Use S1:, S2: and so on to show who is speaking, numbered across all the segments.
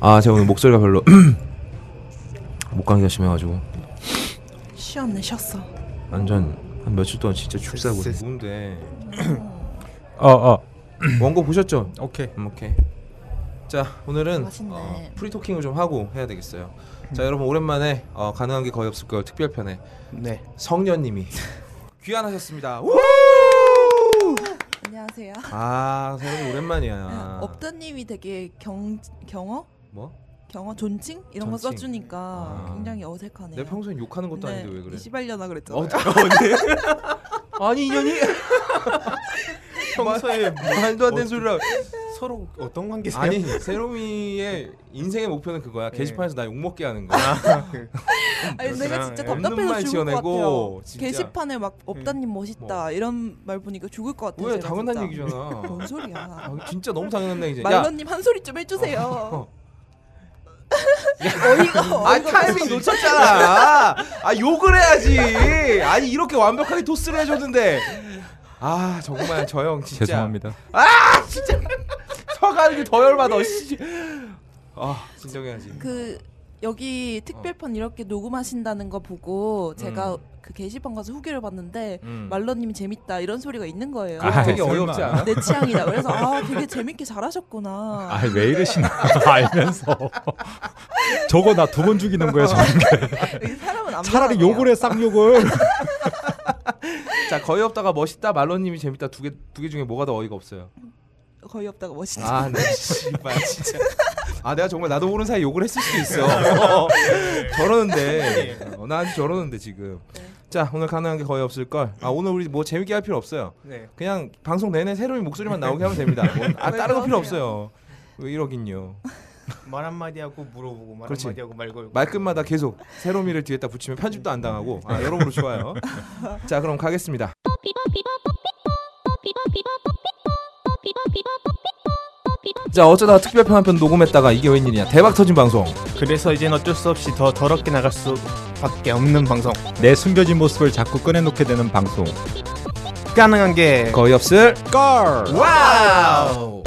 S1: 아 제가 오늘 목소리가 별로 목 감기가 심해가지고
S2: 쉬었네 쉬었어
S1: 완전 한 며칠 동안 진짜 축사하고 누군데
S3: 어어
S1: 원고 보셨죠?
S3: 오케이
S1: 음, 오케이 자 오늘은
S2: 맛있네.
S1: 어, 프리토킹을 좀 하고 해야 되겠어요 자 여러분 오랜만에 어, 가능한 게 거의 없을 걸 특별편에
S3: 네
S1: 성년님이 귀환하셨습니다 우!
S2: 안녕하세요
S1: 아 선생님 오랜만이야
S2: 업다님이 되게 경 경어
S1: 뭐?
S2: 경어 존칭 이런 거
S1: 존칭.
S2: 써주니까
S1: 아.
S2: 굉장히 어색하네요
S1: 내가 평소엔 욕하는 것도
S2: 네,
S1: 아닌데 왜 그래
S2: 이시발려나 그랬죠
S1: 어, 어디? 아니 인연이 평소에 말도
S3: 뭐
S1: 안 되는 소리라
S3: 서로
S4: 뭐
S3: 어떤 관계세요? 네.
S1: 아니 세롬이의 인생의 목표는 그거야 게시판에서 나 욕 먹게 하는 거.
S3: 아.
S2: 아니 내가
S3: 그렇구나.
S2: 진짜
S3: 예.
S1: 없는 말
S2: 답답해서 죽을
S1: 지어내고,
S2: 것 같아요
S1: 진짜. 그,
S2: 게시판에 막 업다님 멋있다
S1: 뭐.
S2: 이런 말 보니까 죽을 것 같아요
S1: 왜
S2: 제가
S1: 당연한
S2: 진짜.
S1: 얘기잖아.
S2: 뭔 소리야
S1: 아, 진짜 너무 당연한 얘기지. 야,
S2: 말러님 한 소리 좀 해주세요
S1: 어.
S2: 어이가
S1: 아
S2: 어이가
S1: 타이밍 놓쳤잖아. 아 욕을 해야지. 아니 이렇게 완벽하게 토스를 해줬는데. 아 정말 저 형 진짜. 아,
S3: 죄송합니다
S1: 서가는 게 더 열받아. 씨. 아 진정해야지.
S2: 그 여기 특별편 이렇게 녹음하신다는 거 보고 제가 그 게시판 가서 후기를 봤는데
S1: 음.
S2: 말러님이 재밌다 이런 소리가 있는 거예요.
S3: 아,
S1: 되게
S3: 설마.
S1: 어이없지 않아?
S2: 내 취향이다. 그래서 아 되게 재밌게 잘하셨구나.
S3: 아왜 이러시나 알면서 저거 나 두 번 죽이는 거야 저는
S2: 이 사람은 안
S3: 차라리
S2: 변하네요.
S3: 욕을 해 쌍욕을
S1: 자 거의 없다가 멋있다 말로님이 재밌다 두 개 두 개 중에 뭐가 더 어이가 없어요.
S2: 거의 뭐 없다가 멋있다.
S1: 아, 네, 씨발 진짜. 네. 아, 내가 정말 나도 모르는 사이 에 욕을 했을 수도 있어. 저러는데, 어, 나한테 저러는데 지금.
S2: 네.
S1: 자, 오늘 가능한 게 거의 없을 걸. 아, 오늘 우리 뭐 재밌게 할 필요 없어요.
S3: 네.
S1: 그냥 방송 내내 새로운 목소리만 나오게 하면 됩니다. 뭐, 아, 다른 거 필요 없어요. 왜 이러긴요.
S4: 말 한마디 하고 물어보고 말
S1: 그렇지.
S4: 한마디 하고 말 걸고
S1: 말끝마다 계속 새로미를 뒤에다 붙이면 편집도 안 당하고 아, 여러모로 좋아요. 자, 그럼 가겠습니다. 자, 어쩌다가 특별 편한편 녹음했다가 이게 웬일이냐. 대박 터진 방송.
S4: 그래서 이젠 어쩔 수 없이 더 더럽게 나갈 수밖에 없는 방송
S3: 내 숨겨진 모습을 자꾸 꺼내놓게 되는 방송
S4: 가능한 게
S1: 거의 없을
S3: 걸
S1: 와우.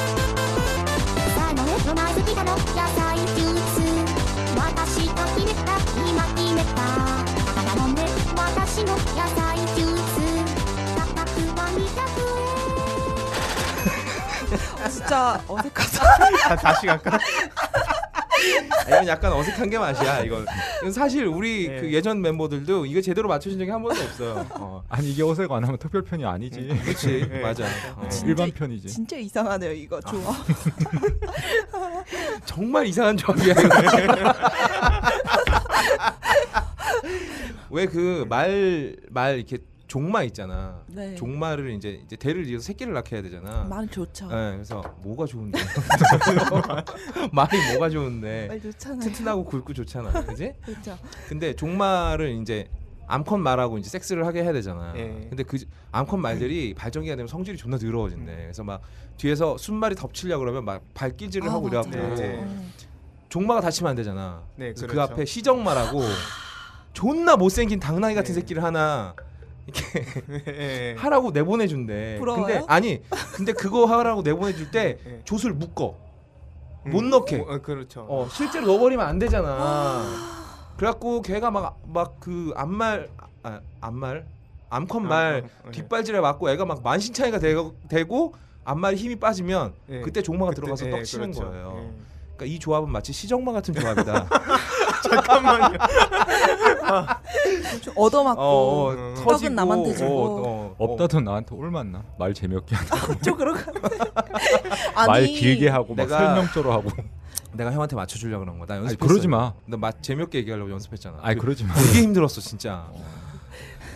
S5: 「さあなえのなずきだろ野菜ジュース」「私が決めた今決めた」「だからね私の野菜ジュース」「価格は200円」
S2: 진짜 어색하다.
S4: 다, 다시 갈까?
S1: 아, 이건 약간 어색한 게 맛이야. 이건, 이건 사실 우리
S4: 네.
S1: 그 예전 멤버들도 이거 제대로 맞춰준 적이 한 번도 없어요. 어,
S3: 아니 이게 어색 안 하면 특별편이 아니지
S1: 그렇지,
S4: 네.
S1: 맞아. 어.
S3: 일반 편이지
S2: 진짜 이상하네요 이거 좋아.
S1: 정말 이상한 조합이야. 이거. 왜그말말 이렇게 종마 있잖아.
S2: 네.
S1: 종마를 이제 이제 대를 이어서 새끼를 낳게 해야 되잖아.
S2: 말 좋죠.
S1: 네, 그래서 뭐가 좋은데? 말이 뭐가 좋은데?
S2: 말 좋잖아요.
S1: 튼튼하고 굵고 좋잖아, 그지?
S2: 그렇죠.
S1: 근데 종말을 이제 암컷 말하고 이제 섹스를 하게 해야 되잖아.
S4: 예.
S1: 근데 그 암컷 말들이 발정기가 되면 성질이 존나
S4: 음.
S1: 더러워진대. 그래서 막 뒤에서 순말이 덮치려 그러면 막 발길질을
S2: 아,
S1: 하고
S2: 맞아.
S1: 이래갖고
S4: 네.
S2: 어.
S1: 종마가 다치면 안 되잖아.
S4: 네,
S1: 그래서 그
S4: 그렇죠.
S1: 앞에 시정말하고 존나 못생긴 당나귀 같은
S4: 네.
S1: 새끼를 하나 이렇게
S4: 예.
S1: 하라고 내보내준대.
S2: 부러워요?
S1: 근데 아니 근데 그거 하라고 내보내줄 때
S4: 예.
S1: 솥을 묶어. 못 넣게.
S4: 어, 어, 그렇죠
S1: 어 실제로 넣어버리면 안 되잖아. 그래갖고 걔가 막 막 그 암말 아, 암말 암컷말
S4: 아, 예.
S1: 뒷발질에 맞고 애가 막 만신창이가 되고, 되고 암말 힘이 빠지면
S4: 예.
S1: 그때 종마가 들어가서
S4: 예,
S1: 떡 치는
S4: 그렇죠.
S1: 거예요.
S4: 예.
S1: 그러니까 이 조합은 마치 시정마 같은 조합이다.
S4: 잠깐만요
S2: 좀 얻어맞고
S1: 어,
S4: 음.
S1: 터지고,
S2: 아, 그 떡은 남한테 주고.
S1: 어, 어, 어.
S3: 없다도 나한테 올맞나 말 재미없게 하고
S2: 그쪽으로 가. 아니
S3: 말 길게 하고 막
S1: 내가-
S3: 설명조로 하고
S1: 내가 형한테 맞춰주려 고 그런 거야. 나
S3: 아니,
S1: 연습.
S3: 그러지 마
S1: 나 맛, 재미없게 얘기하려고 연습했잖아.
S3: 아니 그러지 마
S1: 되게 힘들었어 진짜.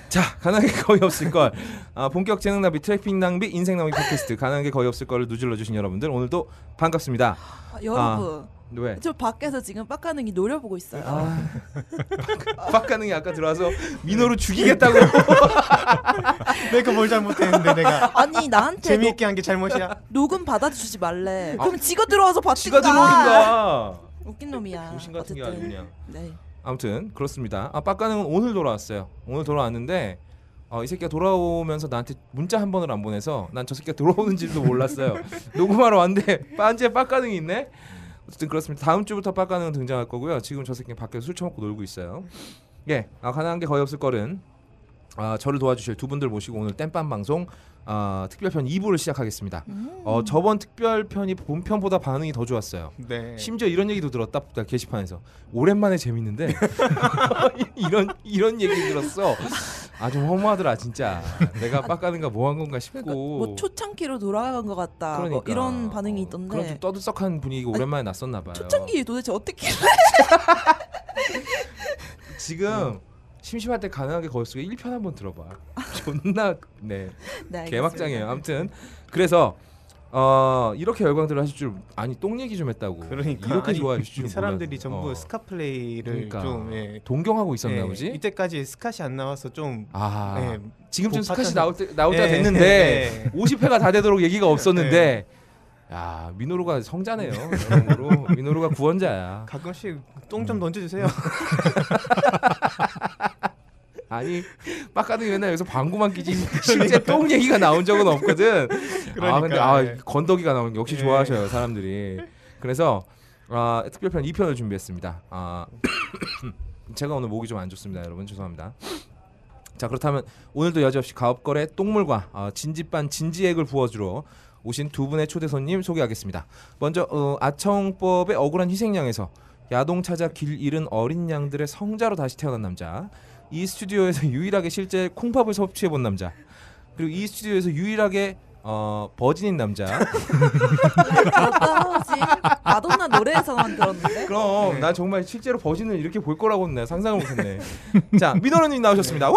S1: 자 가난한 게 거의 없을 걸. 아, 본격 재능 낭비 트래핑 낭비 인생 낭비 팟캐스트 가난한 게 거의 없을 걸을 누질러 주신 여러분들 오늘도 반갑습니다.
S2: 아, 여러분
S1: 왜?
S2: 저 밖에서 지금 빡가능이 노려보고 있어요.
S1: 아, 박가능이 아까 들어와서 민호를 죽이겠다고.
S4: 내가 뭘 잘못했는데 내가
S2: 아니 나한테
S4: 재미있게 한 게 잘못이야
S2: 녹음 받아주지 말래. 그럼 지가 들어와서 받든가.
S1: 지가 들어오든가.
S2: 웃긴 놈이야.
S1: 정신 같은 게 아주
S2: 어쨌든.
S1: 그냥.
S2: 네.
S1: 아무튼 그렇습니다. 아 빡가능은 오늘 돌아왔어요. 오늘 돌아왔는데 어, 이 새끼가 돌아오면서 나한테 문자 한 번을 안 보내서 난 저 새끼가 돌아오는지도 몰랐어요. 녹음하러 왔는데 반지에 빡가능이 있네. 어쨌든 그렇습니다. 다음 주부터 빡가능은 등장할 거고요. 지금 저 새끼는 밖에서 술 처먹고 놀고 있어요. 예, 아, 가능한 게 거의 없을 거는 아, 저를 도와주실 두 분들 모시고 오늘 땜빵 방송 아, 특별편 2부를 시작하겠습니다. 어, 저번 특별편이 본편보다 반응이 더 좋았어요.
S4: 네.
S1: 심지어 이런 얘기도 들었다 나 게시판에서 오랜만에 재밌는데 이런 이런 얘기 들었어 아주 허무하더라 진짜 내가 빡가는가 뭐 한 건가 싶고
S2: 아, 뭐 초창기로 돌아간 것 같다. 뭐
S1: 그러니까.
S2: 이런 반응이
S1: 그런 좀
S2: 있던데.
S1: 떠들썩한 분위기가 오랜만에 났었나 봐요
S2: 초창기 도대체 어떻게
S1: 지금 심심할 때 가능하게 거였으니 1편 한번 들어봐 존나 네
S2: 네, 알겠습니다.
S1: 개막장이에요 아무튼 그래서 어 이렇게 열광들을 하실 줄 아니 똥 얘기 좀 했다고
S4: 그러니까
S1: 이렇게
S4: 아니,
S1: 좋아해 주실 줄
S4: 이 사람들이
S1: 몰랐-
S4: 전부
S1: 어.
S4: 스카플레이를
S1: 그러니까.
S4: 좀 예.
S1: 동경하고 있었나
S4: 예,
S1: 보지
S4: 이때까지 스카시 안 나와서 좀
S1: 아
S4: 예,
S1: 지금쯤
S4: 못
S1: 스카시
S4: 봤던-
S1: 나올 때 나올 때가
S4: 예,
S1: 됐는데
S4: 예.
S1: 50회가 다 되도록
S4: 네.
S1: 얘기가 없었는데 야 민호루가 성자네요 여러모로 민호루가 구원자야
S4: 가끔씩 똥
S1: 음.
S4: 좀 던져주세요.
S1: 아니 빡가는 맨날 여기서 방구만 끼지 실제 똥 얘기가 나온 적은 없거든 아 근데
S4: 그러니까,
S1: 아
S4: 예.
S1: 건더기가 나오는 게 역시
S4: 예.
S1: 좋아하셔요 사람들이 그래서 아, 특별편 2편을 준비했습니다 아 제가 오늘 목이 좀 안 좋습니다 여러분 죄송합니다 자 그렇다면 오늘도 여지없이 가업거래 똥물과 아, 진지반 진지액을 부어주러 오신 두 분의 초대 손님 소개하겠습니다. 먼저 어, 아청법의 억울한 희생양에서 야동 찾아 길 잃은 어린 양들의 성자로 다시 태어난 남자, 이 스튜디오에서 유일하게 실제 콩밥을 섭취해 본 남자, 그리고 이 스튜디오에서 유일하게 어, 버진인 남자.
S2: 들었다지? 아, 마돈나 노래에서만 들었는데.
S4: 네.
S1: 그럼 나 정말 실제로 버진을 이렇게 볼 거라고는 내가 상상을 못했네. 자 민호로님 나오셨습니다. 우!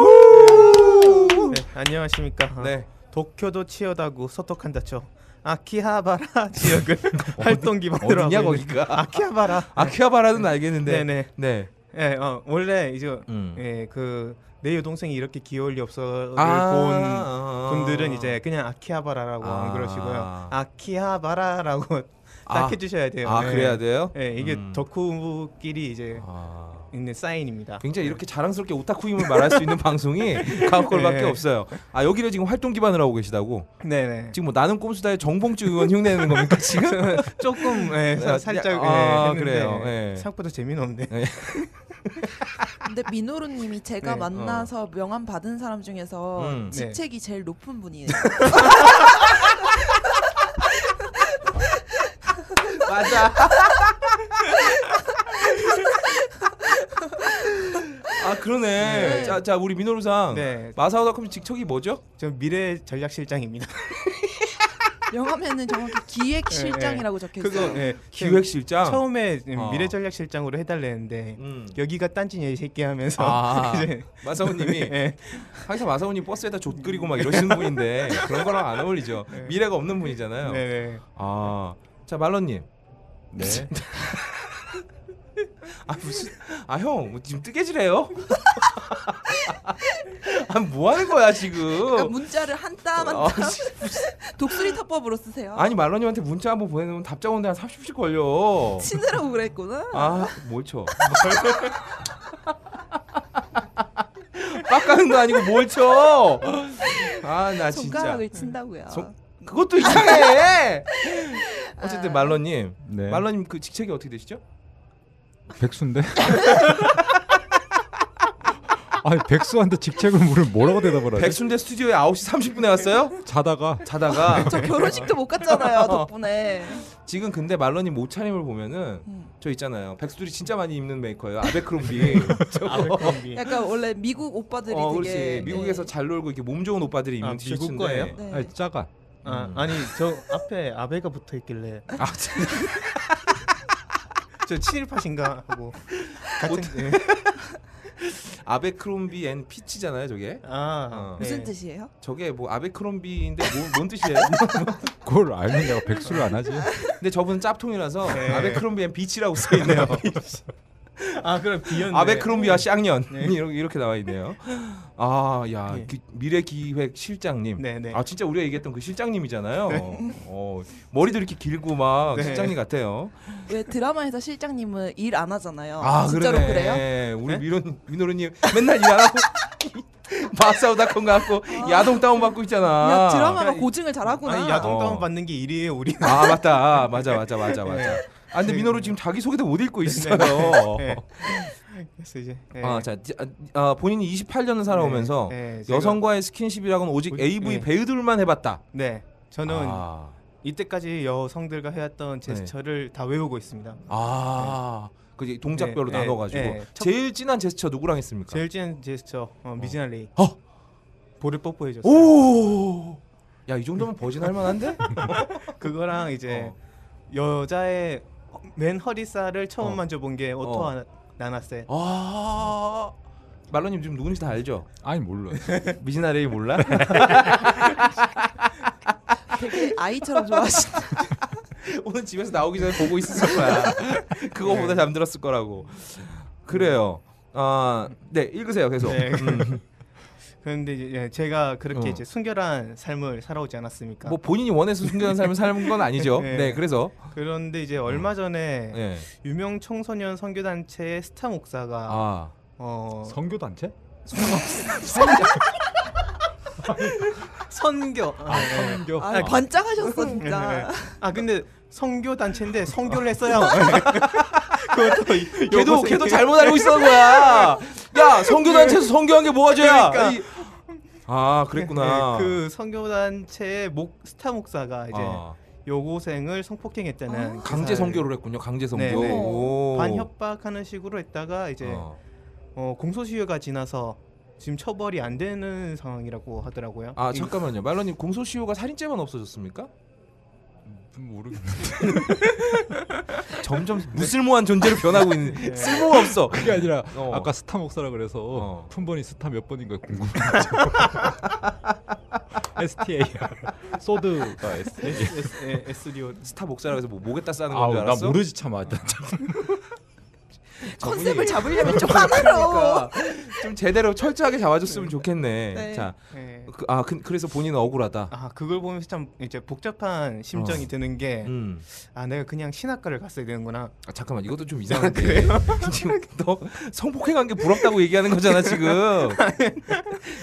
S4: 네, 안녕하십니까. 아,
S1: 네.
S4: 도쿄도 치열하고 서토칸다초 아키하바라 지역을 활동 기반으로
S1: 어디냐
S4: 하고 있는-
S1: 거기가?
S4: 아키하바라.
S1: 아키하바라는 알겠는데.
S4: 네. 네네.
S1: 네.
S4: 예, 어, 원래 이제
S1: 음.
S4: 예, 그내 여동생이 이렇게 귀여울 리 없어를
S1: 아,
S4: 본 분들은
S1: 아.
S4: 이제 그냥 아키하바라라고
S1: 아.
S4: 안 그러시고요. 아키하바라라고 딱
S1: 아.
S4: 해주셔야 돼요.
S1: 아
S4: 예.
S1: 그래야 돼요?
S4: 예, 이게
S1: 음.
S4: 덕후끼리 이제
S1: 아.
S4: 있는 사인입니다.
S1: 굉장히 이렇게 자랑스럽게 오타쿠임을 말할 수 있는 방송이 가옥걸밖에
S4: 네.
S1: 없어요. 아 여기를 지금 활동 기반으로 하고 계시다고.
S4: 네네.
S1: 지금 뭐 나는 꼼수다의 정봉주 의원 흉내내는 겁니까 지금?
S4: 조금 예, 사-
S1: 아,
S4: 살짝
S1: 아,
S4: 예, 했는데
S1: 그래요. 예.
S4: 생각보다 재미는 없네.
S2: 근데 민호루님이 제가
S4: 네,
S2: 만나서 명함 받은 사람 중에서
S1: 어. 음.
S2: 직책이 제일 높은 분이에요.
S1: 맞아. 아 그러네.
S2: 네.
S1: 자, 자 우리 민호루상
S4: 네.
S1: 마사오 닷컴 직책이 뭐죠?
S4: 저 미래 전략실장입니다.
S2: 명함에는 정확히 기획실장이라고 적혀
S4: 그거
S2: 있어요.
S1: 네.
S4: 예,
S1: 기획실장.
S4: 처음에
S1: 어.
S4: 미래 전략실장으로 해달랬는데
S1: 음.
S4: 여기가 딴지냐 이 새끼 하면서
S1: 아
S4: 이제
S1: 마사오님이
S4: 예.
S1: 항상 마사오님 버스에다 족 그리고 막 이러시는 분인데 그런 거랑 안 어울리죠. 미래가 없는 분이잖아요.
S4: 네. 네네.
S1: 아, 자 말러님.
S3: 네.
S1: 아 무슨? 아 형 지금 뜨개질해요? 아 뭐 하는 거야
S2: 그러니까
S1: 지금?
S2: 문자를 한 땀 한 땀
S1: 아, 씨.
S2: 독수리 타법으로 쓰세요.
S1: 아니 말러님한테 문자 한번 보내면 답장 오는데 한 30분씩 걸려.
S2: 치느라고 그랬구나.
S1: 아뭘 쳐? 빡가는 거 아니고 뭘 쳐? 아 나 진짜. 음.
S2: 손가락을 친다고요.
S1: 손- 그것도 이상해.
S2: 아.
S1: 어쨌든 말러님,
S3: 네.
S1: 말러님 그 직책이 어떻게 되시죠?
S3: 백수인데. 아니 백수한테 직책을 물으면 뭐라고 대답을 하지?
S1: 백순대 스튜디오에 9시 30분에 왔어요?
S3: 자다가
S1: 자다가
S2: 저 결혼식도 못 갔잖아요 덕분에.
S1: 지금 근데 말러님 옷차림을 보면은
S2: 음.
S1: 저 있잖아요. 백수들이 진짜 많이 입는 메이커예요. 아베크롬비. 저거.
S4: 아베콤비.
S2: 약간 원래 미국 오빠들이
S1: 예. 어,
S2: 되게
S1: 그렇지. 미국에서
S2: 네.
S1: 잘 놀고 이렇게 몸 좋은 오빠들이 입는
S4: 아, 미국
S1: 티셔츠인데.
S4: 거예요?
S2: 네.
S3: 아니 짜가.
S4: 아,
S1: 음.
S4: 아니 저 앞에 아베가 붙어 있길래
S1: 아, 참.
S4: 저 친일파신가 하고 같은 예. 아
S1: 아베크롬비 앤 피치잖아요, 저게.
S4: 아
S1: 어.
S2: 무슨
S4: 예.
S2: 뜻이에요?
S1: 저게 뭐 아베크롬비인데 뭐, 뭔 뜻이에요?
S3: 그걸 알면 내가 백수를 안 하지.
S1: 근데 저분은 짭통이라서
S4: 네.
S1: 아베크롬비 앤 비치라고 써 있네요.
S4: 아 그럼 비었네.
S1: 아베크롬비와 쌍년
S4: 네.
S1: 이렇게, 이렇게 나와 있네요. 아, 야
S4: 네.
S1: 기- 미래기획 실장님.
S4: 네, 네.
S1: 아 진짜 우리가 얘기했던 그 실장님이잖아요. 어, 머리도 이렇게 길고 막
S4: 네.
S1: 실장님 같아요.
S2: 왜 드라마에서 실장님은 일 안 하잖아요.
S1: 아,
S2: 어, 진짜로
S1: 그러네.
S2: 그래요
S1: 우리
S4: 네?
S1: 민원 민호루님 맨날 일 안 하고 마사오닷컴 갖고 야동 다운 받고 있잖아.
S2: 아. 야, 드라마가
S4: 그러니까 이-
S2: 고증을 잘하구나.
S4: 아니
S1: 어.
S4: 야동 다운 받는 게 일이에요 우리.
S1: 아 맞다 아, 맞아 맞아 맞아 맞아. 아 근데 민호루 지금 자기 소개도 못 읽고 있어요.
S4: 네. 그래서 이제 네.
S1: 아자 아, 본인이 28년을 살아오면서
S4: 네, 네, 제가-
S1: 여성과의 스킨십이라고는 오직
S4: 오직-
S1: AV
S4: 네.
S1: 배우들만 해봤다.
S4: 네. 저는
S1: 아,
S4: 이때까지 여성들과
S1: 네.
S4: 해왔던 제스처를 다 외우고 있습니다.
S1: 아. 그 동작별로
S4: 네,
S1: 나눠가지고
S4: 네, 네. 첫-
S1: 제일 진한 제스처 누구랑 했습니까?
S4: 제일 찐 제스처 어, 미지나 레이.
S1: 어?
S4: 볼을 뽀뽀해줬어요.
S1: 오. 야 이 정도면 버진할 만한데?
S4: 그거랑 이제
S1: 어.
S4: 여자의 맨 허리살을 처음
S1: 어.
S4: 만져본 게 오토
S1: 어.
S4: 어. 나나세.
S1: 아 말로님 지금 누군지 다 알죠?
S3: 아니 몰라.
S1: 미진아레이 몰라?
S2: 되게 아이처럼 좋아하시는
S1: 오늘 집에서 나오기 전에 보고 있었을 거야.
S4: 네.
S1: 그거보다 잠들었을 거라고. 그래요. 아, 네 읽으세요 계속.
S4: 네. 그런데 이제 예, 제가 그렇게
S1: 음. 어.
S4: 이제 순결한 삶을 살아오지 않았습니까?
S1: 뭐 본인이 원해서 순결한 삶을 사는 건 아니죠.
S4: 네.
S1: 네, 그래서
S4: 그런데 이제 얼마 전에
S1: 어. 네.
S4: 유명 청소년 선교 단체의 스타 목사가
S1: 아
S4: 어,
S3: 선교 단체?
S4: 선교 아, 네.
S3: 선교.
S2: 아, 반짝하셨어 진짜.
S4: 아 근데 선교 단체인데 선교를 했어요. 그것도
S1: 걔도 걔도 잘못 알고 있었던 거야. 야 성교 단체에서 성교한 게 뭐가 죄야?
S4: 네. 그러니까.
S1: 이- 아 그랬구나.
S4: 그 선교 단체의 목 스타 목사가 이제
S1: 아,
S4: 여고생을 성폭행했다는
S2: 아.
S1: 강제
S4: 기사를
S1: 성교를 했군요. 강제 성교.
S4: 네, 네.
S1: 오.
S4: 반협박하는 식으로 했다가 이제 어.
S1: 어.
S4: 공소시효가 지나서 지금 처벌이 안 되는 상황이라고 하더라고요.
S1: 아
S4: 이-
S1: 잠깐만요. 말러님 공소시효가 살인죄만 없어졌습니까?
S3: 음, 좀 모르겠네.
S1: 점점 무쓸모한 존재로 변하고 있는
S4: 네.
S1: 쓸모가 없어.
S3: 그게 아니라
S1: 어.
S3: 아까 스타 목사라 그래서
S1: 어.
S3: 품번이 스타 몇 번인가 궁금해. STA 소드가 STA.
S4: S 예, SDO
S1: 스타 목사라고 해서 뭐 목에다 싸는 건
S3: 아우
S1: 줄
S3: 나
S1: 알았어?
S3: 모르지 참 아, 나
S1: 네.
S2: 컨셉을 잡으려면 좀 하나로.
S1: 그러니까 좀 제대로 철저하게 잡아줬으면 좋겠네.
S2: 어. 네.
S1: 자,
S4: 예.
S1: 그, 아 그, 래서 본인은 억울하다.
S4: 아 그걸 보면서 참 이제 복잡한 심정이
S1: 어.
S4: 드는 게 아
S1: 음,
S4: 내가 그냥 신학과를 갔어야 되는구나.
S1: 아, 잠깐만 이것도 좀 이상한데.
S4: 아,
S1: 지금 너 성폭행한 게 부럽다고 얘기하는 거잖아 지금.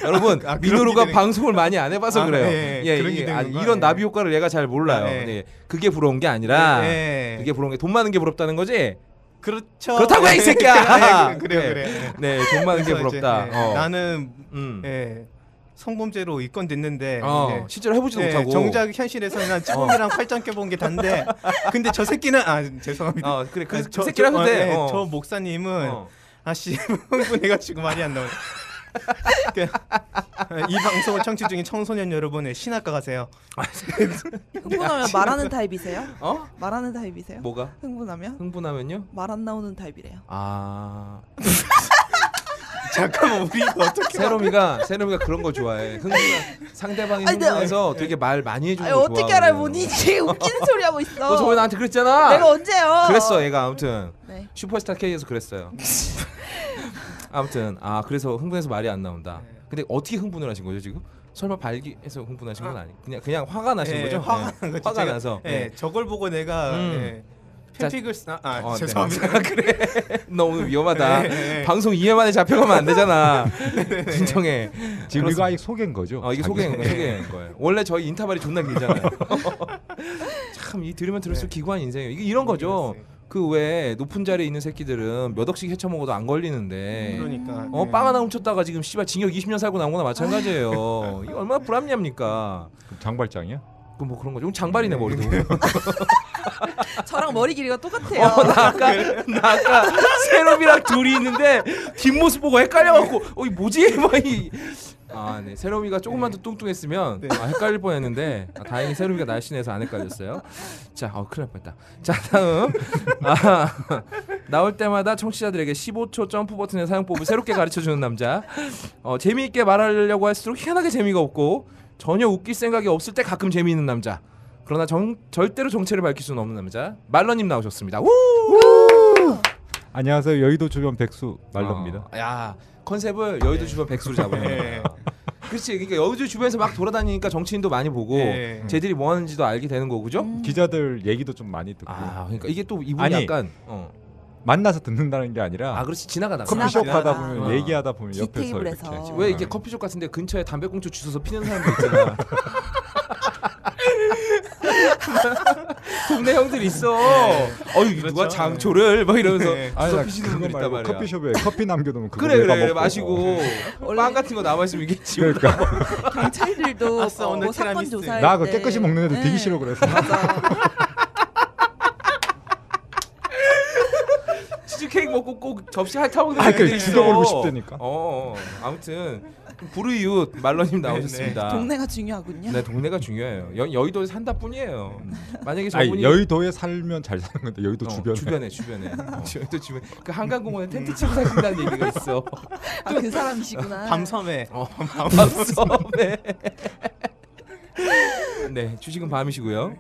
S1: 여러분
S4: 네. 아, 그런
S1: 민호로가
S4: 기대는-
S1: 방송을 많이 안 해봐서
S4: 아,
S1: 그래요.
S4: 예,
S1: 예,
S4: 그런
S1: 이게,
S4: 기대는
S1: 아,
S4: 건가?
S1: 이런
S4: 예.
S1: 나비 효과를 얘가 잘 몰라요.
S4: 아, 예.
S1: 예, 그게 부러운 게 아니라
S4: 예.
S1: 그게 부러운 게 돈 많은 게 부럽다는 거지.
S4: 그렇죠.
S1: 그렇다고 이 새끼야.
S4: 예, 그래요,
S1: 네.
S4: 그래요.
S1: 네, 돈 많은 게
S4: 그래서 이제,
S1: 부럽다.
S4: 예,
S1: 어.
S4: 나는
S1: 음.
S4: 예, 성범죄로 입건됐는데
S1: 어,
S4: 예,
S1: 실제로 해보지도
S4: 예,
S1: 못하고. 어.
S4: 정작 현실에서는 난 찌봉이랑 팔짱 껴본 게 단데 근데 저 새끼는 아 죄송합니다.
S1: 어, 그래 그,
S4: 아,
S1: 그 새끼라
S4: 저, 어,
S1: 근데
S4: 예,
S1: 어.
S4: 저 목사님은
S1: 어.
S4: 아씨 흥분해가지고 말이 안 나오네. 그, 이 방송을 청취 중인 청소년 여러분의 신학과 가세요.
S2: 흥분하면 말하는 타입이세요?
S1: 어?
S2: 말하는 타입이세요?
S1: 아, 뭐가?
S2: 흥분하면
S1: 흥분하면요?
S2: 말 안 나오는 타입이래요.
S1: 아
S4: 잠깐만 우리 이거 어떻게
S1: 세롬이가 세롬이가 그런 거 좋아해. 흥분 상대방이
S2: 아니, 근데-
S1: 흥분해서 되게 말 많이 해주는
S2: 아니,
S1: 거뭐 좋아.
S2: 어떻게 알아 본인이 웃기는 소리 하고 있어.
S1: 너 저번에 나한테 그랬잖아.
S2: 내가 언제요?
S1: 그랬어 얘가 아무튼
S2: 네.
S1: 슈퍼스타 K에서 그랬어요. 아무튼 아 그래서 흥분해서 말이 안 나온다.
S4: 네.
S1: 근데 어떻게 흥분을 하신 거죠 지금? 설마 발기해서 흥분하신 건 아니? 그냥 그냥 화가 나신
S4: 예,
S1: 거죠?
S4: 화가
S1: 네.
S4: 난 거죠.
S1: 화가
S4: 제가-
S1: 나서.
S4: 예,
S1: 네.
S4: 저걸 보고 내가
S1: 음.
S4: 예, 팬픽을 쓰나 아
S1: 어, 네.
S4: 죄송합니다.
S1: 너 오늘 위험하다.
S4: 네, 네, 네.
S1: 방송 2회만에 잡혀가면 안 되잖아. 진정해.
S3: 지금
S6: 그
S3: 이거 아예 소개인 거죠?
S1: 아 이게
S3: 자기
S1: 소개인 거예요. 소개인 거예요. 원래 저희 인터벌이 존나 길잖아요. 참 이 들으면 들을수록
S4: 네.
S1: 기구한 인생이에요. 이게 이런 거죠. 그 외에 높은 자리에 있는 새끼들은 몇 억씩 헤쳐 먹어도 안 걸리는데.
S4: 그러니까
S1: 어,
S4: 예.
S1: 빵 하나 훔쳤다가 지금 씨발 징역 20년 살고 나온 거나 마찬가지예요. 이게 얼마나 불합리합니까?
S3: 그럼 장발장이야?
S1: 그 뭐 그런 거죠. 그럼 장발이네 머리도.
S2: 저랑 머리 길이가 똑같아요.
S1: 어, 나 아까 나 아까 세롬이랑 둘이 있는데 뒷모습 보고 헷갈려갖고 어이 뭐지 막이 아네 세롬이가 조금만 더 뚱뚱했으면
S4: 네.
S1: 아, 헷갈릴 뻔했는데 아, 다행히 세롬이가 날씬해서 안 헷갈렸어요. 자, 어 큰일 날 뻔했다. 자 다음 아, 나올 때마다 청취자들에게 15초 점프 버튼의 사용법을 새롭게 가르쳐 주는 남자. 어, 재미있게 말하려고 할수록 희한하게 재미가 없고 전혀 웃길 생각이 없을 때 가끔 재미있는 남자. 그러나 정, 절대로 정체를 밝힐 수는 없는 남자 말러님 나오셨습니다. 우!
S6: 안녕하세요. 여의도 주변 백수 말로입니다. 네.
S1: 어, 야 컨셉을 여의도 주변 백수로 잡은 거예요.
S4: 예.
S1: 그렇지. 그러니까 여의도 주변에서 막 돌아다니니까 정치인도 많이 보고
S4: 예.
S6: 네.
S1: 쟤들이 뭐 하는지도 알게 되는 거고 그죠?
S2: 음.
S6: 기자들 얘기도 좀 많이 듣고
S1: 아 그러니까 이게 또 이분이
S6: 아니.
S1: 약간 어.
S6: 만나서 듣는다는 게 아니라
S1: 아 그렇지 지나가다
S6: 커피숍 아.
S4: 지나가다.
S6: 가다 보면
S1: 아.
S6: 얘기하다 보면
S2: 지
S6: 옆에서
S2: 테이블에서.
S6: 이렇게
S1: 왜 이게 커피숍 같은데 근처에 담배꽁초 주워서 피는 사람도 있잖아. 동네 형들 있어. 어유 누가
S4: 그렇죠.
S1: 장초를 막 이러면서
S4: 네.
S1: 주워
S6: 나
S1: 피시는
S6: 그거
S1: 분들 있단
S6: 말고
S1: 말이야.
S6: 커피숍에 커피 남겨놓으면 그거
S1: 그래
S6: 내가
S1: 그래 그래
S6: 먹고.
S1: 마시고 빵 같은 거 남아 있으면 이게 지금
S6: 그러니까
S2: 경찰들도
S4: 아싸,
S2: 어,
S4: 오늘
S2: 뭐 사건
S4: 티라미수.
S2: 조사할
S6: 나 그거
S2: 때
S6: 깨끗이 먹는 애들 되게
S2: 네.
S6: 싫어 그래서
S2: 맞아.
S1: 치즈 케이크 먹고 꼭 접시 핥아 먹는
S6: 아, 그
S1: 애들이 있어.
S6: 죽여버리고 싶다니까.
S1: 어, 어. 아무튼 불우이웃 말러님 나오셨습니다.
S2: 동네가 중요하군요.
S1: 아. 네, 동네가 중요해요. 여, 여의도에 산다 뿐이에요. 만약에
S6: 아니,
S1: 저분이
S6: 여의도에 살면 잘 사는 건데 여의도
S1: 어,
S6: 주변에 음.
S1: 주변에 주변에 어. 여의도 주변 그 한강공원에 텐트 치고 사신다는 얘기가 있어.
S2: 아, 그 사람이시구나.
S4: 밤섬에
S1: 어,
S6: 아,
S1: 밤섬에. 아, 네, 주식은 밤이시고요.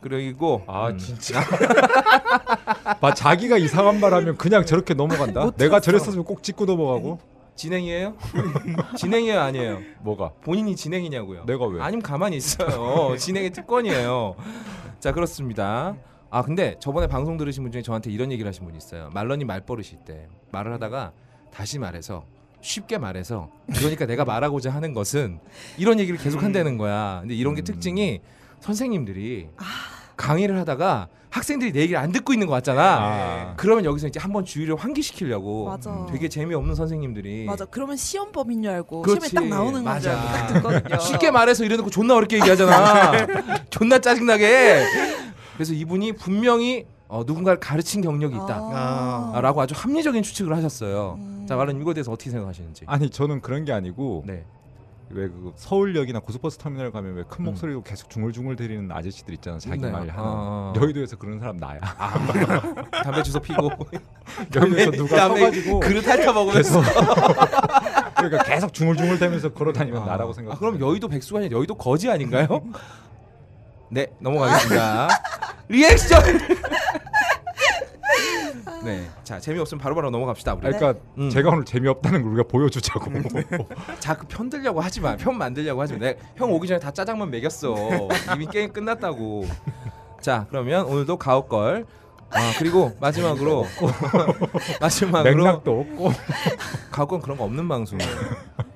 S1: 그리고
S6: 아 진짜 봐 자기가 이상한 말 하면 그냥 저렇게 넘어간다 내가 저랬었으면 꼭 찍고 넘어가고
S1: 음. 진행이에요? 진행이에요, 아니에요?
S6: 뭐가
S1: 본인이 진행이냐고요?
S6: 내가 왜?
S1: 아니면 가만히 있어요. 진행의 특권이에요. 자 그렇습니다. 아 근데 저번에 방송 들으신 분 중에 저한테 이런 얘기를 하신 분이 있어요. 말러님 말버릇이 있대. 말을 하다가 다시 말해서 쉽게 말해서 그러니까 내가 말하고자 하는 것은 이런 얘기를 계속 한다는 거야. 근데 이런 게
S6: 음.
S1: 특징이 선생님들이
S2: 아.
S1: 강의를 하다가 학생들이 내 얘기를 안 듣고 있는 것 같잖아.
S6: 아,
S1: 그러면 여기서 이제 한번 주의를 환기시키려고
S2: 맞아.
S1: 음, 되게 재미없는 선생님들이
S2: 맞아. 그러면 시험 범인 줄 알고
S1: 그렇지.
S2: 시험에 딱 나오는
S1: 맞아.
S2: 거죠. 딱 듣거든요.
S1: 쉽게 말해서 이래놓고 존나 어렵게 얘기하잖아. 존나 짜증나게. 그래서 이분이 분명히 어, 누군가를 가르친 경력이 있다라고
S2: 아.
S1: 아주 합리적인 추측을 하셨어요.
S2: 음.
S1: 자, 말은 이거에 대해서 어떻게 생각하시는지.
S6: 아니 뭐. 저는 그런 게 아니고
S1: 네.
S6: 왜 그 서울역이나 고속버스 터미널 가면 왜 큰 목소리로 계속 중얼중얼 대리는 아저씨들 있잖아 자기
S1: 음. 네.
S6: 말 하는
S1: 아.
S6: 여의도에서 그런 사람 나야
S1: 담배 주워 피고
S6: 여기서 누가
S1: 그다음에
S6: 서가지고
S1: 그릇 핥아 먹으면서
S6: 계속 그러니까 계속 중얼중얼 대면서 걸어다니면 나라고 생각.
S1: 아, 그럼 여의도 백수가 아니라 여의도 거지 아닌가요? 네 넘어가겠습니다. 리액션. 네, 자 재미없으면 바로바로 넘어갑시다. 우리
S2: 네.
S6: 그러니까
S1: 음. 네.
S6: 제가 오늘 재미없다는 걸 우리가 보여주자고.
S1: 자그 편들려고 하지 마. 편 만들려고 하지 마. 내가 형 오기 전에 다 짜장면 먹였어. 이미 게임 끝났다고. 자 그러면 오늘도 가옥걸. 아 그리고 마지막으로 마지막으로
S6: 맥락도 없고
S1: 가옥건 그런 거 없는 방송.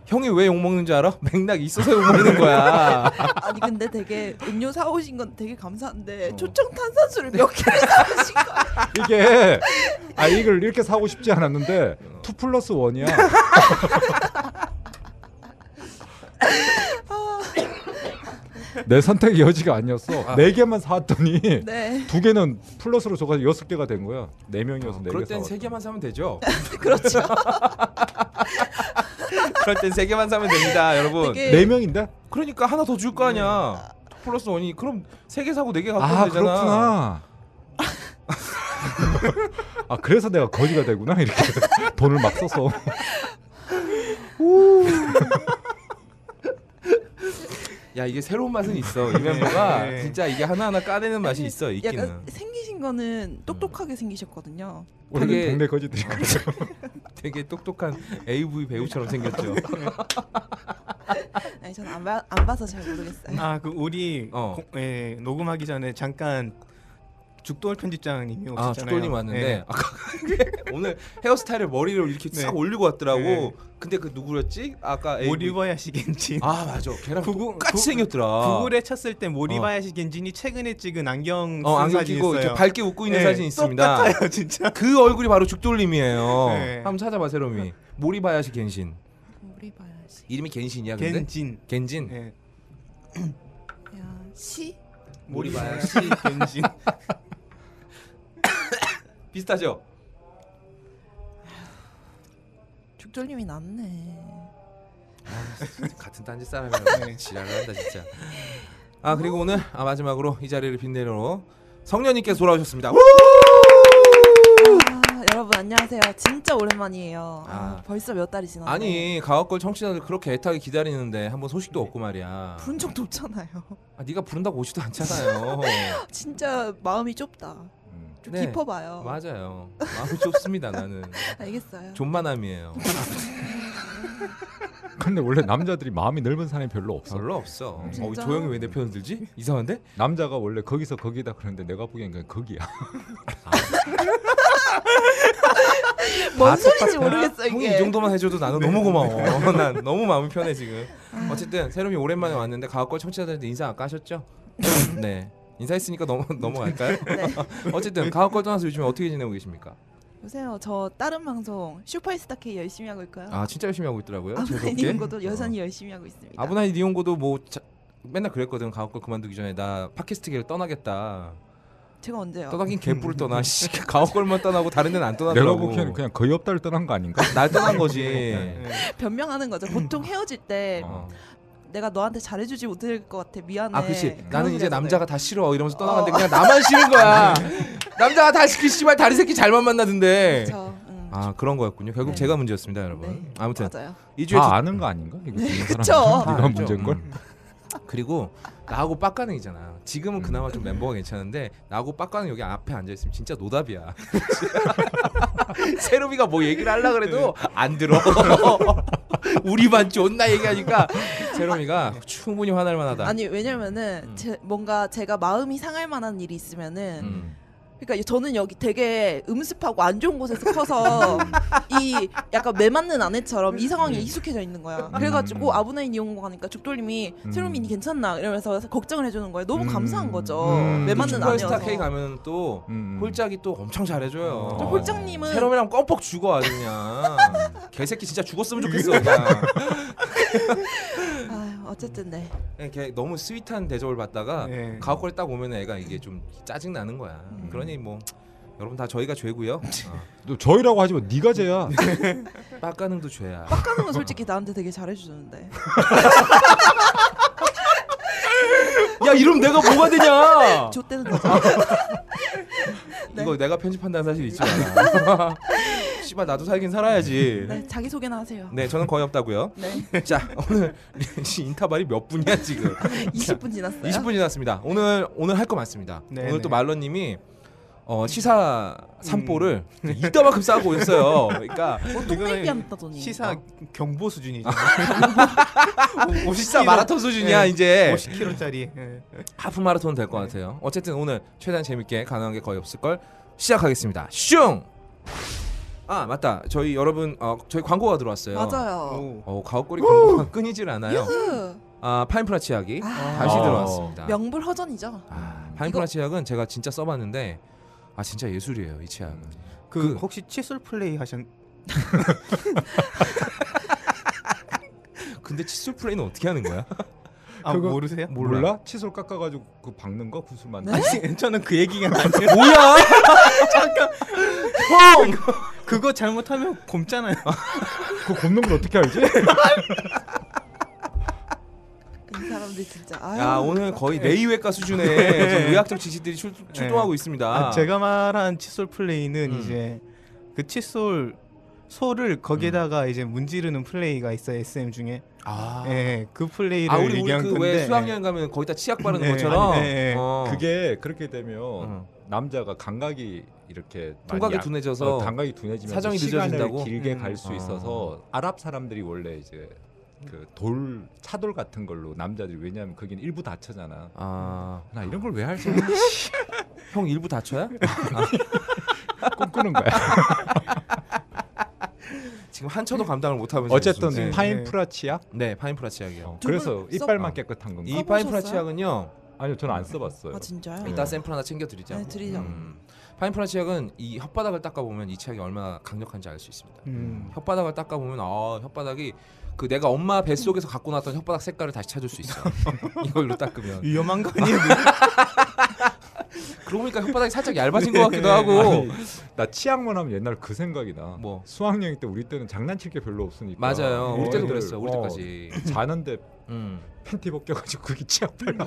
S1: 형이 왜 욕 먹는 줄 알아? 맥락 있어서 욕 먹는 거야.
S2: 아니 근데 되게 음료 사오신 건 되게 감사한데
S1: 어.
S2: 초청 탄산수를 몇 개를 사오신 거예요?
S6: 이게 아 이걸 이렇게 사고 싶지 않았는데 투 플러스 원이야
S2: 아,
S6: 내 선택의 여지가 아니었어. 네 개만 사왔더니
S2: 네
S6: 두 개는 플러스로 줘가지고 여섯 개가 된 거야. 네 명이어서 네
S1: 그럴
S6: 개
S1: 땐
S6: 사왔어.
S1: 세 개만 사면 되죠.
S2: 그렇죠.
S1: 아, 그럴 땐 세 개만 사면 됩니다, 여러분.
S2: 되게
S6: 네 명인데?
S1: 그러니까 하나 더 줄 거 아니야. 플러스 원이 그럼 세 개 사고 네 개 갖고
S6: 아
S1: 오면 되잖아.
S6: 그렇구나. 아 그래서 내가 거지가 되구나 이렇게 돈을 막 써서
S1: 야 이게 새로운 맛은 있어. 이 멤버가
S4: 네.
S1: 진짜 이게 하나하나 까내는 맛이 있어
S2: 약간
S1: 있기는.
S2: 생기신 거는 똑똑하게 생기셨거든요.
S6: 원래
S1: 되게-
S6: 동네 거지들이 그래요.
S1: 되게 똑똑한 AV 배우처럼 생겼죠.
S2: 아니 저는 안, 봐, 안 봐서 잘 모르겠어요.
S4: 아그 우리
S1: 어.
S4: 고, 예, 녹음하기 전에 잠깐 죽돌 편집장님이 오셨잖아요.
S1: 아 죽돌님 왔는데
S4: 예.
S1: 아까 오늘 헤어스타일을 머리를 이렇게
S4: 네.
S1: 싹 올리고 왔더라고.
S4: 네.
S1: 근데 그 누구였지? 아까 AV.
S4: 모리바야시 겐진.
S1: 아 맞아. 걔랑
S4: 구글-
S1: 똑같이
S4: 구-
S1: 생겼더라.
S4: 구글에 쳤을 때 모리바야시 겐진이 최근에 찍은 안경 쓴
S1: 어 안경
S4: 사진
S1: 끼고
S4: 있어요.
S1: 이렇게 밝게 웃고 있는
S4: 예,
S1: 사진 있습니다.
S4: 똑같아요 진짜.
S1: 그 얼굴이 바로 죽돌님이에요.
S4: 네.
S1: 한번 찾아봐 세롬이. 모리바야시 겐신.
S2: 우리 봐야지.
S1: 이름이 겐신이야 근데?
S4: 겐진.
S1: 겐진.
S4: 예.
S2: 야 시?
S4: 모리바야시 겐진.
S1: 비슷하죠?
S2: 죽돌님이 낫네.
S1: 같은 딴지 사람이라고 지랄을 한다 진짜. 아 그리고 오늘 아, 마지막으로 이 자리를 빛내러 성년님께서 돌아오셨습니다. 우!
S2: 아, 여러분 안녕하세요. 진짜 오랜만이에요. 아,
S1: 아.
S2: 벌써 몇 달이 지났네.
S1: 아니 가옥걸 청취자들 그렇게 애타게 기다리는데 한번 소식도 없고 말이야.
S2: 부른 적도 없잖아요.
S1: 아, 네가 부른다고 오지도 않잖아요.
S2: 진짜 마음이 좁다.
S6: 음.
S2: 좀
S1: 네.
S2: 깊어 봐요.
S1: 맞아요. 마음이 좁습니다 나는.
S2: 알겠어요.
S1: 존만함이에요.
S6: 근데 원래 남자들이 마음이 넓은 사람이 별로 없어.
S1: 별로 없어.
S2: 진짜?
S1: 어, 조영이 왜 내 편을 들지? 이상한데?
S6: 남자가 원래 거기서 거기다 그러는데 내가 보기엔 그냥 거기야.
S2: 뭔
S1: 다
S2: 소리인지
S1: 똑같아.
S2: 모르겠어
S1: 형이
S2: 이게.
S1: 이 정도만 해줘도 나는
S6: 네.
S1: 너무 고마워. 난 너무 마음이 편해 지금.
S2: 아.
S1: 어쨌든 새롬이 오랜만에 왔는데 가옥걸 청취자들한테 인사 아까 하셨죠? 네. 인사했으니까 넘어 넘어갈까요?
S2: 네.
S1: 어쨌든 가옥걸 떠나서 요즘에 어떻게 지내고 계십니까?
S2: 요새요 저 다른 방송 슈퍼스타 K 열심히 하고 있고요.
S1: 아 진짜 열심히 하고 있더라고요.
S2: 아브나이
S1: 즐겁게. 어.
S2: 니온고도 여전히 열심히 하고 있습니다.
S1: 아브나이 니온고도 뭐 자, 맨날 그랬거든. 가옥걸 그만두기 전에 나 팟캐스트계를 떠나겠다.
S2: 어. 제가 언제요?
S1: 떠나긴 개뿔 떠나. 씨, 가옥걸만 떠나고 다른 데는 안
S6: 내가
S1: 떠나더라고.
S6: 보기에는 그냥 거의 없다를 떠난 거 아닌가?
S1: 날 떠난
S4: 예.
S1: 거지.
S2: 변명하는 거죠.
S1: 음.
S2: 보통 헤어질 때
S6: 어.
S2: 내가 너한테 잘해주지 못할 것 같아 미안해.
S1: 아, 그렇지.
S2: 네, 그런
S1: 나는
S2: 소리
S1: 이제
S2: 하잖아요.
S1: 남자가 다 싫어 이러면서 떠나갔는데
S2: 어.
S1: 그냥 나만 싫은 거야. 남자가 다 시키 씨발 다리 새끼 잘만 만나던데.
S2: 그쵸, 응.
S1: 아 그런 거였군요. 결국
S2: 네.
S1: 제가 문제였습니다, 여러분.
S2: 네.
S1: 아무튼
S2: 맞아요.
S1: 이 주에
S6: 다 아는 거 아닌가? 이거
S2: 그쵸.
S6: 네가
S1: 알죠.
S6: 문제인 걸.
S1: 음. 그리고 나하고 빡가능이잖아. 지금은
S2: 음.
S1: 그나마 좀 멤버가 괜찮은데 나하고 빡가능 여기 앞에 앉아 있으면 진짜 노답이야. 세롬이가 뭐 얘기를 하려 그래도
S2: 네.
S1: 안 들어. 우리 반 존나 얘기하니까 세롬이가 충분히 화날 만하다.
S2: 아니 왜냐면은
S1: 음.
S2: 제, 뭔가 제가 마음이 상할 만한 일이 있으면은
S1: 음.
S2: 그러니까 저는 여기 되게 음습하고 안 좋은 곳에서 커서 이 약간 매맞는 아내처럼 이 상황에 익숙해져 있는 거야. 그래가지고 아브나이 이용 가니까 죽돌님이
S6: 음.
S2: 세롬이니 괜찮나 이러면서 걱정을 해주는 거예요. 너무
S6: 음.
S2: 감사한 거죠.
S6: 음.
S2: 매맞는
S1: 슈퍼스타
S2: 아내여서.
S1: K 가면 또
S6: 음. 어.
S1: 홀짝이 또 엄청 잘해줘요.
S2: 저 홀짝님은
S1: 세롬이랑 껌뻑 죽어 아주 그냥 개새끼 진짜
S2: 네.
S1: 죽었으면 좋겠어 그냥.
S2: 아유, 어쨌든 네.
S1: 그냥 걔 너무 스윗한 대접을 받다가
S4: 네.
S1: 가옥걸이 딱 오면 애가 이게 좀 짜증 나는 거야.
S6: 음.
S1: 그러니 뭐 여러분 다 저희가 죄고요. 어.
S6: 너 저희라고 하지 마. 네가 죄야.
S1: 음. 빡가능도 죄야.
S2: 까는 건 솔직히 나한테 되게 잘해주는데.
S1: 야 이러면 내가 뭐가 되냐?
S2: 저 때는 더 네.
S1: 이거 내가 편집한다는 사실 잊지 마라. 씨발 나도 살긴 살아야지.
S2: 네, 자기 소개나 하세요.
S1: 네 저는 거의 없다고요.
S2: 네,
S1: 자 오늘 인터벌이 몇 분이야 지금?
S2: 20분 지났어요.
S1: 20분 지났습니다. 오늘 오늘 할 거 많습니다.
S4: 네,
S1: 오늘
S4: 네.
S1: 또 말러님이 어, 시사 삼보를
S2: 음.
S1: 이따만큼 싸고 오셨어요. 그러니까
S2: 뭐
S4: 이거는
S2: 똥배기 한다더니.
S4: 시사 경보 수준이죠.
S1: 시사 마라톤 수준이야
S2: 네.
S4: 예.
S1: 이제
S4: 50kg짜리. 예.
S1: 하프 마라톤 될 것 같아요. 어쨌든 오늘 최대한 재밌게 가능한 게 거의 없을 걸 시작하겠습니다. 슝. 아 맞다. 저희 여러분 어, 저희 광고가 들어왔어요.
S2: 맞아요.
S4: 오.
S1: 어, 가옥거리 광고가 끊이질 않아요.
S2: 유후.
S1: 아 파인프라 치약이
S2: 아.
S1: 다시
S6: 아.
S1: 들어왔습니다.
S2: 명불허전이죠.
S1: 아, 파인프라 치약은 제가 진짜 써봤는데 아 진짜 예술이에요 이 치약은.
S4: 그 혹시 칫솔 플레이 하셨?
S1: 근데 칫솔 플레이는 어떻게 하는 거야?
S4: 아
S6: 그거-
S4: 모르세요?
S6: 몰라? 치솔 깎아가지고 그 박는 거 구슬 만든.
S2: 네?
S4: 아니, 저는 그 얘기가 아니에요.
S1: 뭐야? 잠깐. 형.
S4: 그거 잘못하면 곰잖아요.
S6: 그 굽는 걸 어떻게 알지?
S2: 이 사람들 진짜. 아유,
S1: 야 오늘 거의 내의외과 수준의 지금 의학적 지식들이 출, 출동하고 있습니다.
S4: 아, 제가 말한 칫솔 플레이는
S1: 음.
S4: 이제 그 칫솔 소를 거기다가 이제 문지르는 플레이가 있어요 SM 중에.
S1: 음. 아,
S4: 예, 그 플레이를
S1: 아 우리 우리
S4: 얘기한 건데.
S1: 그왜 수학여행 가면 거기다 치약 바르는
S4: 예,
S1: 것처럼
S4: 아니, 예, 예.
S1: 어.
S6: 그게 그렇게 되면
S1: 어.
S6: 남자가 감각이 이렇게 많이
S1: 통각이
S6: 약-
S1: 둔해져서
S6: 어, 감각이 둔해지면서
S1: 사정이
S6: 시간을
S1: 늦어진다고?
S6: 길게
S4: 음.
S6: 갈 수
S1: 아.
S6: 있어서 아랍 사람들이 원래 이제 그 돌 차돌 같은 걸로 남자들이 왜냐하면 거긴 일부 다쳐잖아.
S1: 아,
S6: 나 이런 걸 왜 할지
S1: 형 일부 다쳐야?
S6: 꿈꾸는 거야.
S1: 지금 한 쳐도 감당을 못 하면서
S6: 어쨌든
S1: 무슨-
S4: 네.
S6: 파인프라 치약.
S1: 네 파인프라 치약이요.
S6: 어,
S2: 두
S6: 그래서
S2: 분
S6: 이빨만
S1: 써-
S6: 깨끗한 건가?
S1: 이 음.
S2: 써보셨어요?
S1: 파인프라 치약은요
S6: 아니요, 저는 안 써봤어요.
S2: 아 진짜요?
S1: 이따 샘플 하나 챙겨 드리자.
S2: 네, 드리자.
S1: 파인프라 치약은 이 혓바닥을 닦아 보면 이 치약이 얼마나 강력한지 알 수 있습니다.
S4: 음.
S1: 혓바닥을 닦아 보면 아 혓바닥이 그 내가 엄마 뱃속에서 갖고 나왔던 혓바닥 색깔을 다시 찾을 수 있어. 이걸로 닦으면.
S4: 위험한 거 아니에요? 음.
S1: 그러고 보니까 혓바닥이 살짝 얇아진 것 같기도 하고.
S6: 예, 아니, 나 치약만 하면 옛날 그 생각이 나.
S1: 뭐?
S6: 수학여행 때 우리 때는 장난칠 게 별로 없으니까.
S1: 맞아요. 우리 때도
S6: 애들,
S1: 그랬어요. 우리
S6: 어,
S1: 때까지.
S6: 자는데
S1: 음.
S6: 팬티 벗겨가지고 그게 치약 발라.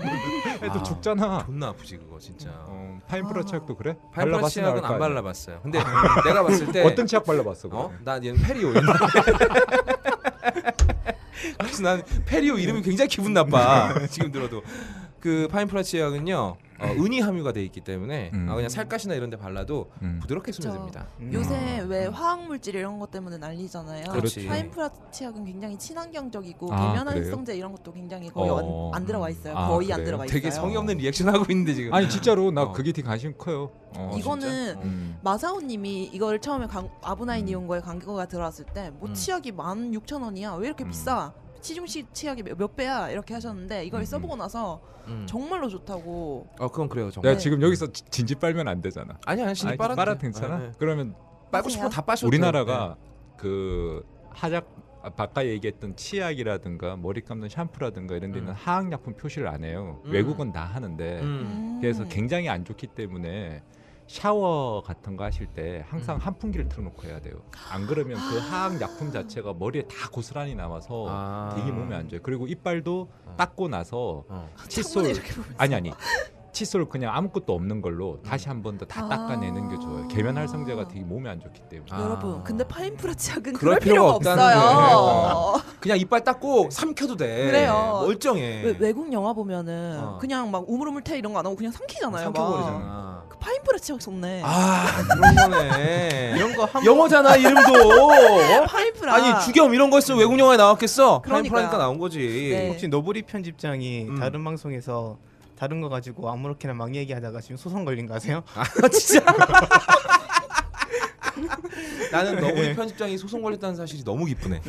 S6: 애들
S1: 아,
S6: 죽잖아.
S1: 존나 아프지 그거 진짜.
S6: 어, 파인프라
S2: 아.
S6: 치약도 그래?
S1: 파인프라
S6: 발라봤으면
S1: 치약은 안
S6: 알거 아니야.
S1: 발라봤어요. 근데 내가 봤을 때
S6: 어떤 치약 발라봤어?
S1: 어?
S6: 그럼?
S1: 난 얘는 페리오. 그래서 난 페리오 이름이 굉장히 기분 나빠. 지금 들어도 그 파인프라 치약은요. 어, 은이 함유가 돼 있기 때문에
S3: 음.
S1: 아, 그냥 살갗이나 이런 데 발라도
S3: 음.
S1: 부드럽게
S2: 그쵸.
S1: 스며듭니다.
S4: 음.
S2: 요새 왜 화학 물질 이런 것 때문에 난리잖아요.
S1: 그렇지.
S2: 파인프라치약은 굉장히 친환경적이고
S3: 아,
S2: 계면활
S3: 그래요?
S2: 성제 이런 것도 굉장히 거의
S3: 어.
S2: 안, 안 들어가 있어요.
S3: 아,
S2: 거의
S3: 그래요?
S2: 안 들어가 있어요.
S1: 되게 성의 없는 리액션 하고 있는데 지금.
S3: 아니 진짜로 나
S1: 어.
S3: 그게 되게 관심 커요. 어,
S1: 어,
S2: 이거는
S1: 진짜? 어.
S3: 음.
S2: 마사오님이 이걸 처음에 강- 아브나인
S3: 음.
S2: 이용거에 광고가 들어왔을 때 뭐
S1: 음.
S2: 치약이 16,000원이야 왜 이렇게
S3: 음.
S2: 비싸 시중식 치약이 몇, 몇 배야 이렇게 하셨는데 이걸
S3: 음,
S2: 써보고 나서
S1: 음.
S2: 정말로 좋다고
S1: 어 그건 그래요 정말.
S3: 내가 지금 여기서 지- 진지 빨면 안 되잖아.
S1: 아니 아니 신이
S3: 네. 아니,
S1: 빨아 네,
S3: 빨아도 괜찮아. 그러면
S1: 빨고 싶으면 다 빠셔도
S3: 우리나라가
S1: 네,
S3: 그 하작 아, 아까 얘기했던 치약이라든가 머리 감는 샴푸라든가 이런 데는
S1: 음.
S3: 화학약품 표시를 안 해요.
S1: 음.
S3: 외국은 다 하는데
S1: 돼요. 음.
S3: 그래서 굉장히 안 좋기 때문에 샤워 같은 거 하실 때 항상
S1: 음.
S3: 한풍기를 틀어놓고 해야 돼요. 안 그러면 그 화학 약품 자체가 머리에 다 고스란히 남아서
S1: 아.
S3: 되게 몸에 안 좋아요. 그리고 이빨도
S1: 아.
S3: 닦고 나서
S1: 어.
S3: 칫솔
S2: 이렇게 보면서.
S3: 아니 아니 칫솔 그냥 아무것도 없는 걸로
S1: 음.
S3: 다시 한 번 더 다
S2: 아.
S3: 닦아내는 게 좋아요. 계면활성제가 되게 몸에 안 좋기 때문에.
S1: 아.
S2: 여러분 근데 파인프라 치약은
S1: 그럴
S2: 그럴, 필요가,
S1: 필요가 없다는
S2: 없어요
S1: 그냥 이빨 닦고 삼켜도 돼.
S2: 그래요.
S1: 멀쩡해.
S2: 왜, 외국 영화 보면은
S1: 네. 어.
S2: 그냥 막 우물우물태 이런 거 안 하고 그냥 삼키잖아요 막.
S1: 삼켜버리잖아.
S2: 그 파인프라 치약 좋네
S1: 아 그런 거네.
S4: 이런 거 한,
S1: 영어잖아 이름도. 어?
S2: 파인프라
S1: 아니 주겸 이런 거 있으면 외국 영화에 나왔겠어.
S2: 그러니까요.
S1: 파인프라니까 나온 거지.
S2: 네.
S4: 혹시 노브리 편집장이
S1: 음.
S4: 다른 방송에서 다른 거 가지고 아무렇게나 막 얘기하다가 지금 소송 걸린 거 아세요?
S1: 아 진짜. 나는 너구리 편집장이 소송 걸렸다는 사실이 너무 기쁘네.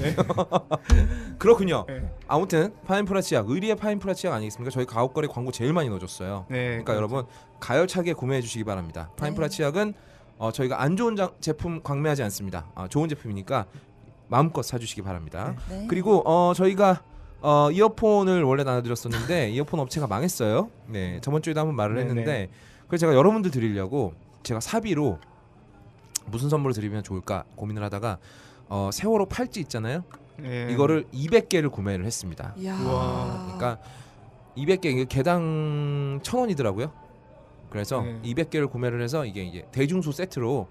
S1: 그렇군요.
S4: 네.
S1: 아무튼 파인프라 치약 의리의 파인프라 치약 아니겠습니까? 저희 가옥거리 광고 제일 많이 넣어줬어요.
S4: 네.
S1: 그러니까 여러분 가열차게 구매해 주시기 바랍니다. 파인프라
S2: 네.
S1: 치약은 어, 저희가 안 좋은 장- 제품 광매하지 않습니다. 아, 좋은 제품이니까 마음껏 사주시기 바랍니다.
S2: 네.
S1: 그리고 어, 저희가 어, 이어폰을 원래 나눠드렸었는데 이어폰 업체가 망했어요. 네 저번 주에도 한번 말을
S4: 네네.
S1: 했는데 그래서 제가 여러분들 드리려고 제가 사비로 무슨 선물을 드리면 좋을까 고민을 하다가 어, 세월호 팔찌 있잖아요.
S4: 네.
S1: 이거를 200개를 구매를 했습니다.
S2: 이야.
S4: 우와.
S1: 그러니까 200개 이게 개당 1,000원이더라고요. 그래서
S4: 네.
S1: 200개를 구매를 해서 이게 이제 대중소 세트로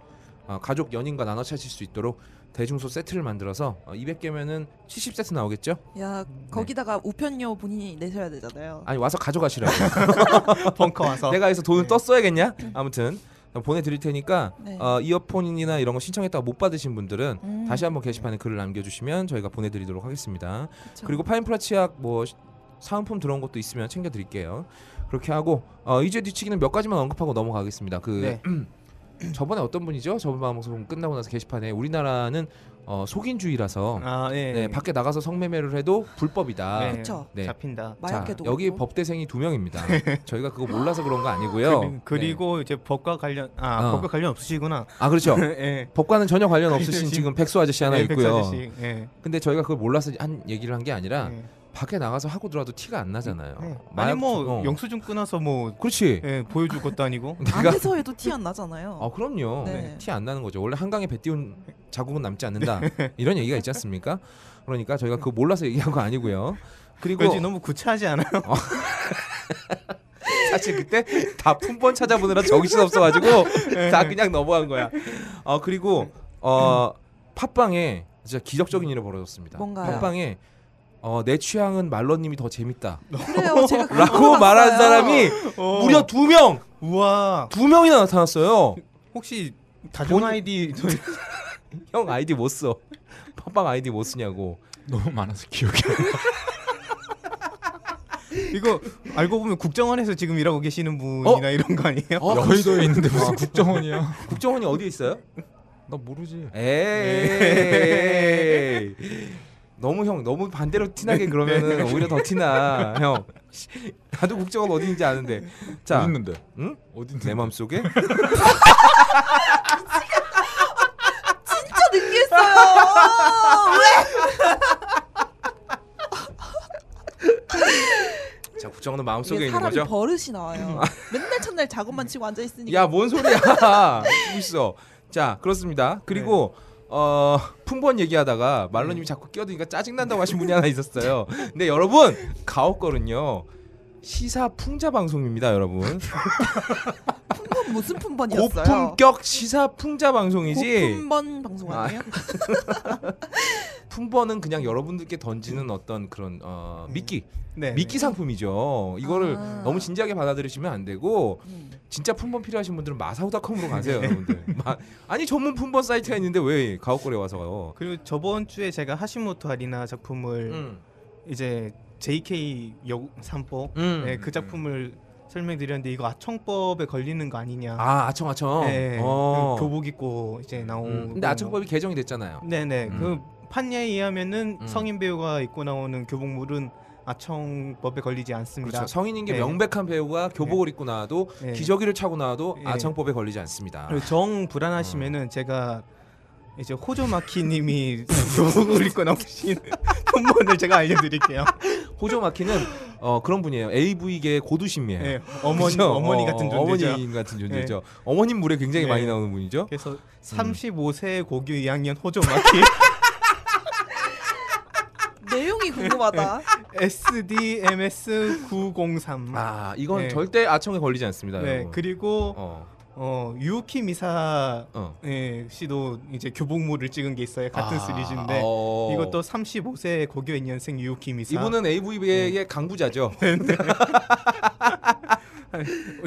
S1: 어, 가족 연인과 나눠 찾을 수 있도록 대중소 세트를 만들어서 어, 200개면은 70세트 나오겠죠?
S2: 야 거기다가 우편료 본인이 내셔야 되잖아요.
S1: 네. 아니 와서 가져가시라고.
S4: 아, 벙커 와서
S1: 내가 여기서 돈을
S4: 네.
S1: 떴어야겠냐? 아무튼 보내드릴 테니까
S2: 네.
S1: 어, 이어폰이나 이런 거 신청했다가 못 받으신 분들은
S2: 음,
S1: 다시 한번 게시판에 글을 남겨주시면 저희가 보내드리도록 하겠습니다.
S2: 그쵸.
S1: 그리고 파인프라 치약 뭐 시- 사은품 들어온 것도 있으면 챙겨드릴게요. 그렇게 하고 어, 이제 뒤치기는 몇 가지만 언급하고 넘어가겠습니다. 그
S4: 네.
S1: 저번에 어떤 분이죠? 저번 방송 끝나고 나서 게시판에 우리나라는 어, 속인주의라서
S4: 아, 예.
S1: 네, 밖에 나가서 성매매를 해도 불법이다.
S4: 네.
S2: 그쵸.
S1: 네.
S4: 잡힌다.
S1: 자,
S2: 마약해도
S1: 여기
S2: 그렇고.
S1: 법대생이 두 명입니다. 저희가 그거 몰라서 그런 거 아니고요.
S4: 네.
S1: 네.
S4: 그리- 그리고 이제 법과 관련 아
S1: 어.
S4: 법과 관련 없으시구나.
S1: 네. 아 그렇죠.
S4: 예.
S1: 법과는 전혀 관련 없으신
S4: 아저씨.
S1: 지금 백수 아저씨 하나
S4: 예, 백수
S1: 있고요.
S4: 아저씨. 예.
S1: 근데 저희가 그걸 몰라서 한 얘기를 한 게 아니라
S4: 예.
S1: 밖에 나가서 하고 들어와도 티가 안 나잖아요.
S4: 예.
S1: 마약- 네.
S4: 아니 뭐
S1: 어.
S4: 영수증 끊어서 뭐
S1: 그렇지.
S4: 예, 보여줄 것도 아니고.
S1: 내가
S2: 안에서에도 티 안 나잖아요.
S1: 아 그럼요.
S2: 네.
S1: 티 안 나는 거죠. 원래 한강에 배 띄운 자국은 남지 않는다.
S4: 네.
S1: 이런 얘기가 있지 않습니까? 그러니까 저희가 그거 몰라서 얘기한 거 아니고요. 그리고
S4: 왠지 그러니까 너무 구차하지 않아요?
S1: 사실 그때 다 품번 찾아보느라 정신 없어가지고
S3: 네.
S1: 다 그냥 넘어간 거야. 어 그리고 어 팟빵에 진짜 기적적인 일이 벌어졌습니다.
S2: 뭔가요?
S1: 팟빵에 어, 내 취향은 말러님이 더
S3: 아,
S1: 재밌다라고
S2: 그래요. 제가 그거
S1: 말한
S2: 봤어요.
S1: 사람이
S4: 어.
S1: 무려 두 명,
S4: 우와.
S1: 두 명이나 나타났어요.
S4: 혹시 다중 아이디
S1: 형 아이디 못 써. 팟빵 아이디 못 쓰냐고.
S3: 너무 많아서 기억이 안
S4: 이거 알고 보면 국정원에서 지금 일하고 계시는 분이나 이런 거 아니에요?
S1: 어,
S3: 나. 여의도에 있는데 무슨 국정원이야?
S1: 국정원이 어디 있어요?
S3: 나 모르지.
S1: 에이. 너무 형 너무 반대로 티나게 그러면은 오히려 더 티나 형 나도 국정원 어디인지 아는데
S3: 어디
S1: 자
S6: 음.
S3: 있는데?
S1: 응?
S3: 어디 있는데?
S1: 내 맘속에
S2: 진짜 느끼했어요.
S1: 자 국정원은
S2: 왜?
S1: 마음속에
S2: 이게
S1: 있는
S2: 사람이
S1: 거죠
S2: 버릇이 나와요. 맨날 첫날 작업만 치고 앉아 있으니까.
S1: 야 뭔 소리야 죽고 있어 자 그렇습니다 그리고 어 풍번 얘기하다가 말로님이 자꾸 끼어드니까 짜증난다고 하신 분이 하나 있었어요 근데 여러분 가옥걸은요 시사 풍자 방송입니다 여러분
S2: 아, 품번 무슨 품번이었어요?
S1: 고품격 시사 풍자 방송이지
S2: 고품번 방송 아니에요?
S1: 풍버는 그냥 여러분들께 던지는 어떤 그런 어, 미끼
S4: 네.
S1: 미끼 상품이죠. 이거를
S2: 아.
S1: 너무 진지하게 받아들이시면 안 되고
S2: 음.
S1: 진짜 품번 필요하신 분들은 마사오닷컴으로 가세요,
S4: 네.
S1: 여러분들. 마- 아니 전문 품번 사이트가 있는데 왜 가옥골에 와서요?
S4: 그리고 저번 주에 제가 하시모토 아리나 작품을
S1: 음.
S4: 이제 JK 역 삼법
S1: 음.
S4: 네, 그 작품을 설명드렸는데 이거 아청법에 걸리는 거 아니냐.
S1: 아 아청 아청.
S4: 네,
S1: 어.
S4: 그 교복 입고 이제 나오고.
S1: 음. 근데 아청법이 개정이 됐잖아요.
S4: 네네.
S1: 음.
S4: 그 판례에 의하면은
S1: 음.
S4: 성인 배우가 입고 나오는 교복물은 아청법에 걸리지 않습니다.
S1: 그렇죠. 성인인 게
S4: 네.
S1: 명백한 배우가 교복을 입고 나와도
S4: 네.
S1: 기저귀를 차고 나와도
S4: 네. 그렇죠.
S1: 아청법에 걸리지 않습니다.
S4: 그리고 정
S1: 어.
S4: 불안하시면은 제가 이제 호조마키님이 교복을 입고 나오신 품번을 제가 알려드릴게요.
S1: 호조 마키는 어, 그런 분이에요. AV계 고두심이에요.
S4: 네, 어머니
S1: 예. 그죠?
S4: 어머니
S1: 어,
S4: 같은 존재죠.
S1: 어머니 음. 같은 존재죠. 어머님 물에 굉장히
S4: 네.
S1: 많이 나오는 분이죠.
S4: 그래서 35세 고교 2학년 호조마키
S2: 내용이 궁금하다.
S1: 네,
S4: SDMS 903.
S1: 아 이건
S4: 네.
S1: 절대 아청에 걸리지 않습니다.
S4: 네
S1: 여러분.
S4: 그리고
S1: 어,
S4: 어 유키 미사
S1: 어.
S4: 예, 씨도 이제 교복물을 찍은 게 있어요 같은
S1: 아,
S4: 시리즈인데
S1: 어.
S4: 이것도 35세 고교 2년생 유키 미사
S1: 이분은 AV계의
S4: 네.
S1: 강부자죠.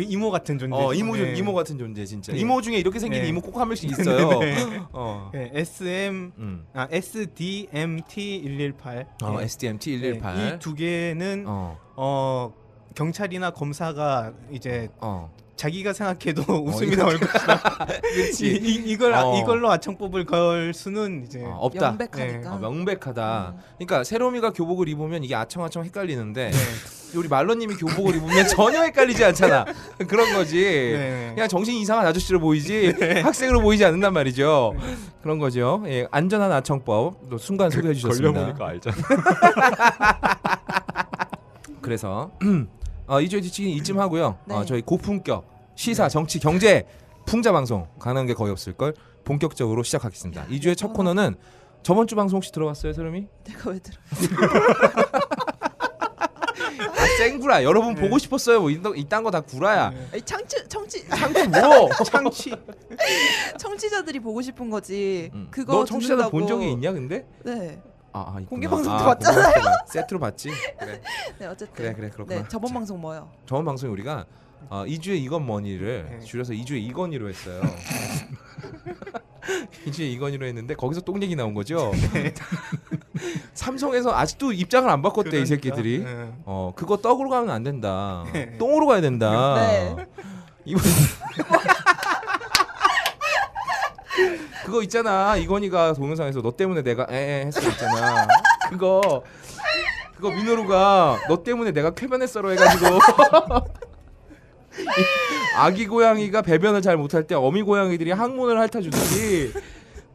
S4: 이모 같은 존재
S1: 어, 이모 중
S4: 예.
S1: 이모 같은 존재 진짜.
S4: 네.
S1: 이모 중에 이렇게 생긴
S4: 네.
S1: 이모 꼭 한 명씩 있어요.
S4: 네,
S1: 어.
S4: 예, SM
S1: 음.
S4: 아 SDMT 118
S1: 어,
S4: 예.
S1: SDMT 118.
S4: 이두 개는 어.
S1: 어.
S4: 경찰이나 검사가 이제
S1: 어.
S4: 자기가 생각해도 웃음이
S1: 이거-
S4: 나올 것이다. 이,
S1: 그렇지.
S4: 이, 이걸 아-
S1: 어.
S4: 이걸로 아청법을 걸 수는 이제
S1: 어, 없다.
S2: 명백하니까. 음.
S1: 어, 명백하다. 그러니까 세롬이가 교복을 입으면 이게 아청아청 헷갈리는데
S4: 네.
S1: 우리 말러님이 교복을 입으면 전혀 헷갈리지 않잖아. 그런 거지.
S4: 네.
S1: 그냥 정신 이상한 아저씨로 보이지
S3: 네.
S1: 학생으로 보이지 않는단 말이죠. 그런 거죠. 예, 안전한 아청법 또 순간 소개해 주셨습니다.
S3: 그 걸려보니까 알잖아.
S1: 그래서 어, 이주의 지치기 이쯤 하고요.
S2: 네.
S1: 어, 저희 고품격 시사
S3: 네.
S1: 정치 경제 풍자 방송 가능한 게 거의 없을 걸 본격적으로 시작하겠습니다.
S2: 네,
S1: 이주의 첫 코너는 저번 주 방송 혹시 들어봤어요, 세롬이?
S2: 내가 왜 들어?
S1: 아, 쌩구라 여러분
S4: 네.
S1: 보고 싶었어요. 뭐 이딴, 이딴 거 다 구라야.
S2: 아니, 청취 청취
S1: 창구 뭐?
S4: 창치
S2: 청취자들이 보고 싶은 거지.
S1: 음.
S2: 그거
S1: 너 청취자들 본
S2: 듣는다고-
S1: 적이 있냐 근데?
S2: 네.
S1: 아, 아 있구나.
S2: 공개 방송도
S1: 아,
S2: 봤잖아요.
S1: 공개 방송도 봤- 세트로 봤지. 그래
S2: 네 어쨌든.
S1: 그래, 그래 그렇구나.
S2: 네 저번
S1: 자,
S2: 방송 뭐요?
S1: 저번 방송에 우리가 어, 2주에 이건 뭐니를
S4: 네.
S1: 줄여서 2주에 이건이로 했어요. 2주에 이건이로 했는데 거기서 똥 얘기 나온 거죠.
S4: 네.
S1: 삼성에서 아직도 입장을 안 바꿨대 이 새끼들이.
S4: 네.
S1: 어 그거 떡으로 가면 안 된다.
S4: 네.
S1: 똥으로 가야 된다.
S2: 네.
S1: 이번 그거 있잖아 이건희가 동영상에서 너 때문에 내가 에에 했을 때 있잖아. 그거 그거 민호루가 너 때문에 내가 쾌변했어로 해가지고 아기 고양이가 배변을 잘 못할 때 어미 고양이들이 항문을 핥아주듯이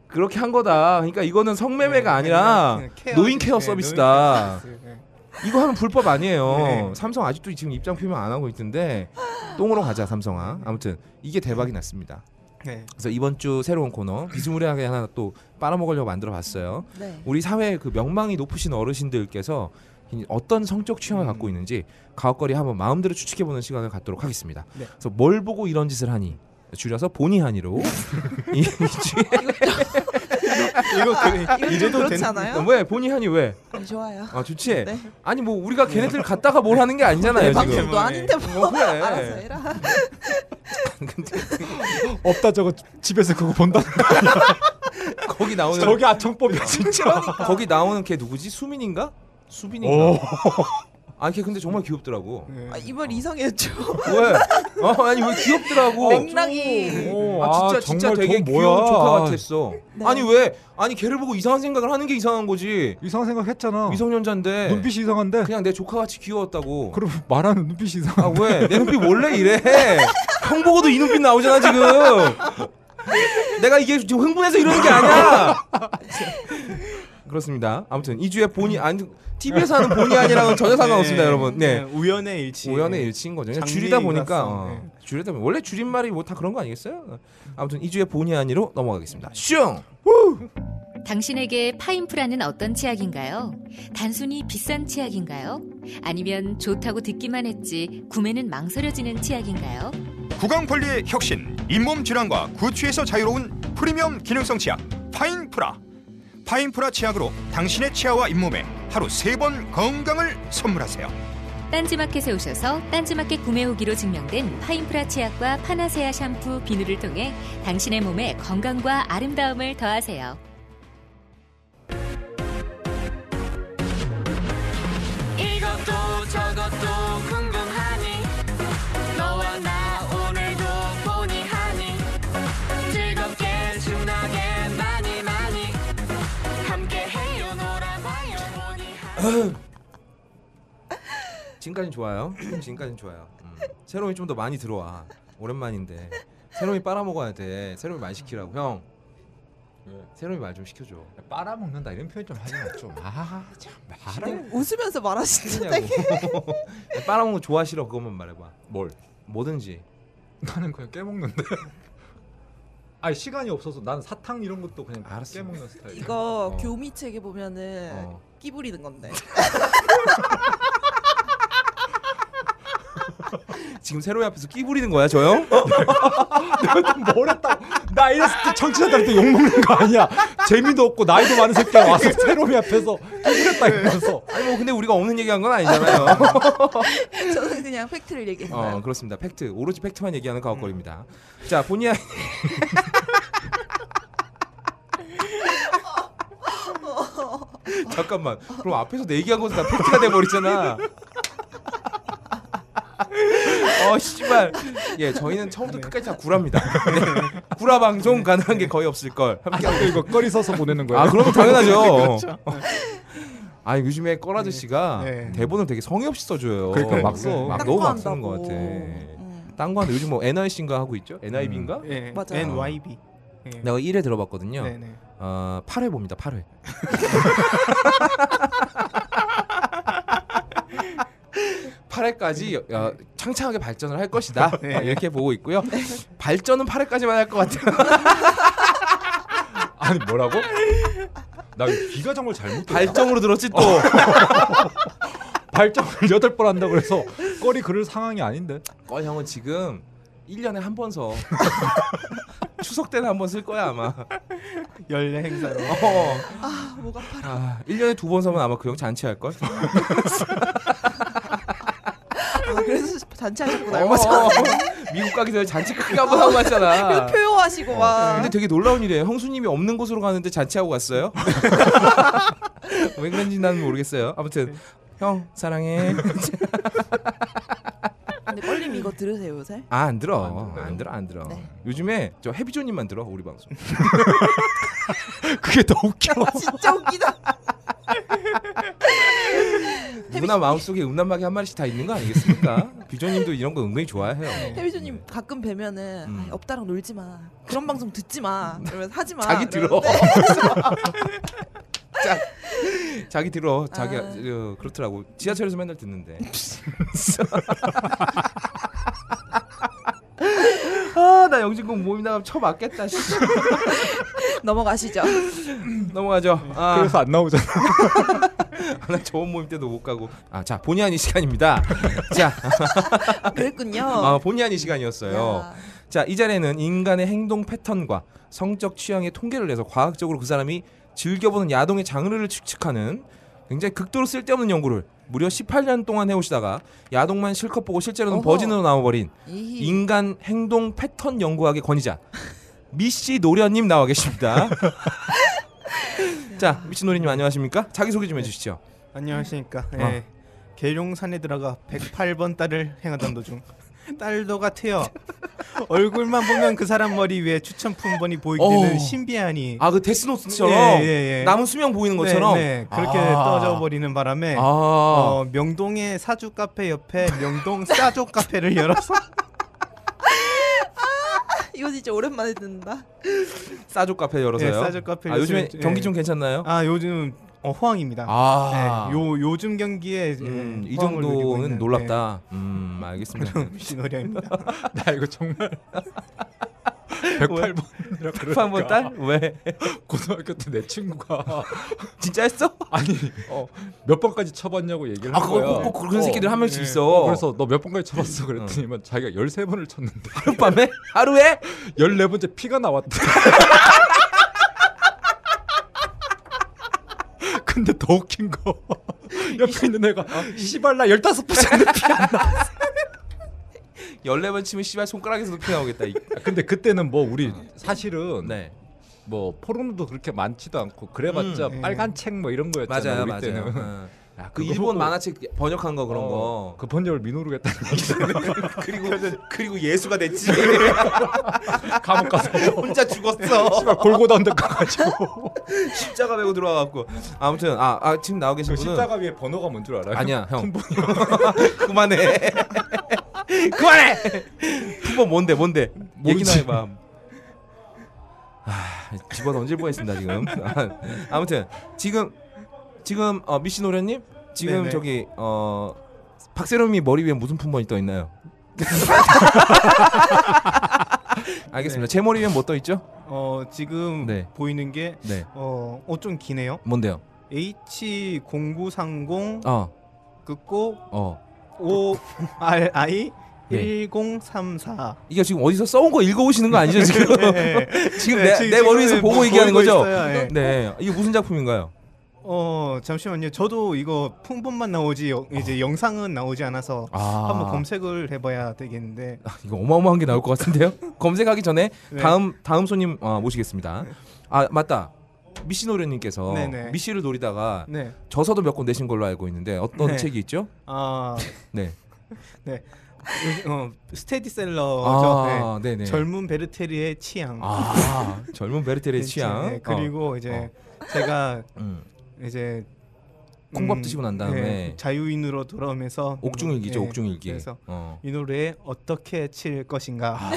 S1: 그렇게 한 거다. 그러니까 이거는 성매매가 아니라
S4: 네, 케어-
S1: 노인 케어
S4: 네,
S1: 서비스다.
S4: 노인 케어 서비스, 네.
S1: 이거 하면 불법 아니에요.
S4: 네.
S1: 삼성 아직도 지금 입장 표명 안 하고 있던데 똥으로 가자 삼성아. 아무튼 이게 대박이 났습니다.
S4: 네.
S1: 그래서 이번 주 새로운 코너 비스무리하게 하나 또 빨아먹으려고 만들어봤어요.
S2: 네.
S1: 우리 사회의 그 명망이 높으신 어르신들께서 이- 어떤 성적 취향을
S4: 음.
S1: 갖고 있는지 가옥거리 한번 마음대로 추측해보는 시간을 갖도록 하겠습니다.
S4: 네.
S1: 그래서 뭘 보고 이런 짓을 하니 줄여서 보니 하니로 이 주에
S4: 이거
S2: 아, 이건
S4: 그,
S2: 좀
S4: 이래도
S2: 그렇지
S4: 되는
S2: 않아요?
S1: 왜 보니 하니 왜?
S2: 네, 좋아요.
S1: 아 좋지.
S2: 네.
S1: 아니 뭐 우리가 걔네들 갖다가 뭘 하는 게 아니잖아요 지금.
S2: 방송도 아닌데 뭐
S1: 어, 네, 그래.
S2: 알아서 해라.
S3: 없다 저거 집에서 그거 본다. 어.
S1: 거기 나오는
S3: 저게 아청법이야 진짜.
S1: 거기 나오는 걔 누구지? 수민인가?
S3: 그러니까. 오.
S1: 수빈인가? 아, 걔 근데 정말 귀엽더라고.
S4: 네.
S2: 아, 이번
S1: 어.
S2: 이상했죠.
S1: 왜? 어, 아니 왜 귀엽더라고?
S2: 맥락이
S3: 오,
S1: 아 진짜
S3: 아,
S1: 진짜
S3: 정말
S1: 되게
S3: 저건
S1: 귀여운
S3: 뭐야.
S1: 조카 같았어.
S2: 네.
S1: 아니 왜? 아니 걔를 보고 이상한 생각을 하는 게 이상한 거지.
S3: 이상한 생각했잖아.
S1: 미성년자인데
S3: 어. 눈빛이 이상한데.
S1: 그냥 내 조카 같이 귀여웠다고.
S3: 그럼 말하는 눈빛이 이상한.
S1: 아 왜? 내 눈빛 원래 이래. 형 보고도 이 눈빛 나오잖아 지금. 내가 이게 지금 흥분해서 이러는 게 아니야. 그렇습니다. 아무튼 이 주에 본이 아니 TV에서 하는 본이 아니랑은 전혀 상관없습니다,
S4: 네.
S1: 여러분. 네.
S4: 우연의 일치.
S1: 우연의 일치인 거죠. 그냥
S4: 장르의
S1: 줄이다 보니까
S4: 일치라서,
S1: 어,
S4: 네.
S1: 줄이다 보니 원래 줄임말이 뭐 다 그런 거 아니겠어요? 아무튼 이 주에 본의 아니로 넘어가겠습니다. 슝.
S7: 당신에게 파인프라는 어떤 치약인가요? 단순히 비싼 치약인가요? 아니면 좋다고 듣기만 했지 구매는 망설여지는 치약인가요?
S8: 구강 관리의 혁신, 잇몸 질환과 구취에서 자유로운 프리미엄 기능성 치약 파인프라. 파인프라 치약으로 당신의 치아와 잇몸에 하루 세 번 건강을 선물하세요.
S7: 딴지마켓에 오셔서 딴지마켓 구매 후기로 증명된 파인프라 치약과 파나세아 샴푸 비누를 통해 당신의 몸에 건강과 아름다움을 더하세요.
S9: 이것도 저것도 궁금하니 너와 나 오늘도 보니 하니 즐겁게 신나게 많이 많이 함께해요 놀아봐요 보니 하니
S1: 지금까지는 좋아요. 지금까지는 좋아요. 음. 새롬이 좀 더 많이 들어와. 오랜만인데 새롬이 빨아먹어야 돼. 새롬이 말 시키라고 형. 새롬이 말 좀 시켜줘.
S3: 빨아먹는다 이런 표현 좀 하지 마좀 아, 참 말을
S2: 웃으면서 말하시는
S1: 시키냐고. 네, 빨아먹는 거 좋아 싫어 그것만 말해봐.
S3: 뭘
S1: 뭐든지.
S3: 나는 그냥 깨먹는데 아니 시간이 없어서 난 사탕 이런 것도 그냥
S1: 알았어.
S3: 깨먹는 스타일
S2: 이거
S1: 어.
S2: 교미책에 보면은
S1: 어.
S2: 끼부리는 건데
S1: 지금 새롬이 앞에서 끼 부리는 거야 저 형?
S3: 뭘 했다고 나 이랬을 때 청취자들한테 욕먹는 거 아니야 재미도 없고 나이도 많은 새끼가 와서 새롬이 앞에서 깨물었다 이러면서
S1: 아니 뭐 근데 우리가 없는 얘기한 건 아니잖아요.
S2: 저는 그냥 팩트를 얘기했어요.
S1: 어 그렇습니다. 팩트 오로지 팩트만 얘기하는 가옥거리입니다. 자 본의 아니 잠깐만 그럼 앞에서 내 얘기한 것도 다 팩트가 돼버리잖아. 어 씨발 예 저희는 처음부터 끝까지 다 구랍니다. 네. 구라 방송 가능한 게 거의 없을 걸. 함께
S3: 아, 이거 꺼리 서서 보내는 거예요 네, 그렇죠.
S1: 아 그러면 당연하죠. 아니 요즘에 껄 아저씨가
S4: 네.
S1: 대본을 되게 성의 없이 써줘요. 어,
S3: 그러니까요. 네.
S1: 막 써, 막
S2: 딴
S1: 너무
S2: 거
S1: 막 쓰는
S2: 한다고.
S1: 것 같아.
S2: 음.
S1: 딴거 하는데 요즘 뭐 NIC인가 하고 있죠? NIB인가?
S4: 예,
S2: 맞아요.
S4: NYB. 예.
S1: 음. 네. 내가 1회 들어봤거든요.
S4: 네네.
S1: 어, 8회 봅니다. 8회. 팔회까지 어, 창창하게 발전을 할 것이다
S4: 네.
S1: 어, 이렇게 보고 있고요. 발전은 8회까지만 할 것 같아요.
S3: 아니 뭐라고? 나 귀가 정말 잘못 발...
S1: 발정으로 들었지 또.
S3: 발정을 여덟 번 한다 그래서 꺼리 그럴 상황이 아닌데
S1: 껄 어, 형은 지금 1년에 한 번 서. 추석 때는 한 번 쓸 거야 아마.
S4: 연례 행사로.
S1: 어.
S2: 아, 뭐가 파-
S1: 아, 1년에 두 번 사면 아마 그 형 잔치할 걸?
S2: 아, 그래서 잔치하셨구나. 어,
S1: 얼마 전에 어. 미국 가기 전에 잔치 크게 한번 하고 갔잖아. 어,
S2: 표효하시고 막.
S1: 근데 되게 놀라운 일이에요. 형수님이 없는 곳으로 가는데 잔치하고 갔어요. 왜 그런지 난 모르겠어요. 아무튼 형 사랑해. 네.
S2: 근데 껄림 이거 들으세요 요새?
S1: 아 안 들어.
S3: 안 들어요?
S1: 안 들어 안 들어.
S2: 네.
S1: 요즘에 저 해비조님만 들어 우리 방송.
S3: 그게 더 웃겨
S2: 아, 진짜 웃기다.
S1: 누구나 마음속에 음란마귀 한 마리씩 다 있는 거 아니겠습니까? 비조님도 이런 거 은근히 좋아해요.
S2: 태비조님 가끔 뵈면은
S1: 음.
S2: 아이, 업다랑 놀지 마. 그런 방송 듣지 마. 이러면서 하지 마.
S1: 자기 들어.
S2: 이러는데
S1: 자, 자기 들어. 자기
S2: 아.
S1: 어, 그렇더라고. 지하철에서 맨날 듣는데. 아, 나 영진공 몸이 나가면 쳐 맞겠다. 씨.
S2: 넘어가시죠.
S1: 넘어가죠. 아,
S3: 그래서 안 나오잖아
S1: 나 좋은 모임 때도 못 가고. 아, 자, 본의 아닌 시간입니다. 자,
S2: 그랬군요.
S3: 어.
S1: 아, 본의 아닌 시간이었어요.
S2: 야,
S1: 자, 이 자리에는 인간의 행동 패턴과 성적 취향의 통계를 내서 과학적으로 그 사람이 즐겨보는 야동의 장르를 추측하는 굉장히 극도로 쓸데없는 연구를 무려 18년 동안 해오시다가 야동만 실컷 보고 실제로는
S2: 어허.
S1: 버진으로 나와버린
S2: 이
S1: 인간 행동 패턴 연구학의 권위자 미씨 노련님 나와 계십니다. 자, 미씨 노련님 안녕하십니까? 자기 소개 좀 해주시죠.
S4: 안녕하십니까.
S1: 어.
S4: 예. 계룡산에 들어가 108번 딸을 행하던 도중 딸도 같아요. 얼굴만 보면 그 사람 머리 위에 추천 품번이 보이게
S1: 어.
S4: 되는 신비한이
S1: 아, 그 데스노트처럼
S4: 예, 예, 예.
S1: 남은 수명 보이는 것처럼.
S4: 네, 네. 그렇게
S1: 아.
S4: 떠져 버리는 바람에
S1: 아,
S4: 어, 명동의 사주 카페 옆에 명동 사조 카페를 열어서
S2: 이거 진짜 오랜만에 듣는다.
S1: 싸조 카페 열어서요.
S4: 예, 싸조 카페
S1: 아, 요즘에
S4: 열어서-
S1: 경기
S4: 예.
S1: 좀 괜찮나요?
S4: 아 요즘 어, 호황입니다.
S1: 아,
S4: 네, 요 요즘 경기에 예,
S1: 음, 이
S4: 호황을 누리고
S1: 정도는
S4: 있는,
S1: 놀랍다. 음, 알겠습니다.
S4: 예, 신호령입니다.
S3: 나 이거 정말 108번이라 그러니까
S1: 한번 딸? 왜?
S3: 고등학교 때 내 친구가
S1: 진짜 했어?
S3: 아니 몇 번까지 쳐봤냐고 얘기를
S1: 아,
S3: 한
S1: 그거
S3: 거야.
S1: 꼭, 꼭 그런 새끼들 한 명씩
S4: 예.
S1: 있어.
S3: 어, 그래서 너 몇 번까지 쳐봤어 그랬더니만 자기가 13번을 쳤는데
S1: 밤에 하루에
S3: 14번째 피가 나왔대 근데 더 웃긴 거 옆에 있는 애가
S1: 어?
S3: 씨발 나 15%는 피안 나.
S1: 14번 치면 씨발 손가락에서도 피 나오겠다. 이-
S3: 근데 그때는 뭐 우리 사실은
S1: 어. 네.
S3: 뭐 포르노도 그렇게 많지도 않고 그래봤자
S4: 음.
S3: 빨간 책 뭐 이런 거였잖아요.
S1: 맞아요.
S3: 우리
S1: 맞아요.
S3: 때는.
S1: 어.
S3: 야,
S1: 그
S3: 그거
S1: 일본
S3: 보고
S1: 만화책 번역한 거 그런
S3: 어,
S1: 거.
S3: 그 번역을 민호르겠다.
S1: 그리고 그리고 예수가 됐지.
S3: 감옥 가서
S1: 혼자 죽었어.
S3: 씨발 골고다 언덕 가가지고.
S1: 십자가 메고 들어와갖고. 아무튼 아, 아 지금 나오 계신
S3: 그
S1: 분은
S3: 십자가 위에 번호가 뭔 줄 알아요?
S1: 아니야, 형.
S3: 품번이
S1: 그만해. 그만해. 품번 뭔데 뭔데. 얘기나
S3: 모르지.
S1: 해봐. 아, 집어 던질 뻔했습니다 지금. 아, 아무튼 지금 지금 어, 미신 오련님 지금
S4: 네네.
S1: 저기 어 박세롬이 머리 위에 무슨 품번이 떠 있나요?
S4: 네.
S1: 알겠습니다. 제 머리 위엔 뭐떠 있죠?
S4: 어 지금
S1: 네.
S4: 보이는 게
S1: 네.
S4: 어, 어, 좀 기네요.
S1: 뭔데요?
S4: H0930
S1: 어,
S4: 긋고
S1: 어.
S4: 5RI
S1: 네.
S4: 1034.
S1: 이게 지금 어디서 써온 거 읽어오시는 거 아니죠 지금?
S4: 네.
S1: 지금
S4: 네,
S1: 내,
S4: 지금-
S1: 내 머리에서
S4: 지금
S1: 보고
S4: 보이고
S1: 얘기하는 거죠?
S4: 있어요, 예.
S1: 네. 이게 무슨 작품인가요?
S4: 어 잠시만요. 저도 이거 품번만 나오지 여- 이제 영상은 나오지 않아서
S1: 아,
S4: 한번 검색을 해봐야 되겠는데.
S1: 이거 어마어마한 게 나올 것 같은데요? 검색하기 전에
S4: 네.
S1: 다음 다음 손님 어, 모시겠습니다. 아 맞다. 미씨 노련님께서
S4: 네네.
S1: 미씨를 노리다가
S4: 네.
S1: 저서도 몇 권 내신 걸로 알고 있는데 어떤
S4: 네.
S1: 책이 있죠?
S4: 아
S1: 네.
S4: 어, 스테디셀러죠.
S1: 아, 네.
S4: 네.
S1: 네
S4: 젊은 베르테리의 취향.
S1: 아, 젊은 베르테르의
S4: 네,
S1: 취향.
S4: 네, 그리고 이제 제가
S1: 어, 음.
S4: 이제 네,
S1: 콩밥 드시고 난 다음에
S4: 자유인으로 돌아오면서
S1: 옥중일기죠,
S4: 네,
S1: 옥중일기.
S4: 그래서
S1: 어.
S4: 이 노래에 어떻게 칠 것인가.
S1: 아,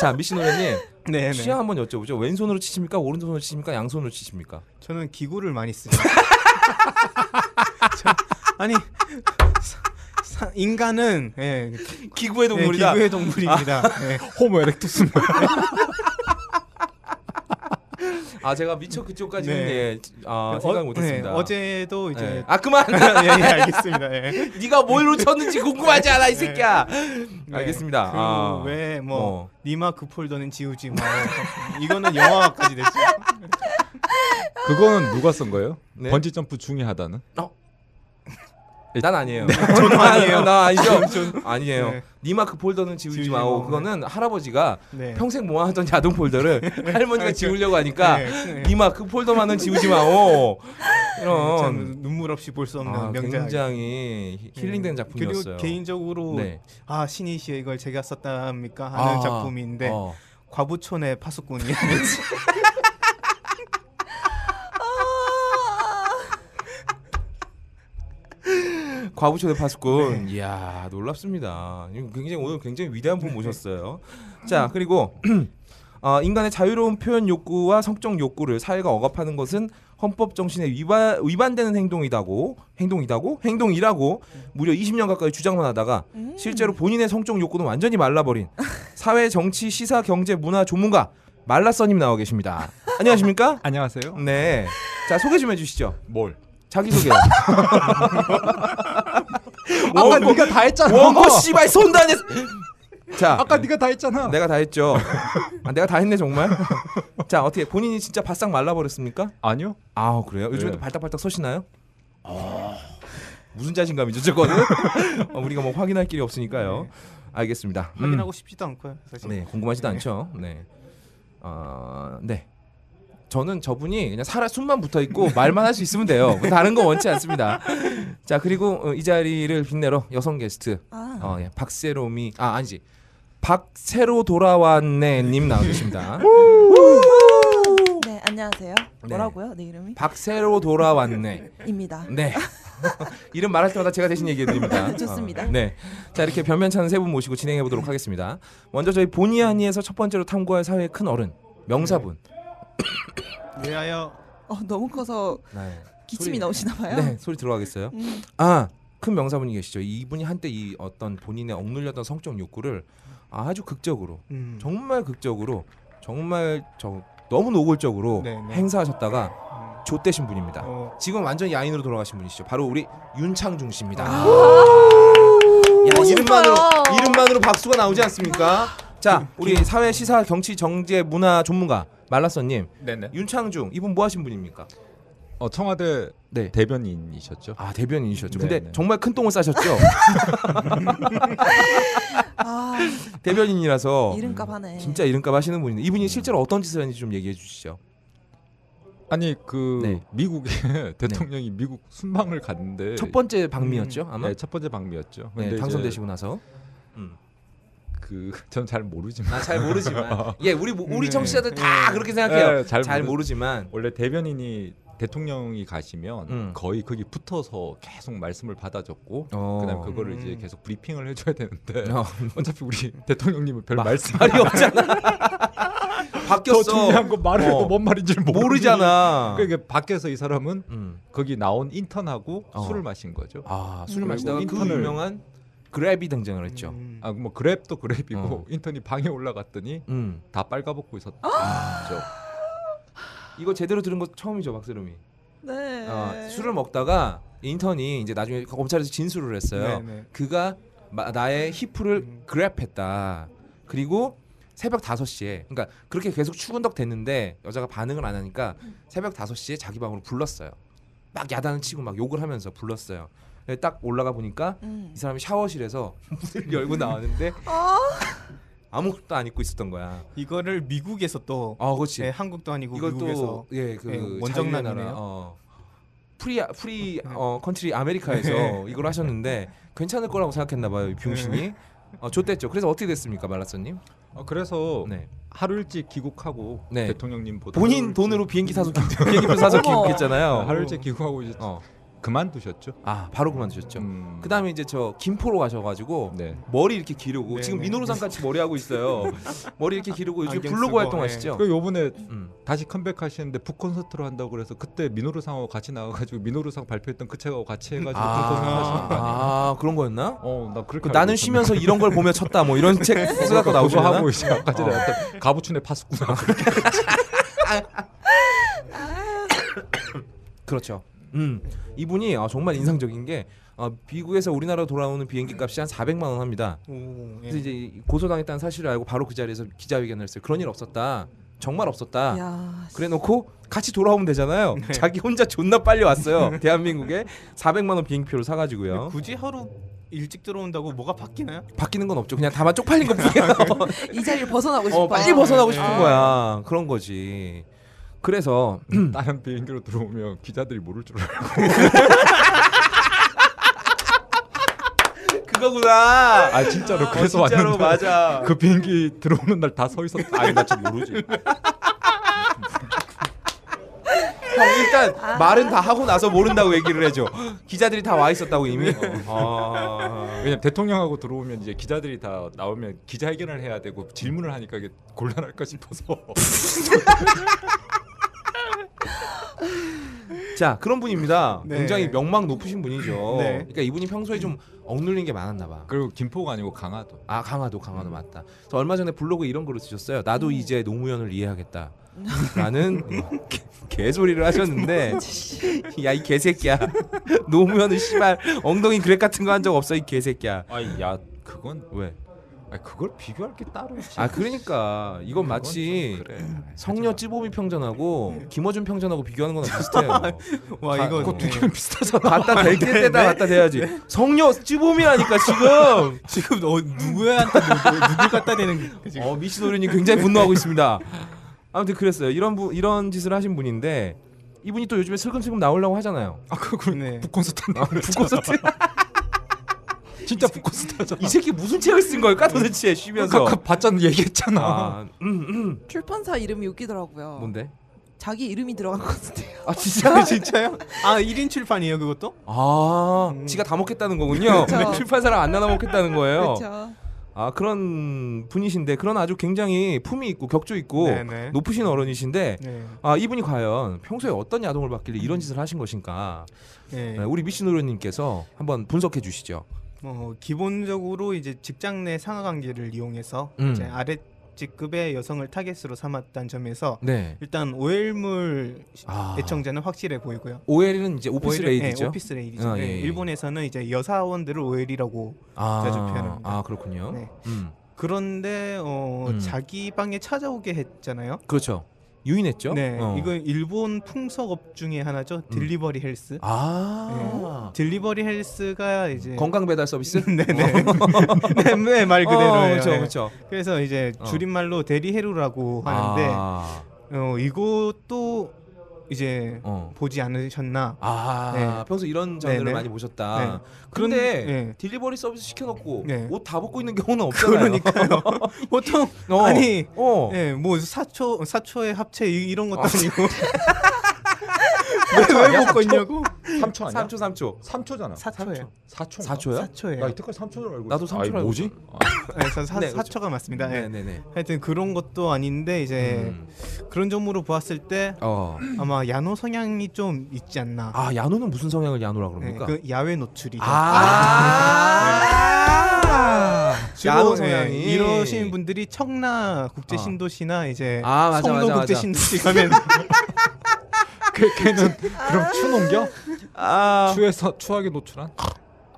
S1: 자, 미씨 노련님
S4: 네, 네.
S1: 취향 한번 여쭤보죠. 왼손으로 치십니까? 오른손으로 치십니까? 양손으로 치십니까?
S4: 저는 기구를 많이 쓰죠. 저- 아니 사- 사- 인간은 예,
S1: 기구의
S4: 예, 기구의 동물입니다. 예.
S3: 호모 에렉투스
S1: 아 제가 미처 그쪽까지는
S4: 네.
S1: 예, 아,
S4: 어,
S1: 생각
S4: 예,
S1: 못했습니다.
S4: 어제도 이제
S1: 예. 아 그만.
S4: 예, 예, 알겠습니다. 예.
S1: 네가 뭘로 쳤는지 궁금하지 않아 이 새끼야.
S4: 네.
S1: 알겠습니다. 아.
S4: 그왜뭐
S1: 어.
S4: 니마 그 폴더는 지우지 마. 이거는 영화까지 됐죠.
S3: 그거는 누가 쓴 거예요?
S1: 네.
S3: 번지 점프 중에 하다는?
S1: 난 아니에요. 저는 아니에요. 나 아니죠. 아니에요.
S4: 네.
S1: 니마크 폴더는 지우지
S4: 지우지
S1: 마오.
S4: 마오.
S1: 그거는 할아버지가
S4: 네. 그렇죠.
S1: 평생 뭐 그러니까 모아하던 야동 폴더를 할머니가 지우려고 하니까
S4: 네, 네.
S1: 니마크 폴더만은 지우지 마오.
S4: 참
S1: 이런
S4: 눈물 없이 볼 수 없는
S1: 아,
S4: 명작.
S1: 굉장히 힐링된
S4: 예.
S1: 작품이었어요.
S4: 그리고 개인적으로
S1: 네.
S4: 아 신이시의 이걸 제가 썼답니까 하는
S1: 아,
S4: 작품인데
S1: 어.
S4: 과부촌의 파수꾼이
S1: 과부초대 파수꾼. 이야 놀랍습니다. 이거 굉장히 오늘 굉장히 위대한 분 모셨어요. 자 그리고 아, 인간의 자유로운 표현 욕구와 성적 욕구를 사회가 억압하는 것은 헌법 정신에 위반 위반되는 행동이다고 행동이다고 행동이라고 무려 20년 가까이 주장만 하다가 실제로 본인의 성적 욕구는 완전히 말라버린 사회 정치 시사 경제 문화 전문가 말라서님 나와 계십니다. 안녕하십니까?
S3: 안녕하세요.
S4: 음.
S1: 네. 자 소개 좀 해주시죠.
S3: 뭘?
S1: 자기 소개요.
S3: 아까 네가 다 했잖아.
S1: 원고 씨발 손단에 자
S3: 아까 네가 다 했잖아.
S1: 내가 다 했죠 아, 내가 다 했네 정말 자 어떻게 본인이 진짜 바싹 말라버렸습니까
S3: 아니요.
S1: 아 그래요 요즘에도
S3: 네. 아.
S1: 발딱발딱 서시나요 무슨 자신감이죠 저거는 어, 우리가 뭐 확인할 길이 없으니까요
S3: 네.
S1: 알겠습니다 음.
S4: 확인하고 싶지도 않고요. 사실.
S1: 네 궁금하지도 않죠 네 어, 네. 저는 저분이 그냥 살아 숨만 붙어 있고 말만 할 수 있으면 돼요. 뭐 다른 거 원치 않습니다. 자 그리고 어, 이 자리를 빛내러 여성 게스트
S2: 아.
S1: 어, 예. 박세롬이 아 아니지 박세로 돌아왔네님 나와 계십니다.
S2: 네 안녕하세요. 뭐라고요? 내 이름이
S1: 박세로 돌아왔네.
S2: 입니다.
S1: 네. 이름 말할 때마다 제가 대신 얘기해 드립니다.
S2: 좋습니다.
S1: 네. 자, 이렇게 변변찮은 세 분 모시고 진행해 보도록 하겠습니다. 먼저 저희 본의 아니에서 첫 번째로 탐구할 사회의 큰 어른, 명사분.
S4: 외하여
S2: 어, 너무 커서
S1: 네.
S2: 기침이
S1: 소리-
S2: 나오시나 봐요.
S1: 네, 소리 들어가겠어요.
S2: 음.
S1: 아, 큰 명사분이 계시죠. 이분이 한때 이 어떤 본인의 억눌렸던 성적 욕구를 아주 극적으로
S4: 음,
S1: 정말 극적으로 정말 저 너무 노골적으로
S4: 네, 네.
S1: 행사하셨다가
S4: 음,
S1: 좆되신 분입니다.
S4: 어,
S1: 지금 완전 야인으로 돌아가신 분이시죠. 바로 우리 윤창중 씨입니다.
S2: 아,
S1: 야,
S2: 멋있어요.
S1: 이름만으로 이름만으로 박수가 나오지 않습니까?
S6: 음,
S1: 자, 우리 사회 시사 경치 정제 문화 전문가 말라서님
S8: 네네.
S1: 윤창중 이분 뭐 하신 분입니까?
S6: 어, 청와대
S1: 네.
S6: 대변인이셨죠.
S1: 아 대변인이셨죠.
S6: 네,
S1: 근데
S6: 네.
S1: 정말 큰 똥을 싸셨죠.
S2: 아
S1: 대변인이라서
S2: 이름값 하네.
S1: 어. 진짜 이름값 하시는 분인데 이분이 실제로 어떤 짓을 했는지 좀 얘기해 주시죠.
S6: 아니 그
S1: 네.
S6: 미국의 대통령이 미국 순방을 갔는데
S1: 첫 번째 방미였죠, 아마.
S6: 그 네, 첫 번째 방미였죠.
S1: 네,
S6: 근데 이제
S1: 당선되시고 나서. 음.
S6: 그 저는 잘 모르지만
S1: 아, 잘 모르지만 예 우리 모- 우리
S4: 네.
S1: 청취자들 다 그렇게 생각해요.
S6: 네,
S1: 잘,
S6: 잘 모르-
S1: 모르지만
S6: 원래 대변인이 대통령이 가시면
S1: 음.
S6: 거의 거기 붙어서 계속 말씀을 받아줬고
S1: 어.
S6: 그다음 에 그거를
S4: 음.
S6: 이제 계속 브리핑을 해줘야 되는데
S1: 어,
S6: 어차피 우리 대통령님은 별
S1: 마-
S6: 말씀
S1: 말이 없잖아.
S6: 더
S1: 바뀌었어.
S6: 중요한 건 말을
S1: 어.
S6: 해도 뭔 말인지 모르니.
S1: 모르잖아.
S6: 그러니까 밖에서 이 사람은
S1: 음.
S6: 거기 나온 인턴하고
S1: 어.
S6: 술을 마신 거죠.
S1: 아 술을
S6: 그리고
S1: 마시다가 그
S6: 인턴을-
S1: 유명한 그랩이 등장을 했죠. 음.
S6: 아 뭐 그랩도 그랩이고
S1: 어.
S6: 인턴이 방에 올라갔더니
S1: 음.
S6: 다 빨가벗고 있었죠.
S1: 이거 제대로 들은 거 처음이죠, 박세롬이.
S2: 네.
S1: 어, 술을 먹다가 인턴이 이제 나중에 검찰에서 진술을 했어요.
S4: 네네.
S1: 그가 마- 나의
S6: 음.
S1: 히프를 그랩했다. 그리고 새벽 5시에 그러니까 그렇게 계속 추근덕 됐는데 여자가 반응을 안 하니까 새벽 5시에 자기 방으로 불렀어요. 막 야단을 치고 막 욕을 하면서 불렀어요. 근데 딱 올라가 보니까
S2: 음.
S1: 이 사람이 샤워실에서 문을 열고 나왔는데
S2: 아,
S1: 아무것도 안 입고 있었던 거야.
S4: 이거를 미국에서 또
S1: 아, 그렇지.
S4: 네, 한국도 아니고 미국에서
S1: 이것도 예그
S4: 예,
S1: 자유의
S4: 원정남이네요. 네.
S1: 나라 어, 프리 프리 어 컨트리 아메리카에서 이걸 하셨는데 괜찮을 거라고 생각했나 봐요 이
S4: 네.
S1: 병신이 어 좋댔죠 그래서 어떻게 됐습니까 말라서님
S6: 어, 그래서
S1: 네
S6: 하루 일찍 귀국하고
S1: 네.
S6: 대통령님보다
S1: 본인 돈으로 비행기 사서 기- 음. 비행기표 사서
S2: 어머.
S1: 귀국했잖아요
S6: 하루 일찍 귀국하고 이제
S1: 어아
S6: 그만두셨죠.
S1: 바로 그만두셨죠
S6: 음.
S1: 그다음에 이제 저 김포로 가셔가지고
S6: 네.
S1: 머리 이렇게 기르고
S4: 네,
S1: 지금
S4: 네.
S1: 민호로상 같이 머리 하고 있어요 머리 이렇게 기르고 요즘
S4: 안경
S1: 블로그
S4: 쓰고, 네.
S1: 활동하시죠
S6: 그 요번에
S1: 음.
S6: 다시 컴백하시는데 북 콘서트로 한다고 그래서 그때 민호루상하고 같이 나와가지고 민호루상 발표했던 그 책하고 같이 해가지고 북 콘서트 하시는 거 아니에요?
S1: 아, 그런 거였나?
S6: 아. 어, 나
S1: 그
S6: 그렇게
S1: 나는
S6: 알고 있었는데.
S1: 쉬면서 이런 걸 보며 쳤다 뭐 이런 책 쓰갖고
S6: 네. 그거
S1: 나오시나?
S6: 하고 이제 아까 전에
S1: 어.
S6: 어떤 가부춘의 파수구나
S1: 그렇죠. 음 이분이 어, 정말 인상적인 게 어, 미국에서 우리나라로 돌아오는 비행기 값이 한 400만 원 합니다.
S4: 오, 예.
S1: 그래서 이제 이 고소당했다는 사실을 알고 바로 그 자리에서 기자회견을 했어요. 그런 일 없었다. 정말 없었다.
S2: 야.
S1: 그래놓고 같이 돌아오면 되잖아요.
S6: 네.
S1: 자기 혼자 존나 빨리 왔어요. 대한민국에 400만 원 비행기표를 사가지고요.
S4: 굳이 하루 일찍 들어온다고 뭐가 바뀌나요?
S1: 바뀌는 건 없죠. 그냥 다만 쪽팔린 것뿐이에요.
S6: 아, 네.
S2: 이 자리를 벗어나고 싶어.
S1: 어, 빨리 벗어나고 싶은
S2: 아.
S1: 거야. 그런 거지. 그래서
S6: 다른 비행기로 들어오면 기자들이 모를 줄 알고
S1: 그거구나. 어,
S6: 아 진짜로 그래서
S1: 진짜로
S6: 왔는데
S1: 맞아.
S6: 그 비행기 들어오는 날 다 서 있었다 아니 나지 모르지
S1: 형 일단
S2: 아.
S1: 말은 다 하고 나서 모른다고 얘기를 해줘. 기자들이 다 와 있었다고 이미. 아.
S6: 왜냐면 대통령하고 들어오면 이제 기자들이 다 나오면 기자회견을 해야 되고 질문을 하니까 이게 곤란할까 싶어서
S1: 자 그런 분입니다.
S4: 네.
S1: 굉장히 명망 높으신 분이죠.
S4: 네.
S1: 그러니까 이분이 평소에 좀 억눌린 게 많았나 봐.
S6: 그리고 김포가 아니고 강화도
S1: 아 강화도 강화도 맞다. 그래서 얼마 전에 블로그 이런 글을 쓰셨어요. 나도 이제 노무현을 이해하겠다. 라는 개- 개소리를 하셨는데 야 이 개새끼야 노무현은 씨발 엉덩이 그랩 같은 거 한 적 없어 이 개새끼야
S6: 아니 야 그건
S1: 왜?
S6: 아니 그걸 비교할 게 따로 있지
S1: 아 그러니까 이건 마치 성녀 찌보미 평전하고 김어준 평전하고 비교하는 거랑 비슷해요.
S4: 와
S1: 가-
S4: 이거
S1: 그거 두
S4: 네.
S1: 비슷하잖아. 갖다 댈게 때다 갖다 대야지. 성녀 찌보미라니까 지금.
S4: 지금 어, 누구한테 누구, 누굴 갖다 대는 거 지금
S1: 어 미시노리님 굉장히 분노하고 있습니다. 아무튼 그랬어요. 이런 분 이런 짓을 하신 분인데 이분이 또 요즘에 슬금슬금 나오려고 하잖아요.
S6: 아 그거
S4: 네.
S6: 북콘서트 나 북콘서트 진짜 북콘서트 하잖아
S1: 이 새끼 무슨 책을 쓴 걸까 도대체 쉬면서.
S6: 아까 봤잖아 얘기했잖아
S1: 그, 아 음, 음.
S2: 출판사 이름이 웃기더라고요.
S1: 뭔데?
S2: 자기 이름이 들어간 것 같은데요.
S1: 아 진짜?
S4: 진짜요? 아 1인 출판이에요 그것도?
S1: 아
S4: 음.
S1: 지가 다 먹겠다는 거군요.
S2: 그쵸.
S1: 출판사랑 안 나눠 먹겠다는 거예요.
S2: 그렇죠.
S1: 아 그런 분이신데 그런 아주 굉장히 품이 있고 격조 있고
S4: 네네.
S1: 높으신 어른이신데
S4: 네.
S1: 아 이분이 과연 평소에 어떤 야동을 받길래 이런 짓을 하신 것인가
S4: 네.
S1: 네, 우리 미신노루님께서 한번 분석해 주시죠.
S4: 어, 기본적으로 이제 직장 내 상하 관계를 이용해서
S1: 음.
S4: 이제 아래 직급의 여성을 타겟으로 삼았다는 점에서
S1: 네.
S4: 일단 오엘물
S1: 아.
S4: 애청자는 확실해 보이고요.
S1: OL은 이제 오피스
S4: OL
S1: 레이드죠.
S4: 네, 오피스 레이디죠.
S1: 아,
S4: 네,
S1: 예, 예.
S4: 일본에서는 이제 여사원들을 오엘이라고
S1: 아,
S4: 자주 표현합니다.
S1: 아 그렇군요.
S4: 네.
S1: 음.
S4: 그런데 어,
S1: 음.
S4: 자기 방에 찾아오게 했잖아요.
S1: 그렇죠. 유인했죠.
S4: 네,
S1: 어. 음.
S4: 이건 일본 풍속업 중에 하나죠. 딜리버리 헬스.
S1: 아
S4: 딜리버리 헬스가 네. 이제
S1: 건강 배달 서비스.
S4: 네네 네, 네, 말 그대로예요.
S1: 그렇죠,
S4: 네.
S1: 그렇죠.
S4: 그래서 이제
S1: 어.
S4: 줄임말로 대리해루라고 하는데
S1: 아,
S4: 어, 이것도 이제
S1: 어.
S4: 보지 않으셨나?
S1: 아
S4: 네.
S1: 평소 이런 장르를
S4: 네, 네.
S1: 많이 보셨다.
S4: 네.
S1: 그런데
S4: 그런- 네.
S1: 딜리버리 서비스 시켜놓고
S4: 네.
S1: 옷 다 벗고 있는 경우는 없잖아요.
S4: 그러니까요. 보통
S1: 어.
S4: 아니
S1: 어.
S4: 예, 뭐 사초 사초의 합체 이- 이런 것도
S1: 아.
S4: 아니고 왜, 왜 먹고 있냐고?
S3: 3초 아니야?
S1: 3초 3초.
S3: 3초잖아.
S4: 사초예요.
S3: 4초.
S1: 4초야?
S3: 나
S4: 사초예요.
S3: 이때까지 3초로 알고.
S1: 나도
S3: 있어.
S1: 3초로
S3: 아이,
S1: 알고
S3: 뭐지?
S4: 네, 사, 사,
S1: 아, 네, 그렇죠.
S4: 사초가 맞습니다. 예.
S1: 네네네.
S4: 하여튼 그런 것도 아닌데 이제
S1: 음.
S4: 그런 점으로 보았을 때
S1: 어.
S4: 아마 야노 성향이 좀 있지 않나.
S1: 아 야노는 무슨 성향을 야노라
S4: 네,
S1: 그럽니까?
S4: 그 야외 노출이.
S1: 아.
S4: 주로,
S1: 야노
S4: 예,
S1: 성향이.
S4: 이러신 분들이 청라 국제
S1: 아.
S4: 신도시나 이제
S1: 아, 맞아,
S4: 송도
S1: 맞아,
S4: 국제
S1: 맞아.
S4: 신도시 가면
S6: 걔, 걔는 그럼 추 넘겨?
S1: 아.
S6: 추에서 추하게 노출한?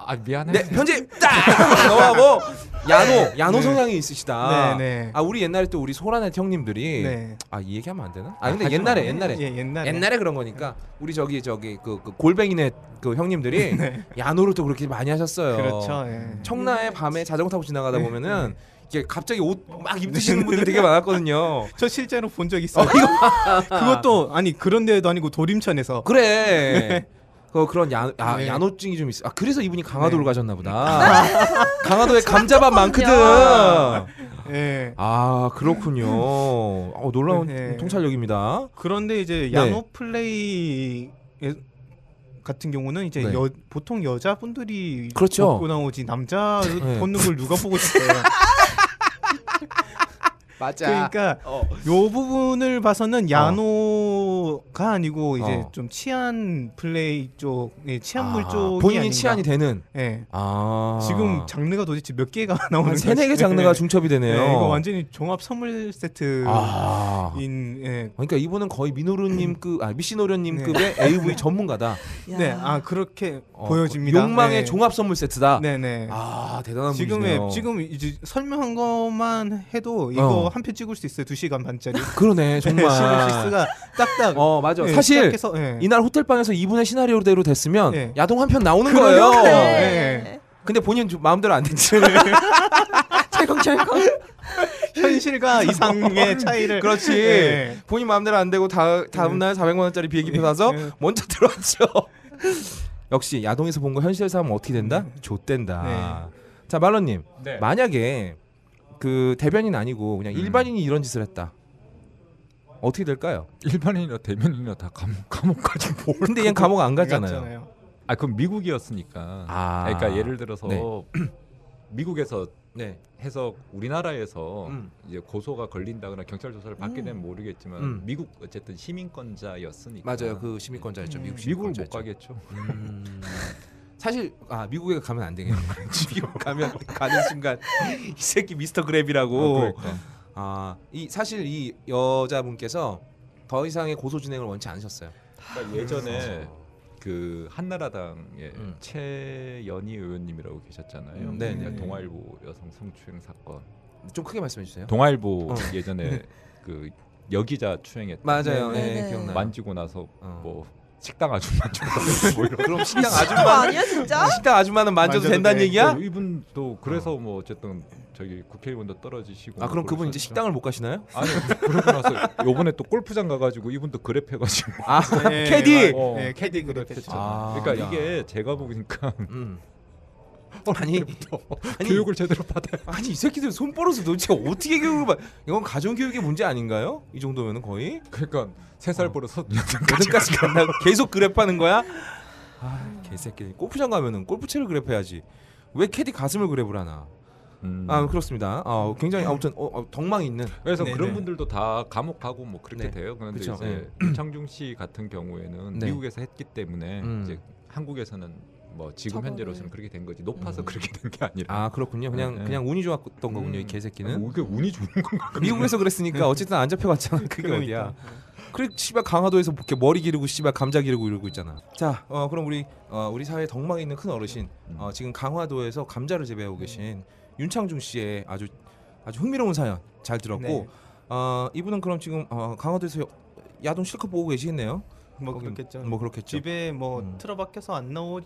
S6: 아 미안해.
S1: 네 편집 딱 넘어가고 야노 야노 성향이 있으시다.
S4: 네네.
S1: 아 우리 옛날에 또 우리 소란의 형님들이
S4: 네.
S1: 아 이 얘기하면 안 되나? 아 근데
S6: 하지 마.
S1: 옛날에 옛날에
S4: 예, 옛날에.
S1: 옛날에 그런 거니까 우리 저기 저기 그, 그 골뱅이네 그 형님들이 야노를 또 그렇게 많이 하셨어요.
S4: 그렇죠. 예.
S1: 음. 청라에 밤에 자전거 타고 지나가다 보면은 이게 갑자기 옷 막 입으시는 분들 되게 많았거든요.
S4: 저 실제로 본 적 있어요. 그것도 아니 그런 데도 아니고 도림천에서.
S1: 그래. 그 그런 야, 야,
S4: 네.
S1: 야노증이 좀 있어. 아 그래서 이분이 강화도를 가셨나 보다. 강화도에 감자밥 많거든.
S4: 예.
S1: 아 그렇군요. 어, 놀라운
S4: 네.
S1: 통찰력입니다.
S4: 그런데 이제
S1: 네.
S4: 야노 플레이 같은 경우는 이제
S1: 네.
S4: 여, 보통 여자분들이
S1: 그렇죠.
S4: 벗고 나오지 남자
S1: 네.
S4: 벗는 걸 누가 보고 싶어요.
S1: 맞아.
S4: 그러니까
S1: 어.
S4: 요 부분을 봐서는 야노가 아니고 이제
S1: 어.
S4: 좀 치안 플레이 쪽, 예, 치안물
S1: 아,
S4: 쪽이
S1: 본인이
S4: 아닌가.
S1: 치안이 되는.
S4: 예.
S1: 아
S4: 지금 장르가 도대체 몇 개가 나오는
S1: 한 세네 개
S4: 건지.
S1: 장르가 중첩이
S4: 예,
S1: 되네요.
S4: 이거 완전히 종합 선물 세트.
S1: 아.
S4: 인 예.
S1: 그러니까 이분은 거의
S4: 음.
S1: 미노루님급, 아 미시노루님급의 AV 전문가다.
S2: 야.
S4: 네, 아 그렇게
S1: 어,
S4: 보여집니다.
S1: 욕망의
S4: 네.
S1: 종합 선물 세트다.
S4: 네네.
S1: 아 대단한
S4: 지금의
S1: 분이네요.
S4: 지금 이제 설명한 것만 해도 이거 한 편 찍을 수 있어요. 2 시간 반짜리.
S1: 그러네 정말.
S4: 시스가 딱딱.
S1: 어 맞아.
S4: 예,
S1: 사실
S4: 시작해서, 예.
S1: 이날 호텔 방에서 이분의 시나리오대로 됐으면
S4: 네.
S1: 야동 한 편 나오는
S4: 그러네요.
S1: 거예요.
S4: 네.
S1: 근데 본인 좀 마음대로 안 됐지.
S4: 현실과 이상의 차이를.
S1: 어, 그렇지.
S4: 예.
S1: 본인 마음대로 안 되고 다, 다음 날 400만 원짜리 비행기표 사서
S4: 네.
S1: 먼저 들어왔죠. 예. 역시 야동에서 본 거 현실에서 하면 어떻게 된다? 좆된다. 자 말러님
S3: 네.
S1: 만약에 그 대변인 아니고 그냥 일반인이 이런 짓을 했다. 어떻게 될까요?
S6: 일반인이나 대면이나 다 감옥 감옥까지 보.
S1: 근데 얘는 감옥 안그 갔잖아요.
S4: 같잖아요.
S6: 아 그럼 미국이었으니까.
S1: 아.
S6: 그러니까 예를 들어서
S1: 네.
S6: 미국에서
S1: 네.
S6: 해서 우리나라에서
S1: 음.
S6: 이제 고소가 걸린다거나 경찰 조사를 받게 되면 모르겠지만
S1: 음.
S6: 미국 어쨌든 시민권자였으니까
S1: 맞아요. 그 시민권자였죠. 미국
S6: 미국을
S1: 시민권자였죠.
S6: 못 가겠죠.
S1: 음. 사실 아 미국에 가면 안 되겠네. 미국 가면 가는 순간 이 새끼 미스터
S6: 아,
S1: 그랩이라고.
S6: 그러니까.
S1: 아 이 사실 이 여자분께서 더 이상의 고소 진행을 원치 않으셨어요.
S6: 그러니까 예전에 그 한나라당의
S1: 아. 음.
S6: 최연희 의원님이라고 계셨잖아요.
S1: 음, 네,
S6: 그러니까
S1: 네.
S6: 동아일보 여성 성추행 사건.
S1: 좀 크게 말씀해 주세요.
S6: 동아일보
S1: 어.
S6: 예전에 그 여기자 추행했던
S1: 맞아요.
S2: 네,
S1: 예,
S2: 네.
S1: 기억나요.
S6: 만지고 나서
S1: 어.
S6: 뭐 식당 아줌마 좀 뭐 이런
S1: 그럼 식당
S2: 그거
S1: 아줌마
S2: 아니야 진짜?
S1: 식당 아줌마는 만져도
S4: 만져도
S1: 된다는
S4: 돼.
S1: 얘기야? 어.
S6: 네, 이분도 그래서 뭐 어쨌든 저기 국회의원도 떨어지시고
S1: 아 그럼 그분 이제
S6: 그러셨죠.
S1: 식당을 못 가시나요?
S6: 아니 그러고 나서 요번에 또 골프장 가가지고 이분도 그랩 해가지고
S1: 아
S4: 예,
S1: 캐디. 어.
S4: 맞- 예, 캐디 그랬죠.
S1: 아,
S6: 그러니까
S1: 야.
S6: 이게 제가 보니까
S1: 음. 어, 아니 아니,
S6: 교육을 제대로 받아요
S1: 아니 이 새끼들 손버릇을 도대체 어떻게 교육을 받? 이건 가정 교육의 문제 아닌가요? 이 정도면은 거의.
S6: 그러니까 세 살 벌어서
S1: 여든까지 간다고 계속 그랩하는 거야? 아 개새끼 골프장 가면은 골프채를 그랩해야지 왜 캐디 가슴을 그랩을 하나
S6: 음.
S1: 아 그렇습니다 아 굉장히 아무튼 어, 어, 덕망이 있는
S6: 그래서
S1: 네,
S6: 그런
S1: 네.
S6: 분들도 다 감옥 가고 뭐 그렇게
S1: 네.
S6: 돼요 그런데
S1: 그쵸.
S6: 이제 이창중 씨 같은 경우에는
S1: 네.
S6: 미국에서 했기 때문에
S1: 음.
S6: 이제 한국에서는 뭐 지금
S2: 처벌을.
S6: 현재로서는 그렇게 된 거지 높아서
S1: 음.
S6: 그렇게 된 게 아니라
S1: 아 음. 그렇군요 그냥
S6: 네, 음. 네.
S1: 그냥 운이 좋았던 거군요 이 개새끼는
S6: 이게 운이 좋은 건가
S1: 미국에서
S4: 네.
S1: 그랬으니까 어쨌든 안 잡혀갔잖아 그게 어디야
S4: 그러니까.
S1: 그래 씨발 강화도에서 이렇게 머리 기르고 씨발 감자 기르고 이러고 있잖아 자 어, 그럼 우리 어, 우리 사회 덕망이
S4: 음.
S1: 있는 큰 어르신 어, 지금 강화도에서 감자를 재배하고 계신 윤창중 씨의 아주 아주 흥미로운 사연 잘 들었고
S4: 네.
S1: 어, 이분은 그럼 지금 어, 강화도에서 야동 실컷 보고 계시겠네요.
S4: 뭐
S1: 거기-
S4: 그렇겠죠.
S1: 뭐 그렇겠죠.
S4: 집에 뭐
S1: 음.
S4: 틀어박혀서 안 나오고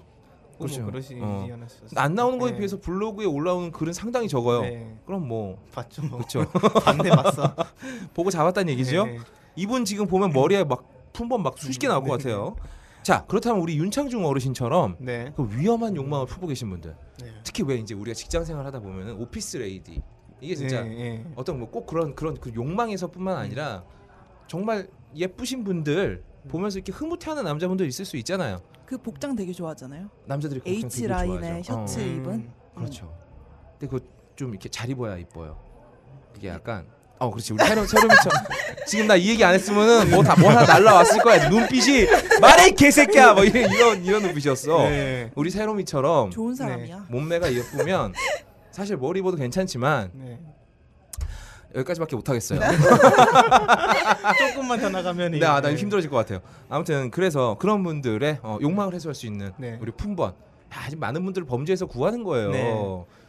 S1: 그렇죠.
S4: 뭐 그러시지
S1: 어.
S4: 않았어요.
S1: 안 나오는 거에
S4: 네.
S1: 비해서 블로그에 올라오는 글은 상당히 적어요.
S4: 네.
S1: 그럼 뭐
S4: 봤죠.
S1: 그렇죠.
S4: 반대 봤어.
S1: 보고 잡았다는 얘기죠.
S4: 네.
S1: 이분 지금 보면 머리에 막 품번 막 수십 개 나올 것 같아요. 자 그렇다면 우리 윤창중 어르신처럼
S4: 네.
S1: 그 위험한 욕망을 품고 계신 분들
S4: 네.
S1: 특히 왜 이제 우리가 직장 생활하다 보면은 오피스 레이디 이게 진짜
S4: 예, 예.
S1: 어떤 뭐 꼭 그런 그런 그 욕망에서뿐만 아니라 정말 예쁘신 분들 보면서 이렇게 흐뭇해하는 남자분들 있을 수 있잖아요.
S2: 그 복장 되게 좋아하잖아요.
S1: 남자들이 그 복장
S2: H
S1: 되게
S2: 라인의
S1: 좋아하죠. 어,
S2: 셔츠
S4: 음.
S2: 입은
S1: 그렇죠. 근데 그거 좀 이렇게 잘 입어야 이뻐요.
S4: 예.
S1: 그게 약간 어 그렇지 우리 새롬 새롬이처럼 지금 나 이 얘기 안 했으면은 뭐 다 뭐 하나 날라왔을 거야 눈빛이 말해 이 개새끼야 뭐 이런 이런, 이런 눈빛이었어.
S4: 네.
S1: 우리 새롬이처럼
S2: 좋은 사람이야.
S1: 몸매가 예쁘면 사실 머리 입어도 괜찮지만
S4: 네.
S1: 여기까지밖에 못 하겠어요.
S4: 아, 조금만 더 나가면
S1: 네, 아, 나 이거 힘들어질 것 같아요. 아무튼 그래서 그런 분들의 어, 욕망을 해소할 수 있는
S4: 네.
S1: 우리 품번. 아, 지금 많은 분들을 범죄에서 구하는 거예요.
S4: 네.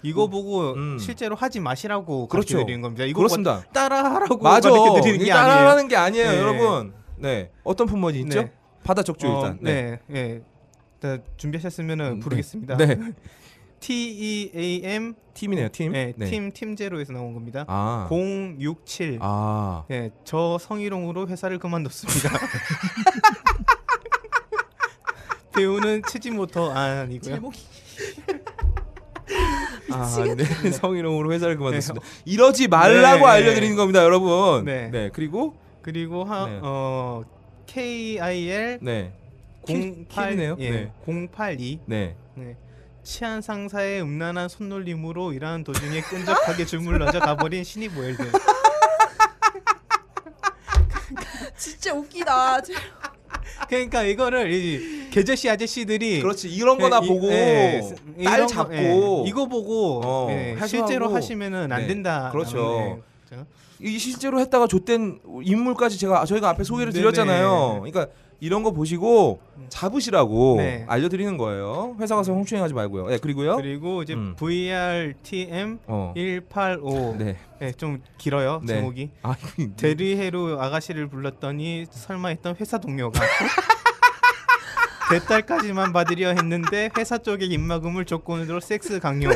S4: 이거 보고
S1: 음.
S4: 실제로 하지 마시라고
S1: 그렇죠.
S4: 그렇죠. 드리는 겁니다. 이거
S1: 그렇습니다.
S4: 따라하라고
S1: 맞아.
S4: 가르쳐 드리는
S1: 이게
S4: 게 아니에요.
S1: 따라하는 게 아니에요,
S4: 네.
S1: 여러분. 네. 어떤 품번이 있죠?
S4: 네.
S1: 받아 적죠 일단. 네.
S4: 네. 예. 일단 준비하셨으면은
S1: 음,
S4: 부르겠습니다.
S1: 네.
S4: T E A M
S1: 팀이네요, 팀.
S4: 네, 팀 팀제로에서 나온 겁니다.
S1: 아.
S4: 067.
S1: 아.
S4: 예, 저 성희롱으로 회사를 그만뒀습니다. 배우는 치지모터 아니고요.
S2: 제목이
S1: 아,
S2: 미치겠네.
S1: 네. 성희롱으로 회사를 그만뒀습니다. 이러지 말라고
S4: 네.
S1: 알려 드리는 겁니다, 여러분.
S4: 네.
S1: 네. 그리고
S4: 그리고 하,
S1: 네.
S4: 어 KIL
S1: 네. 키-
S4: 08
S1: 킬이네요.
S4: 예,
S1: 네.
S4: 082.
S1: 네.
S4: 네. 치안 상사의 음란한 손놀림으로 일하는 도중에 끈적하게 주물러져 가버린 신입 모델들.
S2: 진짜 웃기다.
S4: 그러니까 이거를 이 개저씨 아저씨들이
S1: 그렇지. 이런 거나
S4: 예, 이-
S1: 보고
S4: 예, 이런
S1: 딸
S4: 거,
S1: 잡고
S4: 예, 이거 보고
S1: 어,
S4: 예,
S1: 해소하고.
S4: 실제로 하시면은 안
S1: 네,
S4: 된다.
S1: 그렇죠.
S4: 네.
S1: 이 실제로 했다가 좆된 인물까지 제가 저희가 앞에 소개를
S4: 네네.
S1: 드렸잖아요. 그러니까 이런 거 보시고 잡으시라고
S4: 네.
S1: 알려드리는 거예요. 회사 가서 홍추행하지 말고요. 네, 그리고요.
S4: 그리고 이제
S1: 음.
S4: VRTM
S1: 어.
S4: 185.
S1: 네.
S4: 네, 좀 길어요
S1: 네.
S4: 제목이.
S1: 아,
S4: 대리해로 아가씨를 불렀더니 설마 했던 회사 동료가 대딸까지만 받으려 했는데 회사 쪽의 입막음을 조건으로 섹스 강요.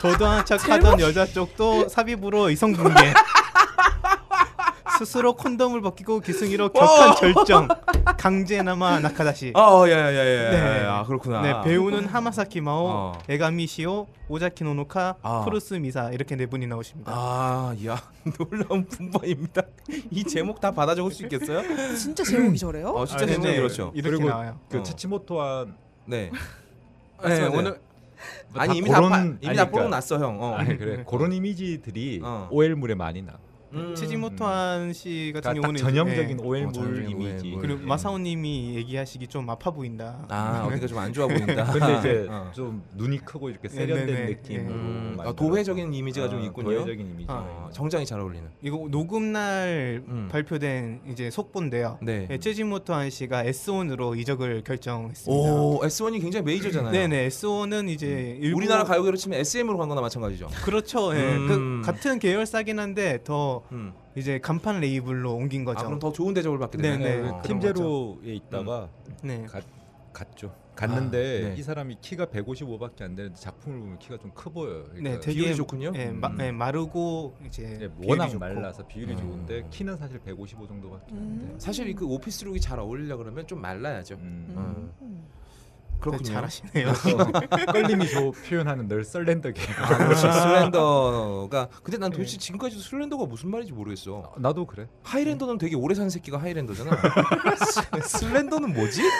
S4: 도도한 척하던 여자 쪽도 삽입으로 이성분개. 스스로 콘돔을 벗기고
S1: 어.
S4: 기승이로 격한 절정. 강제나마 나카다시.
S1: 아, 야야야야.
S4: 네.
S1: 아, 그렇구나.
S4: 네, 배우는 하마사키 마오,
S1: 어.
S4: 에가미시오, 오자키 노노카,
S1: 아.
S4: 프루스 미사 이렇게 네 분이 나오십니다.
S1: 아, 야, 놀라운 분반입니다. 이 제목 다 받아 적을 수 있겠어요?
S2: 진짜 제목이 저래요?
S1: 어, 진짜
S4: 아, 네,
S1: 제목이
S4: 네.
S1: 그렇죠.
S4: 이렇게
S6: 그리고
S4: 나와요.
S6: 그
S1: 어.
S6: 치치모토한
S1: 네.
S6: 네,
S1: 오늘
S6: 오늘
S1: 아니
S6: 다
S1: 이미
S6: 그런-
S1: 다 파- 이미
S6: 아니,
S1: 다
S6: 그러니까.
S1: 뽀록 났어 형. 어.
S6: 아니 그래 그런 이미지들이
S1: 어.
S6: 오엘물에 많이 나.
S1: 음.
S4: 치지모토한 씨 같은
S6: 그러니까 딱
S4: 경우는
S6: 전형적인
S4: 예.
S1: 어,
S6: 오엘물
S1: 전형적인
S6: 이미지.
S1: 오엘물.
S4: 그리고 마사오님이 얘기하시기 좀 아파 보인다.
S1: 아, 어디가 좀 안 좋아 보인다.
S6: 근데 이제
S1: 어.
S6: 좀 눈이 크고 이렇게 세련된
S4: 네네네.
S6: 느낌으로
S1: 음,
S6: 만들어서.
S1: 아, 도회적인 이미지가 좀
S6: 어,
S1: 있군요.
S6: 도회적인 아, 이미지. 네,
S1: 어, 정장이 잘 어울리는.
S4: 이거 녹음 날
S1: 음.
S4: 발표된 이제 속보인데요.
S1: 네.
S4: 예, 쯔지모토한 씨가 S1으로 이적을 결정했습니다.
S1: 오 S1이 굉장히 메이저잖아요.
S4: 네네 S1은 이제 일부-
S1: 우리나라 가요계로 치면 SM으로 간 거나 마찬가지죠.
S4: 그렇죠. 예.
S1: 음.
S4: 그 같은 계열사긴 한데 더
S1: 음.
S4: 이제 간판 레이블로 옮긴
S1: 아
S4: 거죠.
S1: 그럼 더 좋은 대접을 받게 되네.
S4: 네네.
S1: 어.
S4: 팀-
S6: 팀제로에 있다가
S4: 네.
S6: 가- 갔죠. 갔는데
S1: 아, 네.
S6: 이 사람이 키가 155밖에 안 되는데 작품을 보면 키가 좀 커 보여요. 그러니까
S4: 네, 되게
S1: 비율이 좋군요.
S4: 예,
S1: 음.
S4: 마, 예, 마르고 이제
S6: 네,
S4: 비율이
S6: 워낙
S4: 좋고.
S6: 말라서 비율이
S1: 음.
S6: 좋은데 키는 사실 155 정도밖에 안 돼.
S2: 음.
S1: 네. 사실 이그 오피스룩이 잘 어울리려 그러면 좀 말라야죠.
S6: 음.
S1: 음.
S2: 음.
S1: 그렇군요. 아,
S4: 네, 잘하시네요.
S6: 그래서 끌림이 저 표현하는 널 썰렌더게요.
S1: 아, 그렇지. 슬렌더가 근데 난 도대체 지금까지도 슬렌더가 무슨 말인지 모르겠어.
S6: 아, 나도 그래.
S1: 하이랜더는 되게 오래 산 새끼가 하이랜더잖아. 슬렌더는 뭐지?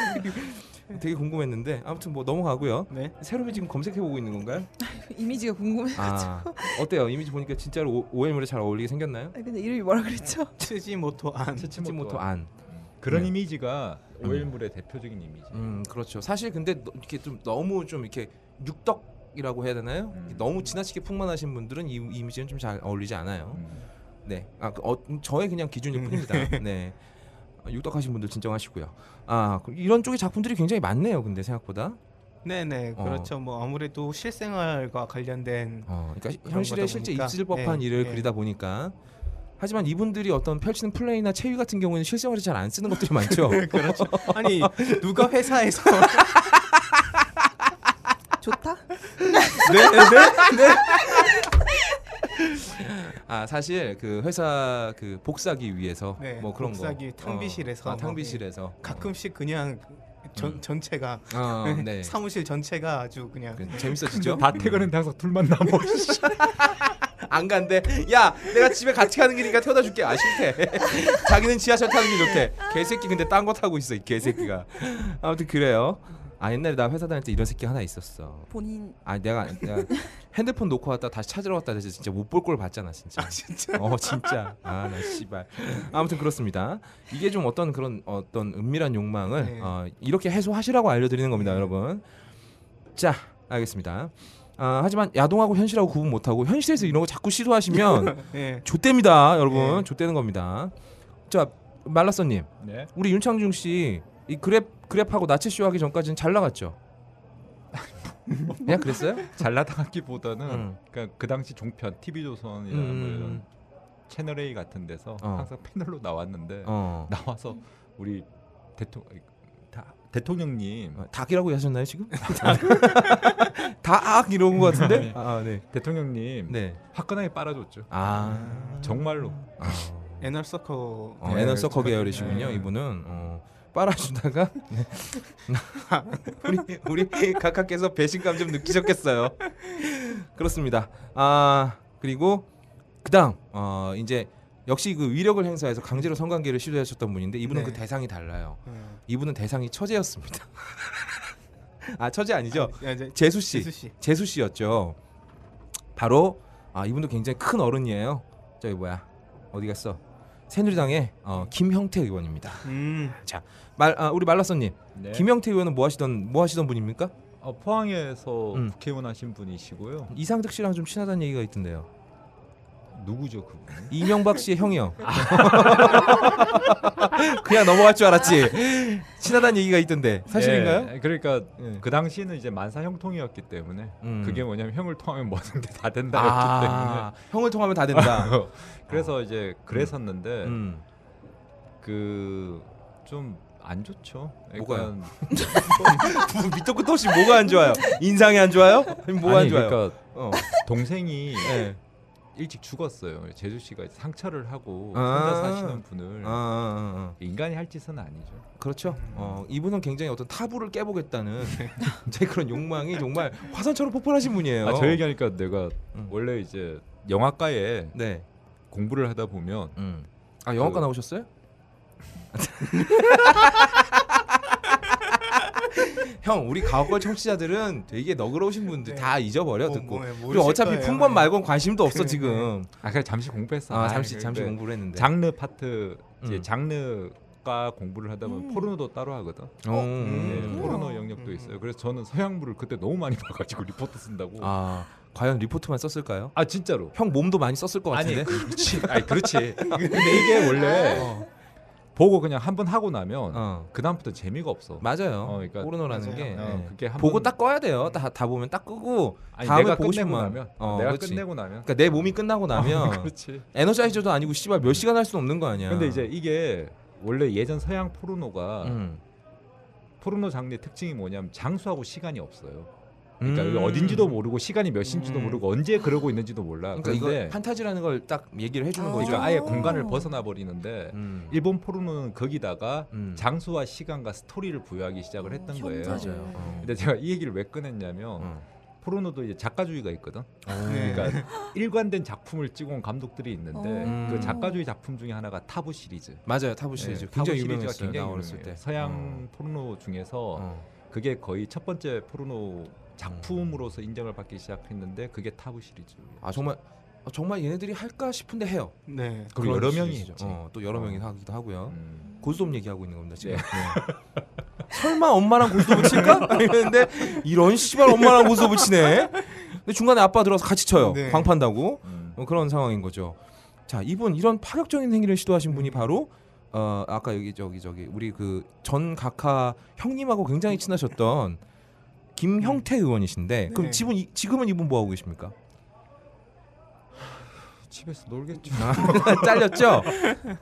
S1: 되게 궁금했는데 아무튼 뭐 넘어가고요.
S4: 네.
S1: 새로미 지금 검색해 보고 있는 건가요?
S2: 이미지가 궁금해.
S1: 아 어때요? 이미지 보니까 진짜로 오- 오해물에 잘 어울리게 생겼나요?
S2: 아, 근데 이름이 뭐라 그랬죠?
S4: 쯔지모토
S1: 아,
S4: 안.
S1: 치치모토 안.
S6: 그런
S1: 네.
S6: 이미지가 오일물의 대표적인 이미지.
S1: 음 그렇죠. 사실 근데 너- 이렇게 좀 너무 좀 이렇게 육덕이라고 해야 되나요?
S6: 음.
S1: 너무 지나치게 풍만하신 분들은 이 이미지는 좀 잘 어울리지 않아요.
S6: 음.
S1: 네, 아 그, 어, 음, 저의 그냥 기준일 뿐입니다. 네, 아, 육덕하신 분들 진정하시고요. 아 그- 이런 쪽의 작품들이 굉장히 많네요. 근데 생각보다
S4: 네네
S1: 어.
S4: 그렇죠. 뭐 아무래도 실생활과 관련된
S1: 어, 그러니까
S4: 그런
S1: 현실에
S4: 거다
S1: 실제
S4: 보니까.
S1: 있을 법한
S4: 예,
S1: 일을
S4: 예.
S1: 그리다 보니까 하지만 이분들이 어떤 펼치는 플레이나 체위 같은 경우에는 실생활에 잘 안 쓰는 것들이 많죠.
S4: 그렇죠. 아니 누가 회사에서
S2: 좋다?
S1: 네, 아 사실 그 회사 그 복사기 위해서
S4: 네,
S1: 뭐 그런
S4: 복사기,
S1: 거
S4: 탕비실에서
S1: 어, 아,
S4: 뭐,
S1: 탕비실에서
S4: 가끔씩 그냥 전, 전체가
S1: 음. 어, 네.
S4: 사무실 전체가 아주 그냥
S1: 그, 재밌어지죠.
S3: 다 퇴근했는데 항상 둘만 남아.
S1: 안 간대. 야, 내가 집에 같이 가는 길이니까 태워다 줄게. 아 싫대. 자기는 지하철 타는 게 좋대. 개새끼 근데 딴 거 타고 있어 이 개새끼가. 아무튼 그래요. 아 옛날에 나 회사 다닐 때 이런 새끼 하나 있었어.
S2: 본인
S1: 아 내가, 내가 핸드폰 놓고 왔다 다시 찾으러 왔다 해서 진짜 못 볼 걸 봤잖아 진짜. 진짜? 어 진짜. 아 나 씨발. 아무튼 그렇습니다. 이게 좀 어떤 그런 어떤 은밀한 욕망을
S4: 네.
S1: 어, 이렇게 해소하시라고 알려드리는 겁니다, 여러분. 자 알겠습니다. 아, 하지만 야동하고 현실하고 구분 못하고 현실에서 이런 거 자꾸 시도하시면
S4: 예.
S1: 좆됩니다, 여러분.
S4: 네.
S1: 좆되는 겁니다. 자 말라서님,
S3: 네.
S1: 우리 윤창중 씨 이 그랩 그랩하고 나체 쇼 하기 전까지는 잘 나갔죠? 그냥 그랬어요?
S6: 잘 나가기보다는
S1: 음.
S6: 그러니까 그 당시 종편 TV 조선이나 뭐
S1: 음,
S6: 이런 채널 A 같은 데서
S1: 어.
S6: 항상 패널로 나왔는데
S1: 어.
S6: 나와서 우리 대통령 대통령님
S1: 어, 닭이라고 하셨나요 지금? 닭 이런 거 같은데? 아 네.
S6: 대통령님
S1: 네.
S6: 화끈하게 빨아줬죠.
S1: 아.
S6: 정말로
S1: 아.
S4: 애널 서커
S1: 어, 에너서커 계열이시군요. 이분은 어, 빨아주다가 네. 우리 우리 각하께서 배신감 좀 느끼셨겠어요. 그렇습니다. 아 그리고 그다음 어, 이제 역시 그 위력을 행사해서 강제로 성관계를 시도하셨던 분인데 이분은
S4: 네.
S1: 그 대상이 달라요.
S4: 음.
S1: 이분은 대상이 처제였습니다. 아 처제 아니죠?
S4: 아, 이제
S1: 재수 씨.
S4: 재수 씨.
S1: 재수 씨였죠. 바로 아 이분도 굉장히 큰 어른이에요. 저기 뭐야 어디 갔어? 새누리당의 어, 김형태 의원입니다.
S4: 음.
S1: 말 아, 우리 말라서님
S6: 네.
S1: 김형태 의원은 뭐 하시던 뭐 하시던 분입니까?
S6: 어, 포항에서
S1: 음.
S6: 국회의원 하신 분이시고요.
S1: 이상득 씨랑 좀 친하다는 얘기가 있던데요.
S6: 누구죠 그분? 아.
S1: 이명박 씨의 형이요. 그냥 넘어갈 줄 알았지. 친하다는 얘기가 있던데 사실인가요?
S6: 예, 그러니까
S1: 예.
S6: 그 당시에는 이제 만사 형통이었기 때문에
S1: 음.
S6: 그게 뭐냐면 형을 통하면 뭐든 다 된다였기
S1: 아 형을 통하면 다 된다.
S6: 때문에 그래서 이제 그랬었는데
S1: 음.
S6: 그 좀 안 좋죠.
S1: 뭐가요? 뭐 밑도 끝도 없이 뭐가 안 좋아요? 인상이 안 좋아요? 뭐가 안
S6: 아니,
S1: 좋아요?
S6: 그러니까
S1: 어.
S6: 동생이
S1: 예.
S6: 일찍 죽었어요. 제주 씨가 상처를 하고
S1: 아.
S6: 혼자 사시는 분을
S1: 아, 아, 아,
S6: 인간이 할 짓은 아니죠.
S1: 아. 그렇죠. 어, 이분은 굉장히 어떤 타부를 깨보겠다는 제 그런 욕망이 정말 화산처럼 폭발하신 분이에요.
S6: 아, 저 얘기하니까 내가
S1: 음.
S6: 원래 이제 영화과에
S1: 네.
S6: 공부를 하다 보면
S1: 음. 아 영화과
S6: 그-
S1: 나오셨어요? 형 우리 가옥걸 청취자들은 되게 너그러우신 분들
S4: 네.
S1: 다 잊어버려
S4: 뭐,
S1: 듣고
S4: 뭐,
S1: 우리
S4: 모르실
S1: 어차피
S4: 거예요. 네.
S1: 풍번 말고는 관심도 없어 지금
S6: 아 네. 그냥 잠시 공부했어.
S1: 아 잠시
S6: 근데
S4: 네.
S1: 잠시 공부를 했는데
S6: 장르 파트 이제
S1: 음.
S6: 장르과 공부를 하다 보면 포르노도 따로 하거든.
S1: 어,
S6: 네,
S1: 음.
S6: 포르노 영역도
S4: 음.
S6: 있어요. 그래서 저는 서양부를 그때 너무 많이 봐가지고 리포트 쓴다고. 아,
S1: 아 과연 리포트만 썼을까요?
S6: 진짜로.
S1: 형 몸도 많이 썼을 것 같은데
S6: 아니 그렇지. 아니 그렇지. 근데 이게 원래 어, 보고 그냥 한 번 하고 나면
S1: 어.
S6: 그 다음부터 재미가 없어.
S1: 맞아요.
S6: 어, 그러니까-
S1: 오르노라는
S4: 맞아요.
S1: 게
S6: 어,
S1: 예.
S6: 그게 한
S1: 보고
S6: 번-
S1: 딱 꺼야 돼요. 다 다 보면 딱 끄고
S6: 아니
S1: 다음에
S6: 내가
S1: 보고
S6: 끝내고
S1: 싶으면
S6: 나면
S1: 어,
S6: 내가
S1: 그렇지.
S6: 끝내고 나면
S1: 그러니까 내 몸이 끝나고 나면
S6: 아, 그렇지.
S1: 에너자이저도 아니고 씨발 몇 시간 할 수는 없는 거 아니야.
S6: 근데 이제 이게 원래 예전 서양 포르노가
S1: 음.
S6: 포르노 장르의 특징이 뭐냐면 장수하고 시간이 없어요.
S1: 음.
S6: 그러니까 어딘지도 모르고 시간이 몇인지도
S4: 음.
S6: 모르고 언제 그러고 있는지도 몰라.
S1: 그러니까
S6: 그런데
S1: 이거 판타지라는 걸 딱 얘기를 해주는
S2: 아.
S1: 거죠.
S6: 그러니까 아, 아예
S2: 오.
S6: 공간을 벗어나 버리는데
S1: 음.
S6: 일본 포르노는 거기다가
S1: 음.
S6: 장소와 시간과 스토리를 부여하기 시작을 했던 거예요. 어.
S1: 현재. 어, 맞아요.
S6: 근데 제가 이 얘기를 왜 꺼냈냐면
S1: 음.
S6: 포르노도 이제 작가주의가 있거든.
S4: 네.
S6: 어. 그러니까 일관된 작품을 찍어온 감독들이 있는데
S1: 어.
S6: 그 작가주의 작품 중에 하나가 타부 시리즈.
S1: 맞아요. 타부 시리즈
S6: 네,
S1: 굉장히
S6: 타부 시리즈가
S1: 유명했어요. 나
S6: 굉장히
S1: 어렸을
S6: 유명해요.
S1: 때.
S6: 서양 포르노 중에서
S1: 어. 음. 어.
S6: 그게 거의 첫 번째 포르노 작품으로서 인정을 받기 시작했는데 그게 타부 시리즈.
S1: 아 정말 아, 정말 얘네들이 할까 싶은데 해요.
S4: 네.
S6: 그리고
S1: 그런
S6: 여러 명이
S1: 시리즈죠.
S6: 했지.
S1: 어, 또 여러
S6: 어.
S1: 명이 하기도 하고요.
S6: 음.
S1: 고스톱 얘기하고 있는 겁니다 지금. 네. 설마 엄마랑 고스톱을 칠까? 이랬는데 이런 씨발 엄마랑 고스톱을 치네. 근데 중간에 아빠 들어서 같이 쳐요.
S4: 네.
S1: 광판다고
S6: 음.
S1: 어, 그런 상황인 거죠. 자 이분 이런 파격적인 행위를 시도하신
S6: 음.
S1: 분이 바로 어, 아까 여기 저기 저기 우리 그 전 각하 형님하고 굉장히 친하셨던 김형태
S6: 음.
S1: 의원이신데
S4: 네.
S1: 그럼 지금 이- 지금은 이분 뭐 하고 계십니까?
S6: 집에서 놀겠죠.
S1: 잘렸죠?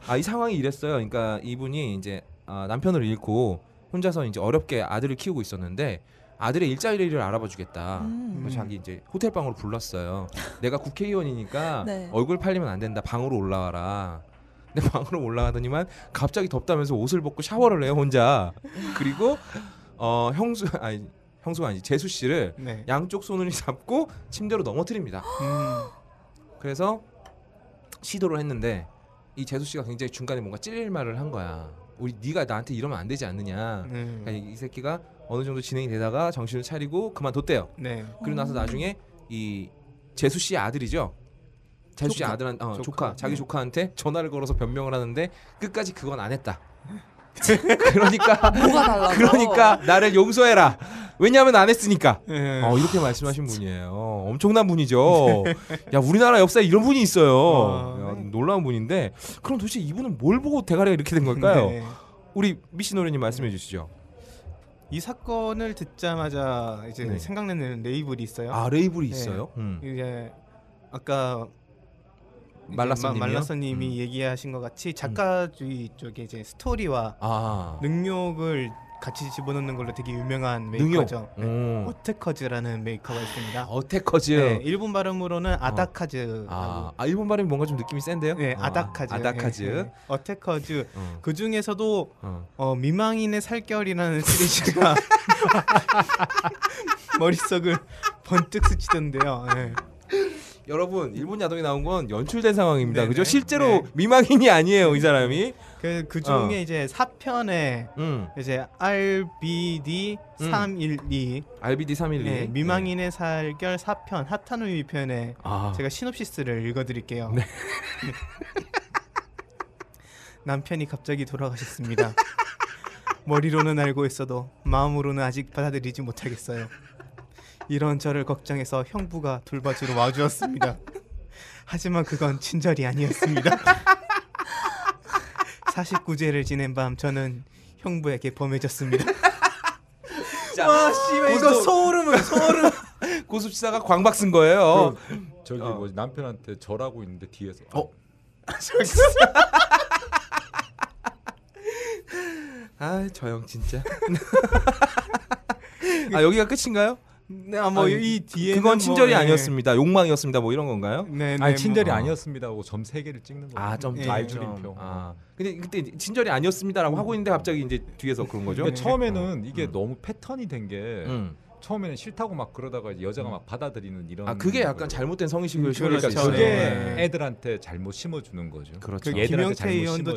S1: 아 이 상황이 이랬어요. 그러니까 이분이 이제 아, 남편을 잃고 혼자서 이제 어렵게 아들을 키우고 있었는데 아들의 일자리를 알아봐 주겠다.
S2: 음.
S1: 그래서 자기 이제 호텔 방으로 불렀어요. 내가 국회의원이니까
S2: 네.
S1: 얼굴 팔리면 안 된다. 방으로 올라와라. 근데 방으로 올라가더니만 갑자기 덥다면서 옷을 벗고 샤워를 해요 혼자. 그리고 어 형수 아니 형수가 아니 재수 씨를
S4: 네.
S1: 양쪽 손을 잡고 침대로 넘어뜨립니다.
S4: 음.
S1: 그래서 시도를 했는데 이 재수 씨가 굉장히 중간에 뭔가 찔릴 말을 한 거야. 우리 네가 나한테 이러면 안 되지 않느냐.
S4: 음.
S1: 그러니까 이 새끼가 어느 정도 진행이 되다가 정신을 차리고 그만뒀대요.
S4: 네.
S1: 그리고 나서 나중에 이 재수 씨 아들이죠. 재수 씨
S4: 조카.
S1: 아들한 어, 조카,
S4: 조카.
S1: 자기
S4: 네.
S1: 조카한테 전화를 걸어서 변명을 하는데 끝까지 그건 안 했다. 그러니까
S2: 뭐가 달라서
S1: 그러니까 나를 용서해라. 왜냐하면 안 했으니까.
S4: 네.
S1: 어, 이렇게 말씀하신 분이에요. 엄청난 분이죠. 야, 우리나라 역사에 이런 분이 네. 있어요. 네.
S4: 아,
S1: 야, 놀라운 분인데, 그럼 도대체 이분은 뭘 보고 대가리가 이렇게 된 걸까요?
S4: 네.
S1: 우리 미씨 노래님 말씀해 주시죠.
S4: 이 사건을 듣자마자 이제
S1: 네.
S4: 생각나는 레이블이 있어요.
S1: 아, 레이블이
S4: 네.
S1: 있어요? 음.
S4: 이제 아까 이제
S1: 말라서님이요?
S4: 마- 말라서님이
S1: 음.
S4: 얘기하신 것 같이 작가주의 쪽에 이제 스토리와
S1: 아,
S4: 능욕을 같이 집어넣는 걸로 되게 유명한
S1: 능욕.
S4: 메이커죠. 네.
S1: 어.
S4: 오테커즈라는 메이커가 있습니다.
S1: 아, 어테커즈. 어.
S4: 네, 일본 발음으로는 아다카즈라고.
S1: 아, 아, 일본 발음이 뭔가 좀 느낌이 센데요?
S4: 네,
S1: 어,
S4: 아다카즈.
S1: 아다카즈.
S4: 네, 네. 어테커즈.
S1: 어,
S4: 그 중에서도
S1: 어.
S4: 어, 미망인의 살결이라는 시리즈가 머릿속을 번뜩 스치던데요. 네.
S1: 여러분, 일본 야동이 나온 건 연출된 상황입니다.
S4: 네,
S1: 그죠?
S4: 네.
S1: 실제로
S4: 네.
S1: 미망인이 아니에요, 이 사람이.
S4: 그, 그 중에
S1: 어.
S4: 이제 4편에
S1: 음.
S4: 이제 RBD 312
S1: RBD 312.
S4: 네, 미망인의 살결 4편 하타누이 편에
S6: 어.
S1: 아.
S4: 제가 시놉시스를 읽어드릴게요.
S6: 네.
S4: 남편이 갑자기 돌아가셨습니다. 머리로는 알고 있어도 마음으로는 아직 받아들이지 못하겠어요. 이런 저를 걱정해서 형부가 돌봐주러 와주었습니다. 하지만 그건 친절이 아니었습니다. 49제를 지낸 밤 저는 형부에게 범해졌습니다.
S1: 자, 아,
S4: 와, 씨발 이거
S1: 고스톱.
S4: 소름을 소름.
S1: 고습시사가 광박 쓴 거예요.
S6: 저기
S1: 어.
S6: 뭐 남편한테 절하고 있는데 뒤에서
S1: 어? 아, 저 형 진짜. 아, 여기가 끝인가요?
S4: 네,
S1: 아,
S4: 뭐이 뒤에
S1: 그건 친절이 아니었습니다. 욕망이었습니다. 뭐 이런 건가요?
S4: 네, 네,
S6: 아니 친절이
S4: 뭐.
S6: 아니었습니다 하고 점 세 개를 찍는 거예요.
S1: 아, 점
S4: 예,
S1: 점,
S6: 말줄임표.
S1: 점. 아. 근데 그때 이제 친절이 아니었습니다라고 하고 있는데 갑자기 이제 뒤에서 그런 거죠?
S6: 그러니까 처음에는 이게
S1: 그렇죠. 음.
S6: 너무 패턴이 된 게
S1: 음.
S6: 처음에는 싫다고 막 그러다가 이제 여자가 막 받아들이는 이런
S1: 아, 그게 약간
S6: 거예요.
S1: 잘못된 성의식을 심을
S6: 그러니까
S1: 수
S4: 그렇죠.
S1: 있어요.
S6: 그게
S4: 네.
S6: 애들한테 잘못 심어주는 거죠.
S1: 그렇죠.
S4: 그 김영태
S6: 얘들한테 잘못
S4: 의원도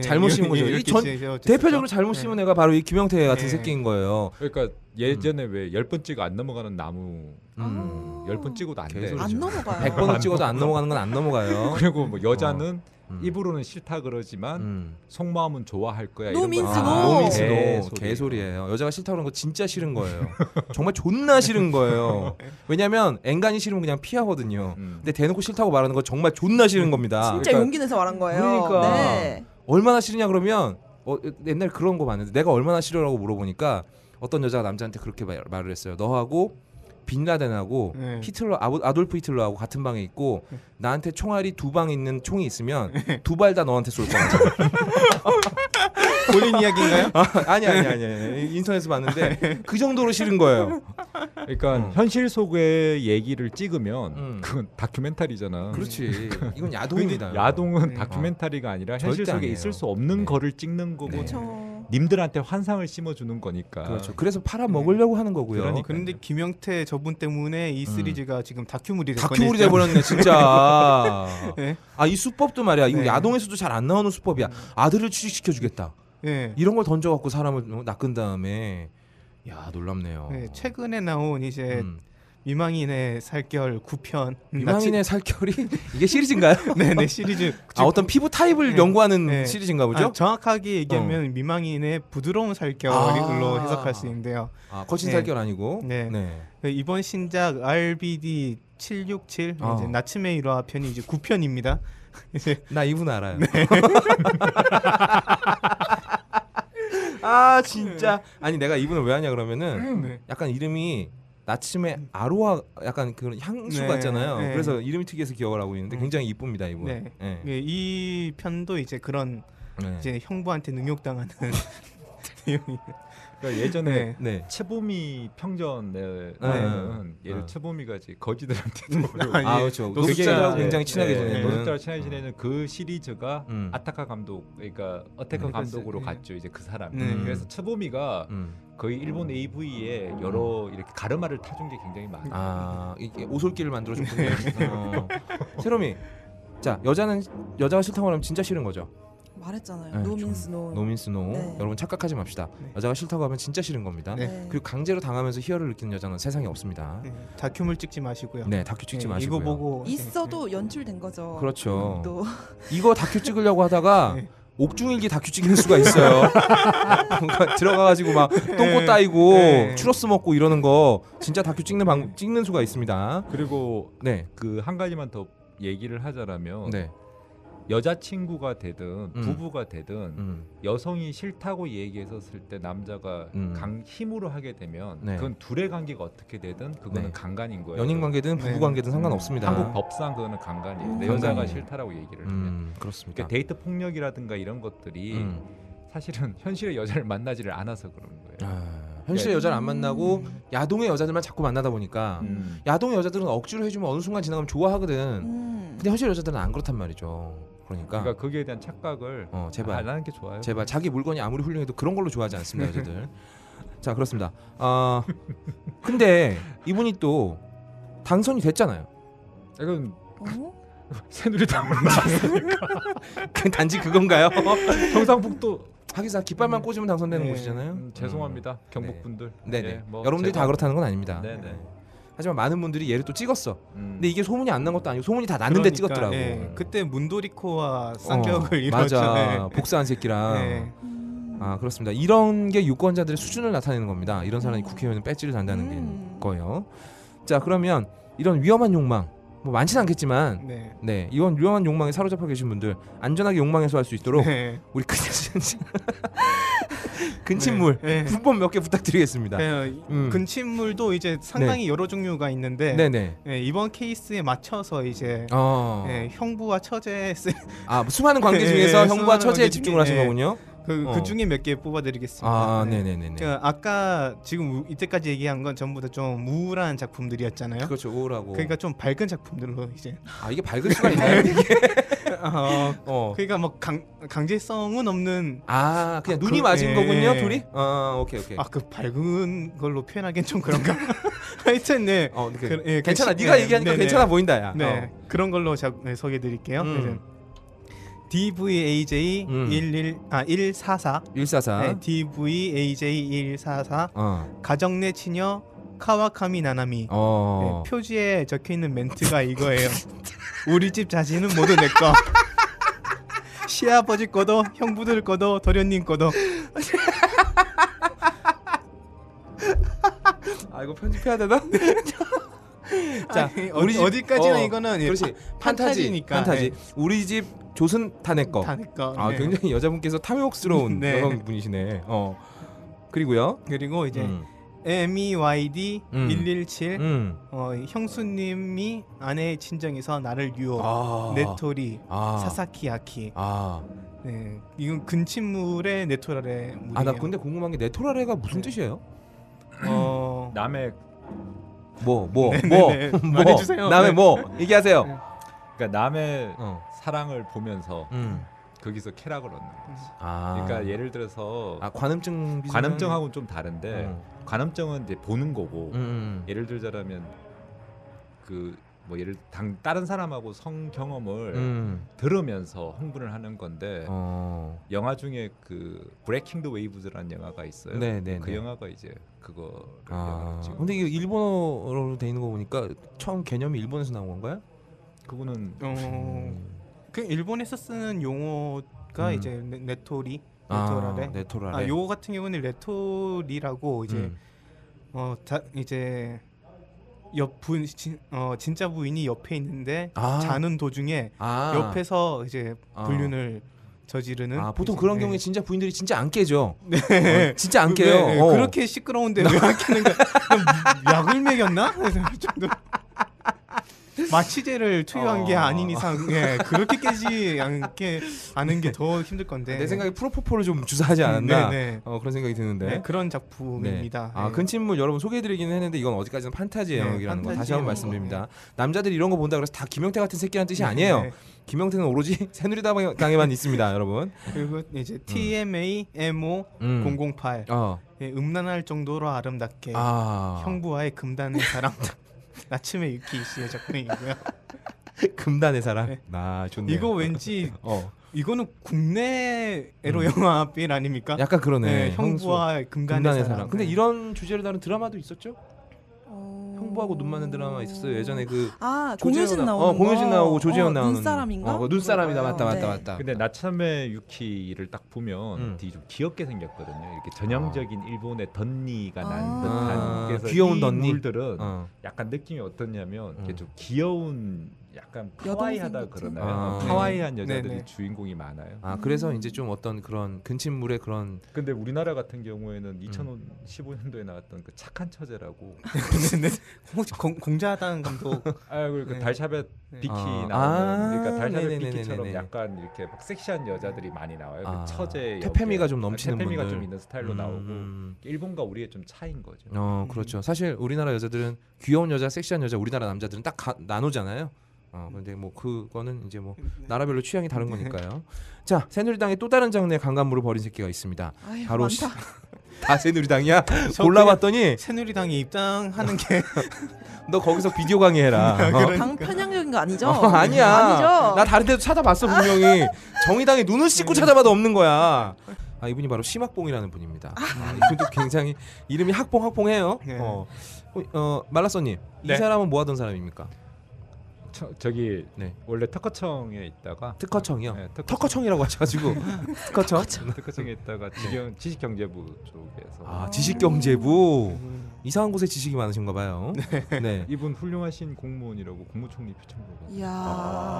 S4: 잘못 예,
S1: 잘못
S4: 이렇게-
S1: 심은 거죠.
S4: 이렇게
S1: 이전
S4: 지어졌었죠.
S1: 대표적으로 잘못
S4: 네.
S1: 심은 애가 바로 이 김영태 같은
S4: 네.
S1: 새끼인 거예요.
S6: 그러니까 예전에 왜 열 번 찍어 안 넘어가는 나무
S1: 음.
S6: 열 번 찍어도 안 돼.
S1: 개소리죠.
S2: 아. 안 넘어가요.
S1: 100번을 찍어도 안 넘어가는 건 안 넘어가요.
S6: 그리고 뭐 여자는
S1: 음.
S6: 입으로는 싫다 그러지만
S1: 음.
S6: 속마음은 좋아할 거야.
S2: No
S6: 이런 네.
S2: means
S6: 거.
S2: no.
S1: 노미스 노
S6: 개소리.
S1: 네, 개소리예요. 여자가 싫다 그러는 거 진짜 싫은 거예요. 정말 존나 싫은 거예요. 왜냐면 앵간히 싫으면 그냥 피하거든요.
S6: 음.
S1: 근데 대놓고 싫다고 말하는 거 정말 존나 싫은 겁니다.
S2: 진짜 용기 내서 말한 거예요.
S1: 그러니까.
S2: 네.
S1: 얼마나 싫으냐 그러면 어, 옛날 그런 거 봤는데 내가 얼마나 싫어라고 물어보니까 어떤 여자가 남자한테 그렇게 말, 말을 했어요. 너하고 빈라덴하고
S4: 네.
S1: 히틀러 아보- 아돌프 히틀러하고 같은 방에 있고 나한테 총알이 두 방 있는 총이 있으면 두 발 다 너한테 쏠 거야.
S4: 본인 이야기인가요?
S1: 아니 아니 아니 아니. 인터넷에서 봤는데 그 정도로 싫은 거예요.
S6: 그러니까 현실 속의 얘기를 찍으면
S1: 어. 음.
S6: 그건 다큐멘터리잖아.
S1: 그렇지. 이건 야동입니다.
S6: 어. 야동은
S4: 네.
S6: 다큐멘터리가 아니라
S1: 절대
S6: 현실 속에
S1: 아니에요.
S6: 있을 수 없는
S1: 네.
S6: 거를 찍는 거고
S1: 네.
S2: 저
S6: 님들한테 환상을 심어주는 거니까.
S1: 그렇죠. 그래서 팔아 먹으려고 하는 거고요. 음.
S6: 그러니까요.
S4: 그런데 김영태 저분 때문에 이 시리즈가 지금 다큐물이 됐거든요.
S1: 다큐물이 돼버렸네 진짜.
S4: 네.
S1: 아 이 수법도 말이야. 이거
S4: 네. 음.
S1: 야동에서도 잘 안 나오는 수법이야. 아들을 취직시켜 주겠다.
S4: 네.
S1: 이런 걸 던져갖고 사람을 어, 낚은 다음에 야 놀랍네요.
S4: 네, 최근에 나온 이제
S1: 음.
S4: 미망인의 살결 9편
S1: 유망인의 살결이 이게 시리즈인가요?
S4: 음, 네네 시리즈
S1: 아 어떤 피부 타입을 연구하는
S4: 네.
S1: 시리즈인가
S4: 아,
S1: 보죠? 어.
S4: 정확하게 얘기하면 미망인의 부드러운 살결로
S1: 아.
S4: 해석할 수 있는데요.
S1: 아, 거친
S4: 네.
S1: 살결 아니고.
S4: 네. 그 이번 신작 RBD 767
S1: 어.
S4: 이제 나침의 일화 편이 이제 9편입니다. 이제
S1: 나 이분 알아요. 아 진짜 아니 내가 이분을 왜 하냐 그러면은
S4: 네.
S1: 약간 이름이 나침에 아로하 약간 그런 향수
S4: 네,
S1: 같잖아요.
S4: 네.
S1: 그래서 이름이 특이해서 기억을 하고 있는데
S4: 음.
S1: 굉장히 이쁩니다 이분.
S4: 네.
S1: 네.
S4: 예, 이 편도 이제 그런
S1: 네.
S4: 이제 형부한테 능욕당하는 내용이.
S6: 그러니까
S4: 네.
S6: 예전에
S1: 네.
S6: 채범이 평전 내
S1: 네.
S6: 얘를 채범이가 이제 거지들한테도
S1: 아 그렇죠.
S6: 노숙자라고
S1: 노숙자랑
S6: 이제,
S1: 굉장히 친하게
S6: 예,
S1: 지내는.
S6: 노숙자랑 친하게 지내는 그 시리즈가
S1: 음. 예.
S6: 아타카 감독 그러니까 어테카
S4: 음.
S6: 감독으로
S4: 네.
S6: 갔죠 이제 그 사람이
S4: 네.
S6: 그래서 채범이가
S1: 음.
S6: 거의 일본 AV에 여러 이렇게 가르마를 타준 게 굉장히 많아
S1: 아 이게 오솔길을 만들어줬군요. 어. 세롬이 자 여자는 여자가 싫다고 하면 진짜 싫은 거죠.
S2: 말했잖아요.
S1: 네, 좀
S2: 노민스노.
S1: 노민스노
S2: 네.
S1: 여러분 착각하지 맙시다.
S4: 네.
S1: 여자가 싫다고 하면 진짜 싫은 겁니다.
S4: 네.
S1: 그리고 강제로 당하면서 희열을 느끼는 여자는 세상에 없습니다.
S4: 네, 다큐물 찍지 마시고요.
S1: 네 다큐 찍지
S4: 네,
S1: 마시고요.
S4: 이거 보고 네,
S2: 있어도 연출된 거죠.
S1: 뭐, 그렇죠.
S2: 또
S1: 이거 다큐 찍으려고 하다가
S4: 네.
S1: 옥중일기 다큐 찍는 수가 있어요. 뭔가 들어가가지고 막 똥꼬
S4: 네.
S1: 따이고
S4: 네.
S1: 추러스 먹고 이러는 거 진짜 다큐 찍는 방 찍는 수가 있습니다.
S6: 그리고
S1: 네,
S6: 그 한 가지만 더 얘기를
S4: 어.
S6: 하자라면
S1: 네,
S6: 여자친구가 되든
S1: 음.
S6: 부부가 되든
S1: 음,
S6: 여성이 싫다고 얘기했었을 때 남자가
S1: 음.
S6: 강 힘으로 하게 되면
S1: 네.
S6: 그건 둘의 관계가 어떻게 되든 그거는
S1: 네.
S6: 강간인 거예요. 음.
S1: 연인 관계든 부부
S4: 네.
S1: 관계든 상관없습니다.
S6: 한국 법상 그거는 강간이에요. 내
S1: 강간이에요.
S6: 여자가 싫다라고 얘기를 하면.
S1: 음, 그렇습니다.
S6: 그러니까 데이트 폭력이라든가 이런 것들이
S1: 음.
S6: 사실은 현실의 여자를 만나지를 않아서 그런 거예요.
S1: 아,
S4: 네.
S1: 현실의 여자를 안 만나고
S4: 음.
S1: 야동의 여자들만 자꾸 만나다 보니까
S6: 음.
S1: 야동의 여자들은 억지로 해주면 어느 순간 지나가면 좋아하거든.
S2: 음.
S1: 근데 현실 여자들은 안 그렇단 말이죠. 그러니까,
S6: 그러니까 거기에 대한 착각을
S1: 어 제발
S6: 안 하는 게 좋아요.
S1: 제발 자기 물건이 아무리 훌륭해도 그런 걸로 좋아하지 않습니다 여자들 자 그렇습니다 아 근데 이분이 또 당선이 됐잖아요
S6: 이건
S2: 어?
S6: 새누리당
S1: 그냥 단지 그건가요
S6: 경상북도
S1: 하기사 깃발만 꽂으면 당선되는
S4: 네,
S1: 곳이잖아요
S6: 음, 죄송합니다 경북 분들.
S1: 음, 네네
S6: 예, 뭐
S1: 여러분들이
S6: 제가-
S1: 다 그렇다는 건 아닙니다
S6: 네네.
S1: 하지만 많은 분들이 얘를 또 찍었어
S6: 음.
S1: 근데 이게 소문이 안 난 것도 아니고 소문이 다 났는데
S4: 그러니까,
S1: 찍었더라고
S4: 예, 그때 문도리코와
S1: 어,
S4: 쌍벽을
S1: 맞아
S4: 이뤘잖아요.
S1: 복사한 새끼랑
S4: 네.
S2: 음.
S1: 아 그렇습니다. 이런 게 유권자들의 수준을 나타내는 겁니다. 이런
S4: 음.
S1: 사람이 국회의원은 배지를 단다는
S2: 음.
S1: 게 거예요. 자 그러면 이런 위험한 욕망 뭐 많진 않겠지만
S4: 네.
S1: 네 이건 위험한 욕망에 사로잡혀 계신 분들 안전하게 욕망에서 할 수 있도록
S4: 네.
S1: 우리 근친 근친물
S4: 네. 네.
S1: 분법 몇 개 부탁드리겠습니다. 네.
S4: 네,
S1: 음. 네.
S4: 근친물도 이제 상당히 여러 종류가 있는데
S1: 네네.
S4: 네, 이번 케이스에 맞춰서 이제
S1: 어.
S4: 네, 형부와 처제 쓰-
S1: 아 수많은 관계
S4: 네,
S1: 중에서
S4: 네,
S1: 형부와
S4: 수많은
S1: 처제에
S4: 관계
S1: 집중을 하신
S4: 중에,
S1: 거군요.
S4: 그,
S1: 어.
S4: 그 중에 몇 개 뽑아드리겠습니다.
S1: 아
S4: 네.
S1: 네네네네.
S4: 그러니까 아까 지금 우- 이때까지 얘기한 건 전부 다 좀 우울한 작품들이었잖아요. 그,
S1: 그렇죠 우울하고.
S4: 러니까좀 네. 밝은 작품들로 이제
S1: 아 이게 밝을 수가 있나요? 이게?
S4: 어,
S1: 어.
S4: 그러니까 뭐 강, 강제성은 없는
S1: 아 그냥
S4: 아,
S1: 눈이
S4: 그-
S1: 맞은
S4: 예.
S1: 거군요 둘이? 아 오케이 오케이.
S4: 아 그 밝은 걸로 표현하기엔 좀 그런가. 하여튼 네.
S1: 어, 그,
S4: 그- 예,
S1: 괜찮아.
S4: 그-
S1: 네가
S4: 네,
S1: 얘기하니까
S4: 네, 네.
S1: 괜찮아 보인다, 야. 어,
S4: 네 그런 걸로 자, 네, 소개해드릴게요. 네.
S1: 음.
S4: DVAJ
S1: 음.
S4: 11 아 144
S1: 어. 144.
S4: 네, DVAJ 144
S1: 어.
S4: 가정 내 치녀 카와카미 나나미
S1: 어.
S4: 네, 표지에 적혀 있는 멘트가 이거예요. 우리 집 자신은 모두 내 거. 시아버지 거도 형부들 거도 도련님 거도
S1: 아, 이거 편집해야 되나? 자,
S4: 아니,
S1: 우리
S4: 어디,
S1: 집-
S4: 어디까지나
S1: 어,
S4: 이거는 예,
S1: 그렇지.
S4: 판타지니까.
S1: 판타지. 우리 집 조선 탄내 거.
S4: 다내 거.
S1: 아,
S4: 네.
S1: 굉장히 여자분께서 탐욕스러운
S4: 네.
S1: 여성분이시네. 어. 그리고요.
S4: 그리고 이제 E
S1: 음.
S4: MEYD
S1: 음.
S4: 117
S1: 음.
S4: 어, 형수님이 아내의 친정에서 나를 유혹
S1: 아.
S4: 네토리
S1: 아.
S4: 사사키 아키
S1: 아.
S4: 네 이건 근친물의 네토라레 물이에요.
S1: 아, 나 근데 궁금한 게 네토라레가 무슨 뜻이에요?
S4: 어,
S6: 남의
S1: 뭐, 뭐,
S4: 네,
S1: 뭐.
S4: 네, 네.
S1: 뭐.
S4: 말해주세요.
S1: 남의
S4: 네.
S1: 뭐.
S4: 네.
S1: 얘기하세요.
S6: 그러니까 남의
S1: 어.
S6: 사랑을 보면서
S1: 음.
S6: 거기서 쾌락을 얻는 거지.
S1: 아.
S6: 그러니까 예를 들어서
S1: 아, 관음증 비슷한-
S6: 관음증하고는 좀
S4: 네.
S6: 다른데
S1: 음.
S6: 관음증은 이제 보는 거고
S1: 음.
S6: 예를 들자라면 그 뭐 예를 당, 다른 사람하고 성 경험을
S1: 음.
S6: 들으면서 흥분을 하는 건데
S1: 어.
S6: 영화 중에 그 브레이킹 더 웨이브즈라는 영화가 있어요.
S1: 네, 네,
S6: 그
S1: 네.
S6: 영화가 이제 그거
S1: 아.
S6: 지금
S1: 근데 이게 일본어로 돼 있는 거 보니까 처음 개념이 일본에서 나온 건가요?
S6: 그거는
S1: 뭐. 음.
S4: 어, 그 일본에서 쓰는 용어가
S1: 음.
S4: 이제 네, 네토리 네토라레 아,
S1: 네토라레.
S4: 요거 같은 경우는 네토리라고 이제
S1: 음.
S4: 어 다, 이제 옆분 진, 어, 진짜 부인이 옆에 있는데
S1: 아.
S4: 자는 도중에
S1: 아.
S4: 옆에서 이제
S1: 아.
S4: 불륜을 저지르는
S1: 아 보통
S4: 이제,
S1: 그런
S4: 네.
S1: 경우에 진짜 부인들이 진짜 안 깨죠.
S4: 네.
S1: 어, 진짜 안
S4: 왜,
S1: 깨요.
S4: 네,
S1: 어.
S4: 그렇게 시끄러운데 왜 안 깨는 거야? 약을 먹였나? 그래서 이 정도. 마취제를 투여한 게
S1: 어.
S4: 아닌 이상 예, 그렇게 깨지 않게 아는 게 더 힘들 건데
S1: 내 생각에 프로포폴을 좀 주사하지 않았나
S4: 네, 네.
S1: 어, 그런 생각이 드는데.
S4: 네, 그런
S1: 네.
S4: 작품입니다.
S1: 아
S4: 예.
S1: 근친물 여러분 소개해드리기는 했는데 이건 어디까지나 판타지
S4: 네,
S1: 영역이라는 거
S4: 판타지
S1: 다시 한번
S4: 영역.
S1: 말씀드립니다. 남자들이 이런 거 본다 그래서 다 김영태 같은 새끼라는 뜻이 아니에요.
S4: 네.
S1: 김영태는 오로지 새누리당에만 있습니다, 여러분.
S4: 그리고 이제 TMA MO
S1: 음.
S4: 008
S1: 어.
S4: 예, 음란할 정도로 아름답게
S1: 아
S4: 예. 형부와의 금단의 사랑 나츠메 유키 씨의 작품이고요.
S1: 그 금단의 사랑.
S4: 네.
S1: 아 좋네.
S4: 이거 왠지
S1: 어
S4: 이거는 국내 에로 영화 빌 아닙니까?
S1: 약간 음. 그러네.
S4: 네, 형부와 금단의, 예.
S1: 금단의
S4: 사랑.
S1: 사랑. 네. 근데 이런 주제를 다룬 드라마도 있었죠?
S2: 어...
S1: 형부하고 눈 맞는 드라마 있었어요. 예전에 그
S2: 아
S1: 조재현
S2: 공효진
S1: 나-
S2: 나오는
S1: 어, 공효진
S2: 거.
S1: 나오고 조재현
S2: 어,
S1: 나오는
S2: 눈사람인가?
S1: 어, 눈사람이다 맞다 맞다
S2: 네.
S1: 맞다.
S6: 근데 나참의 유키를 딱 보면
S1: 아, 음.
S6: 되게 좀 귀엽게 생겼거든요. 이렇게 전형적인 일본의 덧니가
S2: 아.
S6: 난
S1: 아,
S6: 듯한 그래서
S1: 귀여운
S6: 이
S1: 덧니?
S6: 물들은
S1: 어.
S6: 약간 느낌이 어떠냐면 이렇게
S1: 음.
S6: 좀 귀여운 약간
S2: 여동생
S6: 카와이하다
S2: 같은?
S6: 그러나요? 네,
S1: 아.
S6: 카와이한 여자들이
S4: 네네.
S6: 주인공이 많아요.
S1: 아 그래서 이제 좀 어떤 그런 근친물의 그런
S6: 근데 우리나라 같은
S1: 음.
S6: 경우에는 2015년도에 나왔던 그 착한 처제라고
S4: 네, 네. 혹시 공, 공자단 감독
S6: 아 그리고
S4: 네.
S6: 달샤벳
S4: 네.
S6: 비키
S1: 아.
S6: 나오는
S1: 아,
S6: 그러니까 달샤벳
S1: 네네네네네.
S6: 비키처럼 약간 이렇게 막 섹시한 여자들이 많이 나와요.
S1: 아,
S6: 그 처제
S1: 퇴폐미가
S6: 역에.
S1: 좀 넘치는
S6: 퇴폐미가
S1: 분들.
S6: 좀 있는 스타일로
S1: 음,
S6: 나오고
S1: 음.
S6: 일본과 우리의 좀 차인 거죠.
S1: 어
S2: 음.
S1: 그렇죠. 사실 우리나라 여자들은 귀여운 여자, 섹시한 여자, 우리나라 남자들은 딱 가- 나누잖아요. 어
S2: 음.
S1: 근데 뭐 그거는 이제 뭐
S2: 네.
S1: 나라별로 취향이 다른 거니까요. 자 새누리당의 또 다른 장르의 강간물을 벌인 새끼가 있습니다.
S2: 아유,
S1: 바로
S2: 많다.
S1: 다 새누리당이야.
S4: 저
S1: 골라봤더니
S4: 새누리당에 입당하는 게
S1: 너 거기서 비디오 강의해라. 어.
S2: 당 편향적인 거 아니죠?
S1: 어, 아니야.
S2: 아니죠.
S1: 나 다른 데도 찾아봤어 분명히. 정의당에 눈을 씻고 찾아봐도 없는 거야. 아 이분이 바로 심학봉이라는 분입니다. 아, 이분도 굉장히 이름이 학봉 학봉해요.
S4: 네.
S1: 어, 어, 어 말라서님 이
S6: 네.
S1: 사람은 뭐 하던 사람입니까?
S6: 처- 어, 저기
S1: 네.
S6: 원래 특허청에 있다가
S1: 특허청이요.
S6: 네, 특허청. 네.
S1: 특허청이라고 하셔가지고 특허청.
S6: 특허청에 있다가 지경 지식경제부 쪽에서
S1: 아 지식경제부 이상한 곳에 지식이 많으신가 봐요. 네.
S6: 이분 훌륭하신 공무원이라고 국무총리 표창으로
S2: 이야.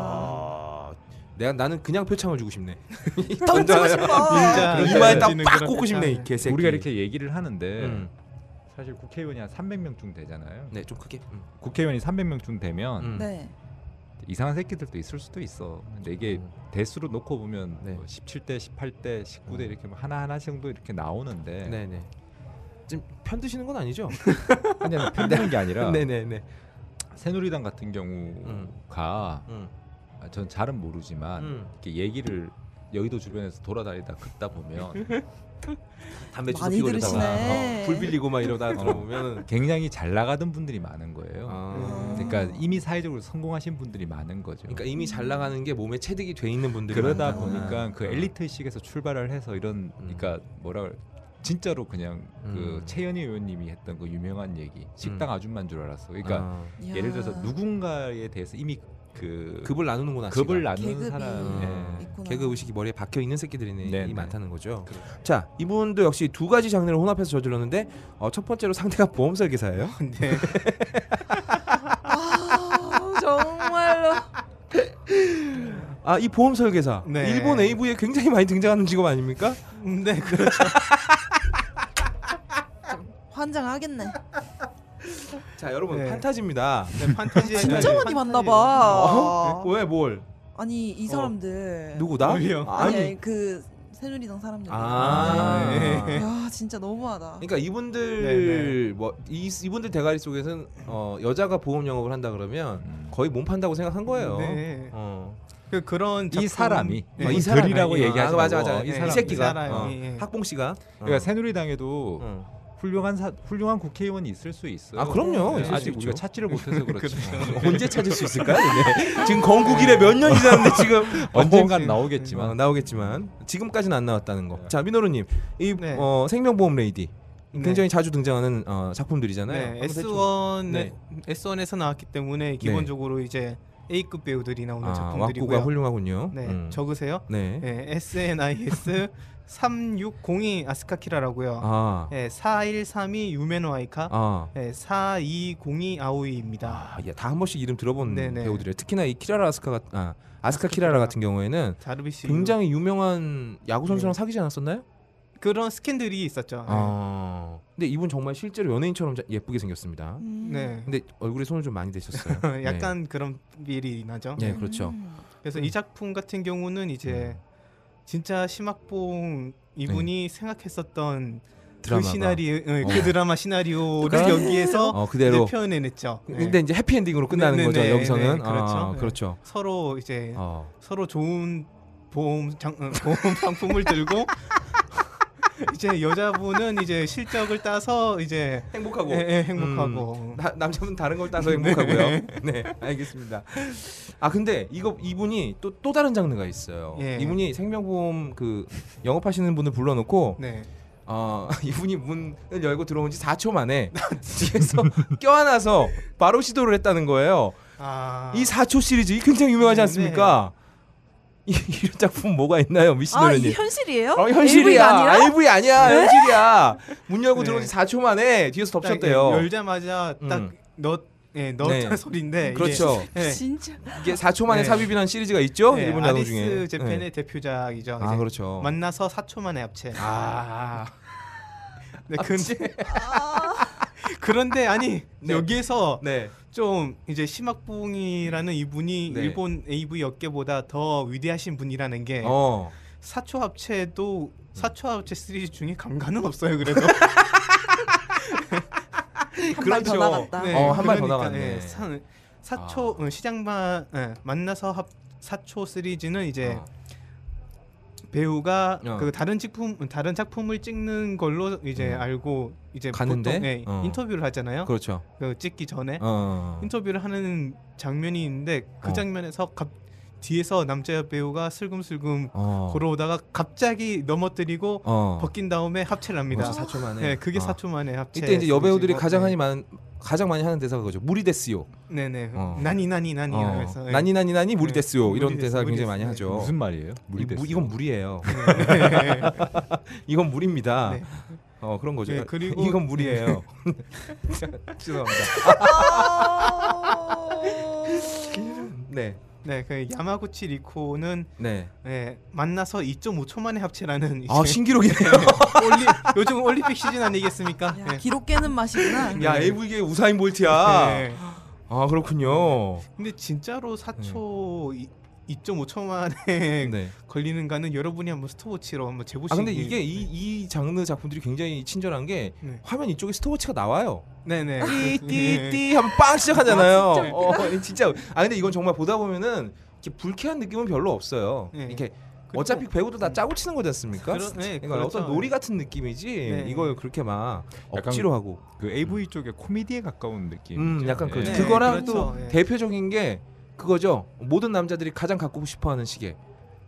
S1: 아, 내가 나는 그냥 표창을 주고 싶네.
S2: 덩 치고 싶어.
S4: 민자
S1: 아, 이마에
S4: 지는
S1: 딱팍
S4: 그런 아,
S1: 꽂고 싶네 이
S4: 표창.
S1: 개새끼.
S6: 우리가 이렇게 얘기를 하는데
S1: 음.
S6: 사실 국회의원이 한 300명쯤 되잖아요.
S1: 네좀 크게. 음.
S6: 국회의원이 300명쯤 되면
S1: 음.
S2: 네.
S6: 이상한 새끼들도 있을 수도 있어. 근데 이게 대수로 놓고 보면
S1: 네.
S6: 뭐 17대, 18대, 19대
S1: 음.
S6: 이렇게 뭐 하나 하나 정도 이렇게 나오는데
S1: 네네. 지금 편 드시는 건 아니죠?
S6: 아니 아니 편드는 게 아니라
S1: 네네네.
S6: 새누리당 같은 경우가
S1: 음.
S6: 아, 전 잘은 모르지만
S1: 음.
S6: 이렇게 얘기를 여의도 주변에서 돌아다니다 긋다 보면
S1: 담배 주워
S2: 많이
S1: 피고 이러다가
S2: 들으시네.
S1: 어, 불 빌리고 막 이러다 들어보면은
S6: 굉장히 잘 나가던 분들이 많은 거예요.
S1: 아.
S6: 그러니까 이미 사회적으로 성공하신 분들이 많은 거죠.
S1: 그러니까 이미 잘 나가는 게 몸에 체득이 돼 있는 분들이 네.
S6: 그러다
S1: 많구나.
S6: 보니까 그 엘리트식에서 출발을 해서 이런
S1: 음.
S6: 그러니까 뭐라 그래 진짜로 그냥
S1: 음.
S6: 그 최연희 의원님이 했던 그 유명한 얘기 식당 아줌마인 줄 알았어. 그러니까
S1: 아,
S2: 이야.
S6: 예를 들어서 누군가에 대해서 이미 그
S1: 급을 나누는구나.
S6: 급을
S1: 지가.
S6: 나누는
S2: 계급이.
S6: 사람
S1: 음.
S6: 예.
S2: 있구나.
S1: 개그 의식이 머리에 박혀 있는 새끼들이
S6: 네, 네.
S1: 많다는 거죠.
S6: 그렇죠.
S1: 자, 이분도 역시 두 가지 장르를 혼합해서 저질렀는데 어, 첫 번째로 상대가 보험 설계사예요.
S4: 네.
S2: 아, 정말로.
S1: 아, 이 보험 설계사
S4: 네.
S1: 일본 AV에 굉장히 많이 등장하는 직업 아닙니까?
S4: 음, 네, 그렇죠.
S2: 환장하겠네.
S1: 자, 여러분
S4: 네.
S1: 판타지입니다. 어?
S4: 네, 판타지
S2: 진짜 많이 봤나
S6: 어?
S2: 봐.
S6: 네?
S1: 왜 뭘?
S2: 아니 이 사람들.
S1: 누구 나?
S6: 예.
S4: 우리요.
S2: 아니, 아니 그 새누리당 사람들.
S1: 아.
S4: 네.
S2: 야 진짜 너무하다.
S1: 그러니까
S4: 네,
S1: 이분들 뭐 이, 이분들 대가리 속에서는 어, 여자가 보험 영업을 한다 그러면
S6: 음.
S1: 거의 몸 판다고 생각한 거예요.
S4: 네.
S1: 어.
S4: 그 그런 작품,
S6: 이 사람이
S4: 네.
S1: 아,
S6: 이
S1: 사람이.
S6: 들이라고
S1: 아,
S6: 얘기하지
S1: 맞아
S6: 말고,
S1: 맞아.
S6: 어,
S1: 이,
S6: 이 사람이.
S1: 새끼가
S4: 이 사람이.
S1: 어,
S4: 예.
S1: 학봉 씨가.
S6: 그러니까
S1: 어.
S6: 새누리당에도
S1: 어.
S6: 훌륭한 사, 훌륭한 국회의원이 있을 수 있어요.
S1: 아 그럼요.
S6: 네,
S1: 있을 수
S6: 아직
S1: 있죠.
S6: 우리가 찾지를 못해서 그렇죠. 네. 그렇지.
S1: 언제 찾을 수 있을까요? 근데? 지금 건국일에 몇 년이 지났는데 지금
S6: 언젠간
S1: 어,
S6: 나오겠지만
S1: 나오겠지만 지금까지는 안 나왔다는 거. 자 민호루님 이
S4: 네.
S1: 어, 생명보험 레이디
S4: 네.
S1: 굉장히 자주 등장하는 어, 작품들이잖아요.
S4: 네,
S1: 한번 대충-
S4: S1
S1: 네.
S4: 에 S1에서 나왔기 때문에 기본적으로 이제 A급 배우들이 나오는
S1: 아,
S4: 작품들이고요.
S1: 왁구가 훌륭하군요.
S4: 네,
S1: 음.
S4: 적으세요.
S1: 네.
S4: 네, SNIS 3602 아스카키라라고요.
S1: 아,
S4: 네, 4132 유메노 아이카.
S1: 아,
S4: 네, 4202 아오이입니다.
S1: 아, 예, 다한 번씩 이름 들어본
S4: 네네.
S1: 배우들이에요. 특히나 이 키라라 아스카 같, 아, 아스카 키라라 같은 경우에는
S4: 자르비시
S1: 굉장히 유명한 야구 선수랑
S4: 네.
S1: 사귀지 않았었나요?
S4: 그런 스캔들이 있었죠.
S1: 아, 근데 이분 정말 실제로 연예인처럼 자- 예쁘게 생겼습니다.
S2: 음.
S4: 네.
S1: 근데 얼굴에 손을 좀 많이 대셨어요.
S4: 네. 약간 그런 일이 나죠.
S1: 네, 음. 네 그렇죠.
S2: 음.
S4: 그래서 이 작품 같은 경우는 이제 진짜 심학봉 이분이 생각했었던 그
S1: 네. 드라마가.
S4: 시나리오, 응,
S1: 어.
S4: 그 드라마 시나리오를
S1: 그러니까-
S4: 여기에서
S1: 어, 그대로.
S4: 이제 표현해냈죠. 네.
S1: 근데 이제 해피엔딩으로 끝나는
S4: 네, 네,
S1: 거죠.
S4: 네,
S1: 여기서는
S4: 네, 그렇죠.
S1: 아,
S4: 네.
S1: 그렇죠.
S4: 서로 이제
S1: 어.
S4: 서로 좋은 보험 장, 어, 보험 상품을 들고 이제 여자분은 이제 실적을 따서 이제
S1: 행복하고
S4: 예, 예, 행복하고
S1: 음, 나- 남자분 다른 걸 따서 행복하고요. 네, 알겠습니다. 아 근데 이거 이분이 또 또 다른 장르가 있어요.
S4: 예.
S1: 이분이 생명보험 그 영업하시는 분을 불러놓고
S4: 네.
S1: 어, 이분이 문을 열고 들어온 지 4초 만에 뒤에서 껴안아서 바로 시도를 했다는 거예요.
S4: 아,
S1: 이 4초 시리즈 이 굉장히 유명하지
S4: 네,
S1: 않습니까? 이, 이런 작품 뭐가 있나요,
S2: 아, 이
S1: 미신노래님?
S2: 현실이에요?
S1: 네. 어,
S2: AV 가
S1: 현실이야.
S2: 아니라? 네?
S1: LV 아니야. 현실이야. 문 열고
S4: 네.
S1: 들어온 지 4초 만에 뒤에서
S4: 딱
S1: 덮쳤대요.
S4: 예, 열자마자
S1: 음.
S4: 딱넣 예, 넣었다
S1: 네.
S4: 소리인데
S1: 그렇죠.
S4: 이게, 예,
S2: 진짜.
S1: 이게 4초 만에
S4: 네.
S1: 삽입이라는 시리즈가 있죠?
S4: 예,
S1: 일본 야동
S4: 아디스
S1: 중에.
S4: 재팬의
S1: 네.
S4: 대표작이죠.
S1: 아,
S4: 이제
S1: 그렇죠.
S4: 만나서 4초 만에 합체.
S1: 아.
S4: 네, 근, 그런데 아니
S1: 네.
S4: 여기에서
S1: 네.
S4: 좀 이제 심학봉이라는 이분이
S1: 네.
S4: 일본 AV 업계보다 더 위대하신 분이라는 게
S1: 어.
S4: 사초 합체도 사초 합체 시리즈 중에 감가는 없어요. 그래도
S2: 한발 더
S1: 그렇죠.
S2: 나갔다.
S1: 네. 어, 한발더 나갔네. 아.
S4: 예, 사, 사초 어, 시장만 예, 만나서 합 사초 시리즈는 이제
S1: 어.
S4: 배우가
S1: 어.
S4: 그 다른 작품 다른 작품을 찍는 걸로 이제
S1: 음.
S4: 알고 이제
S1: 갔는데?
S4: 보통 예,
S1: 어.
S4: 인터뷰를 하잖아요. 그
S1: 그렇죠.
S4: 찍기 전에
S1: 어.
S4: 인터뷰를 하는 장면이 있는데 그
S1: 어.
S4: 장면에서 갑 뒤에서 남자 배우가 슬금슬금
S1: 어.
S4: 걸어오다가 갑자기 넘어뜨리고
S1: 어.
S4: 벗긴 다음에 합체를 합니다.
S1: 벌써 4초 만에.
S4: 네, 그게
S1: 어.
S4: 4초 만에 합체.
S1: 이때 이제 여배우들이 가장 네. 많이
S4: 많이
S1: 많은 가장 많이 하는 대사가 그거죠. 무리 데스요.
S4: 네네
S1: 어.
S4: 나니 나니 나니
S1: 어.
S4: 하면서 네.
S1: 나니 나니 나니 무리
S4: 네.
S1: 데스요. 이런
S4: 무리 데스,
S1: 대사 굉장히
S4: 무리 데스.
S1: 많이
S4: 네.
S1: 하죠.
S6: 무슨 그렇죠. 말이에요?
S1: 이, 무, 이건 무리예요. 이건 무리입니다.
S4: 네.
S1: 어 그런 거죠.
S4: 네, 그리고-
S1: 이건 무리예요. 죄송합니다.
S2: 아.
S1: 네,
S4: 네, 그 야마구치 리코는
S1: 네.
S4: 네, 만나서 2.5초 만에 합체라는
S1: 아
S4: 이제
S1: 신기록이네요.
S4: 올리, 요즘 올림픽 시즌 아니겠습니까?
S2: 야,
S4: 네.
S2: 기록 깨는 맛이구나.
S1: 야 AV계 우사인 볼트야.
S4: 네.
S1: 아 그렇군요.
S4: 근데 진짜로 4초 2.5초 만에
S1: 네.
S4: 걸리는가는 여러분이 한번 스토워치로 한번 재보시는
S1: 아 근데 이게 이, 이 장르 작품들이 굉장히 친절한 게
S4: 네.
S1: 화면 이쪽에 스토어치가 나와요.
S4: 네네
S1: 띠띠띠 하면 빵 시작하잖아요.
S2: 아, 진짜
S1: 어, 진짜. 아 근데 이건 정말 보다 보면은 이렇게 불쾌한 느낌은 별로 없어요.
S4: 네.
S1: 이렇게
S4: 그리고-
S1: 어차피 배우도 다 짜고 치는 거지 않습니까?
S4: 그러- 네,
S1: 그러니까
S4: 그렇죠.
S1: 어떤 놀이 같은 느낌이지
S4: 네.
S1: 이걸 그렇게 막
S6: 약간-
S1: 억지로 하고
S6: 그 AV 쪽에 코미디에 가까운 느낌.
S1: 음 약간 그렇죠.
S4: 네,
S1: 그거랑
S4: 그렇죠.
S1: 또
S4: 네.
S1: 대표적인 게 그거죠. 모든 남자들이 가장 갖고 싶어하는 시계,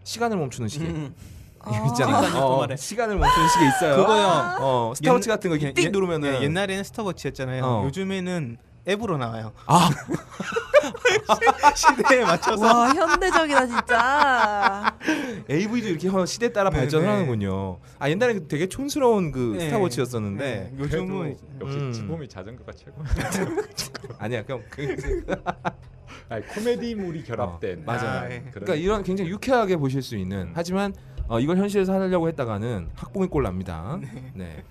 S1: 시간을 멈추는 시계.
S4: 음,
S2: 아.
S1: 있잖아.
S4: 그
S1: 어,
S4: 말에.
S1: 시간을 멈추는 시계 있어요.
S4: 그거요.
S1: 어, 스타워치
S4: 옛-
S1: 같은 거 이렇게
S4: 예,
S1: 띡
S4: 예,
S1: 누르면은
S4: 예, 옛날에는 스타워치였잖아요.
S1: 어.
S4: 요즘에는 앱으로 나와요.
S1: 아.
S4: 시대에 맞춰서
S2: 와 현대적이다 진짜.
S1: AV도 이렇게 하- 시대에 따라
S4: 네,
S1: 발전하는군요. 아 옛날에 그 되게 촌스러운 그
S4: 네.
S1: 스타워치였었는데
S4: 네, 요즘은
S6: 역시
S1: 음.
S6: 지범이 자전거가 최고.
S4: 네.
S1: 아니야 그냥 그,
S6: 아니 코미디물이 결합된
S1: 어, 맞아요.
S4: 아, 예.
S6: 그런
S1: 그러니까 이런 굉장히 유쾌하게 보실 수 있는 하지만 어, 이걸 현실에서 하려고 했다가는 학봉이 꼴 납니다. 네.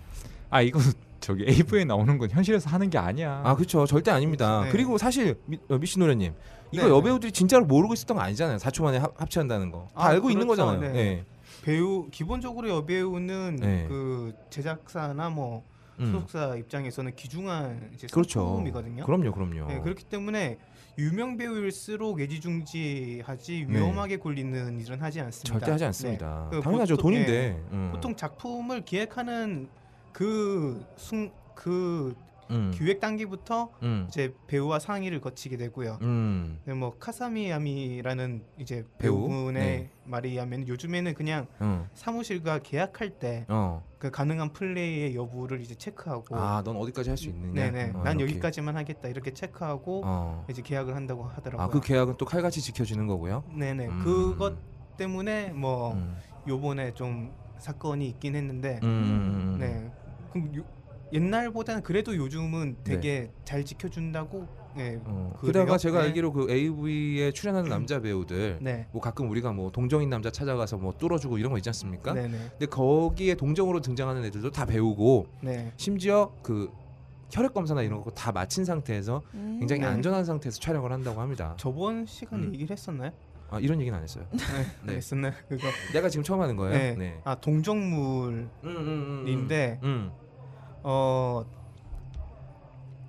S6: 아 이거 저기 AV에 나오는 건 현실에서 하는 게 아니야.
S1: 아 그렇죠 절대 아닙니다.
S4: 네.
S1: 그리고 사실 미, 어, 미신노래님 이거
S4: 네.
S1: 여배우들이 진짜로 모르고 있었던 거 아니잖아요. 4초 만에 합, 합체한다는 거. 다
S4: 아,
S1: 알고 있는
S4: 그렇죠.
S1: 거잖아요.
S4: 네.
S1: 네.
S4: 배우 기본적으로 여배우는
S1: 네.
S4: 그 제작사나 뭐
S1: 음.
S4: 소속사 입장에서는 기중한 이제
S1: 그렇죠.
S4: 상품이거든요.
S1: 그럼요, 그럼요.
S4: 네, 그렇기 때문에 유명 배우일수록 예지중지하지
S1: 네.
S4: 위험하게 굴리는 일은 하지 않습니다.
S1: 절대 하지
S4: 네.
S1: 않습니다.
S4: 그
S1: 당연하죠
S4: 보통-
S1: 돈인데.
S4: 예.
S1: 음.
S4: 보통 작품을 기획하는 그 순 그
S1: 음.
S4: 기획 단계부터
S1: 음.
S4: 이제 배우와 상의를 거치게 되고요.
S1: 음.
S4: 근데 뭐 카사미야미라는 이제
S1: 배우?
S4: 배우분의
S1: 네.
S4: 말에 의하면 요즘에는 그냥
S1: 음.
S4: 사무실과 계약할 때 그
S1: 어.
S4: 가능한 플레이의 여부를 이제 체크하고
S1: 아, 넌 어디까지 할 수 있느냐?
S4: 네네
S1: 어,
S4: 난
S1: 이렇게.
S4: 여기까지만 하겠다 이렇게 체크하고
S1: 어.
S4: 이제 계약을 한다고 하더라고요.
S1: 아, 그 계약은 또 칼같이 지켜지는 거고요.
S4: 네네
S1: 음.
S4: 그것 때문에 뭐
S1: 음.
S4: 요번에 좀 사건이 있긴 했는데
S1: 음, 음, 음.
S4: 네 그럼 요- 옛날보다는 그래도 요즘은 되게
S1: 네.
S4: 잘 지켜준다고 네,
S1: 어,
S4: 그래요?
S1: 그러다가 제가
S4: 네.
S1: 알기로 그 AV에 출연하는 남자 배우들
S4: 네.
S1: 뭐 가끔 우리가 뭐 동정인 남자 찾아가서 뭐 뚫어주고 이런 거 있지 않습니까?
S4: 네네
S1: 근데 거기에 동정으로 등장하는 애들도 다 배우고
S4: 네
S1: 심지어 그 혈액 검사나 이런 거 다 마친 상태에서
S2: 음.
S1: 굉장히
S4: 네.
S1: 안전한 상태에서 촬영을 한다고 합니다.
S4: 저번 시간에
S1: 음.
S4: 얘기를 했었나요?
S1: 아, 이런 얘기는 안 했어요. 네.
S4: 네 했었나요 그거
S1: 내가 지금 처음 하는 거예요.
S4: 네.
S1: 네.
S4: 아 동정물인데
S1: 음, 음, 음, 음. 음.
S4: 어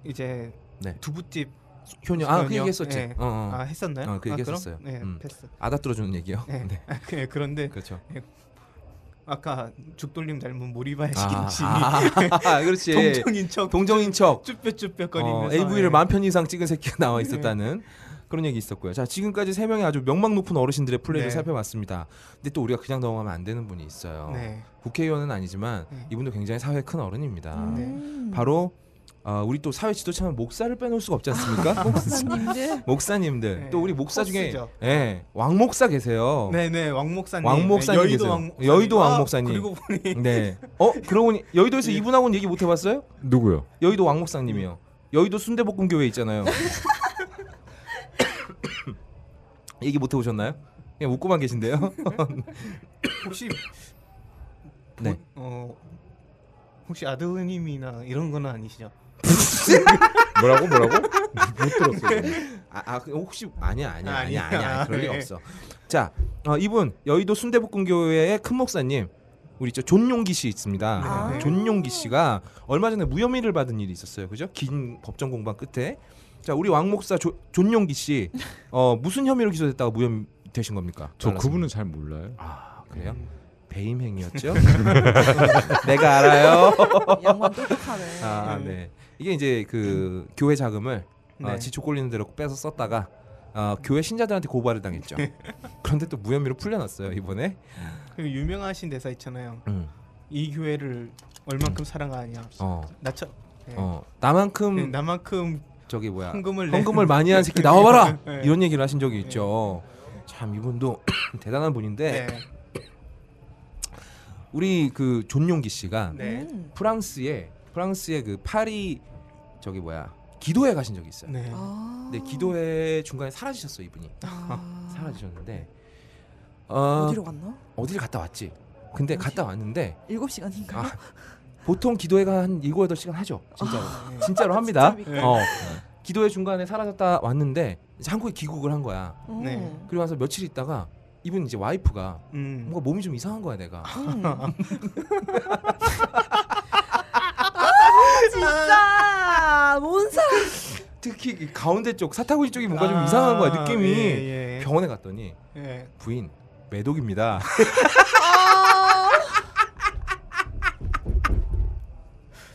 S4: 이제
S1: 네.
S4: 두부집
S1: 효녀 아그
S4: 효녀?
S1: 얘기했었지.
S4: 네.
S1: 어, 어.
S4: 아 했었나요?
S1: 어, 그 얘기
S4: 아, 그럼?
S1: 했었어요.
S4: 네
S1: 음.
S4: 패스
S1: 아다 뚫어주는 얘기요.
S4: 네.
S1: 네.
S4: 아, 그- 그런데
S1: 그렇죠.
S4: 아까 죽돌림 닮은 모리바의
S1: 아,
S4: 시킨지
S1: 아, 아, 그렇지.
S4: 동정인 척
S1: 동정인 척.
S4: 쭈뼛쭈뼛거리면서 예. 네.
S1: 어, AV를 만 편 이상 찍은 새끼가 나와 있었다는 그런 얘기 있었고요. 자 지금까지 세 명의 아주 명망 높은 어르신들의 플레이를
S4: 네.
S1: 살펴봤습니다. 근데 또 우리가 그냥 넘어가면 안 되는 분이 있어요.
S4: 네.
S1: 국회의원은 아니지만
S4: 네.
S1: 이분도 굉장히 사회 큰 어른입니다.
S2: 음.
S1: 바로 어, 우리 또 사회 지도자는 목사를 빼놓을 수가 없지 않습니까?
S2: 목사님들
S1: 목사님들
S4: 네.
S1: 또 우리 목사 중에
S4: 코스죠.
S1: 예, 왕목사 계세요.
S4: 네네 왕 목사님
S1: 어. 왕
S4: 네,
S1: 목사님
S4: 여의도
S1: 계세요.
S4: 왕 목사님.
S1: 여의도 왕
S4: 아,
S1: 목사님.
S4: 그리고 보니
S1: 네. 어 그러고 보니 여의도에서
S4: 네.
S1: 이분하고는 얘기 못 해봤어요?
S6: 누구요?
S1: 여의도 왕 목사님이요. 여의도 순대볶음 교회 있잖아요. 얘기 못 해보셨나요? 그냥 웃고만 계신데요.
S4: 혹시
S1: 네.
S4: 어 혹시 아드님이나 이런 건 아니시죠?
S6: 뭐라고 뭐라고? 못 들었어요.
S1: 아, 아, 그 혹시 아니야 아니야
S4: 네. 아,
S1: 아니야
S4: 아니야.
S1: 아니야 그럴 리
S4: 네.
S1: 없어. 자 어, 이분 여의도 순대볶음 교회의 큰 목사님 우리 저 존용기 씨 있습니다.
S4: 네.
S1: 존용기 씨가 얼마 전에 무혐의를 받은 일이 있었어요. 그죠? 긴 법정 공방 끝에 자 우리 왕 목사 조- 존용기 씨 어, 무슨 혐의로 기소됐다가 무혐의 되신 겁니까?
S6: 저
S1: 잘라서.
S6: 그분은 잘 몰라요.
S1: 아 그래요?
S4: 음.
S1: 배임 행위였죠? 내가 알아요.
S2: 양반 똑똑하네.
S1: 아,
S4: 음.
S1: 네. 이게 이제 그 교회 자금을 어,
S4: 네.
S1: 지초 꼴리는 대로 빼서 썼다가 어, 교회 신자들한테 고발을 당했죠. 그런데 또 무혐의로 풀려났어요 이번에.
S4: 그 유명하신 대사 있잖아요.
S1: 음.
S4: 이 교회를 얼만큼 사랑하냐.
S1: 어,
S4: 나처 네.
S1: 어,
S4: 네,
S1: 나만큼
S4: 나만큼
S1: 저기 뭐야
S4: 헌금을 내-
S1: 헌금을 많이 한 새끼 나와봐라
S4: 네.
S1: 이런 얘기를 하신 적이 있죠. 참 이분도 대단한 분인데
S4: 네.
S1: 우리 그 존용기 씨가
S4: 네.
S2: 음.
S1: 프랑스에 프랑스의 그 파리 저기 뭐야 기도회 가신 적이 있어요.
S4: 네.
S2: 아.
S1: 근데 기도회 중간에 사라지셨어 이분이
S2: 아.
S1: 사라지셨는데
S2: 어.
S1: 어,
S2: 디로 갔나?
S1: 어디를 갔다 왔지? 근데 갔다 왔는데
S2: 7시간인가?
S4: 어?
S1: 아, 보통 기도회가 한 7, 8시간 하죠. 진짜로.
S4: 아, 네.
S1: 진짜로 합니다.
S2: 진짜입니까?
S1: 어. 기도회 중간에 사라졌다 왔는데 이제 한국에 귀국을 한 거야.
S4: 네.
S1: 그리고 와서 며칠 있다가 이분 이제 와이프가
S4: 음. 아,
S1: 뭔가 몸이 좀 이상한 거야 내가.
S2: 진짜 아, 뭔 사람
S1: 특히 이 가운데 쪽 사타구니 쪽이 뭔가 좀
S4: 아,
S1: 이상한 거야 느낌이.
S4: 예, 예.
S1: 병원에 갔더니
S4: 예.
S1: 부인 매독입니다.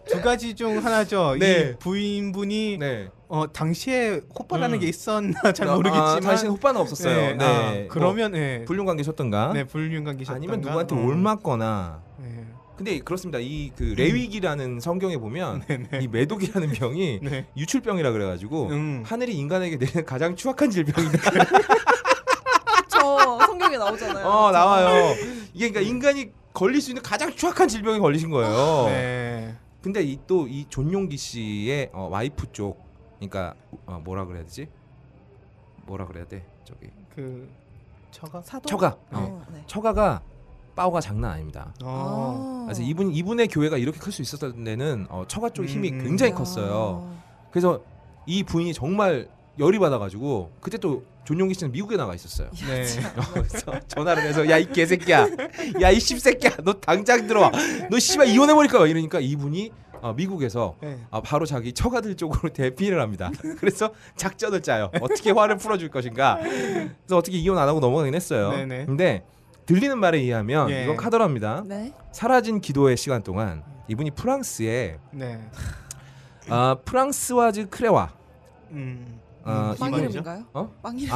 S4: 두 가지 중 하나죠.
S1: 네.
S4: 이 부인분이
S1: 네.
S4: 어 당시에 호빠라는
S1: 음.
S4: 게 있었나 잘
S1: 아,
S4: 모르겠지만
S1: 당신 호빠는 없었어요. 네.
S4: 아, 그러면 예.
S1: 뭐 불륜 관계셨던가
S4: 네, 불륜 관계셨던가
S1: 아니면 누구한테
S4: 어.
S1: 올맞거나
S4: 네.
S1: 근데 그렇습니다. 이 그 레위기라는 성경에 보면
S4: 네네.
S1: 이 매독이라는 병이
S4: 네.
S1: 유출병이라 그래가지고
S4: 음.
S1: 하늘이 인간에게 내리는 가장 추악한 질병이다.
S2: 저 성경에 나오잖아요.
S1: 어 나와요. 이게 그러니까 인간이 걸릴 수 있는 가장 추악한 질병에 걸리신 거예요.
S4: 네.
S1: 근데 이 또 이 존용기 씨의 어, 와이프 쪽, 그러니까 어, 뭐라 그래야 되지? 뭐라 그래야 돼? 저기
S4: 그 처가
S2: 사도.
S1: 처가. 어.
S2: 어, 네.
S1: 처가가 빠오가 장난 아닙니다.
S4: 어.
S1: 그래서 이분 이분의 교회가 이렇게 클 수 있었던 데는 어, 처가 쪽 힘이
S4: 음, 음.
S1: 굉장히 컸어요.
S2: 아.
S1: 그래서 이 부인이 정말 열이 받아가지고 그때 또 존용기 씨는 미국에 나가 있었어요.
S4: 네.
S1: 그래서 전화를 해서 야 이 개새끼야, 야 이 씹새끼야, 너 당장 들어와. 너 씨발 이혼해 버릴까? 이러니까 이분이 어, 미국에서
S4: 네.
S1: 아, 바로 자기 처가들 쪽으로 대피를 합니다. 그래서 작전을 짜요. 어떻게 화를 풀어줄 것인가. 그래서 어떻게 이혼 안 하고 넘어가긴 했어요.
S4: 네네.
S1: 근데 들리는 말에 의하면
S4: 예.
S1: 이건 카더랍니다.
S2: 네.
S1: 사라진 기도의 시간 동안 이분이 프랑스에
S4: 네.
S1: 아, 프랑스와즈 크레와
S4: 음.
S1: 아,
S4: 음,
S2: 빵
S4: 이거죠?
S2: 이름인가요?
S1: 어?
S2: 빵 이름.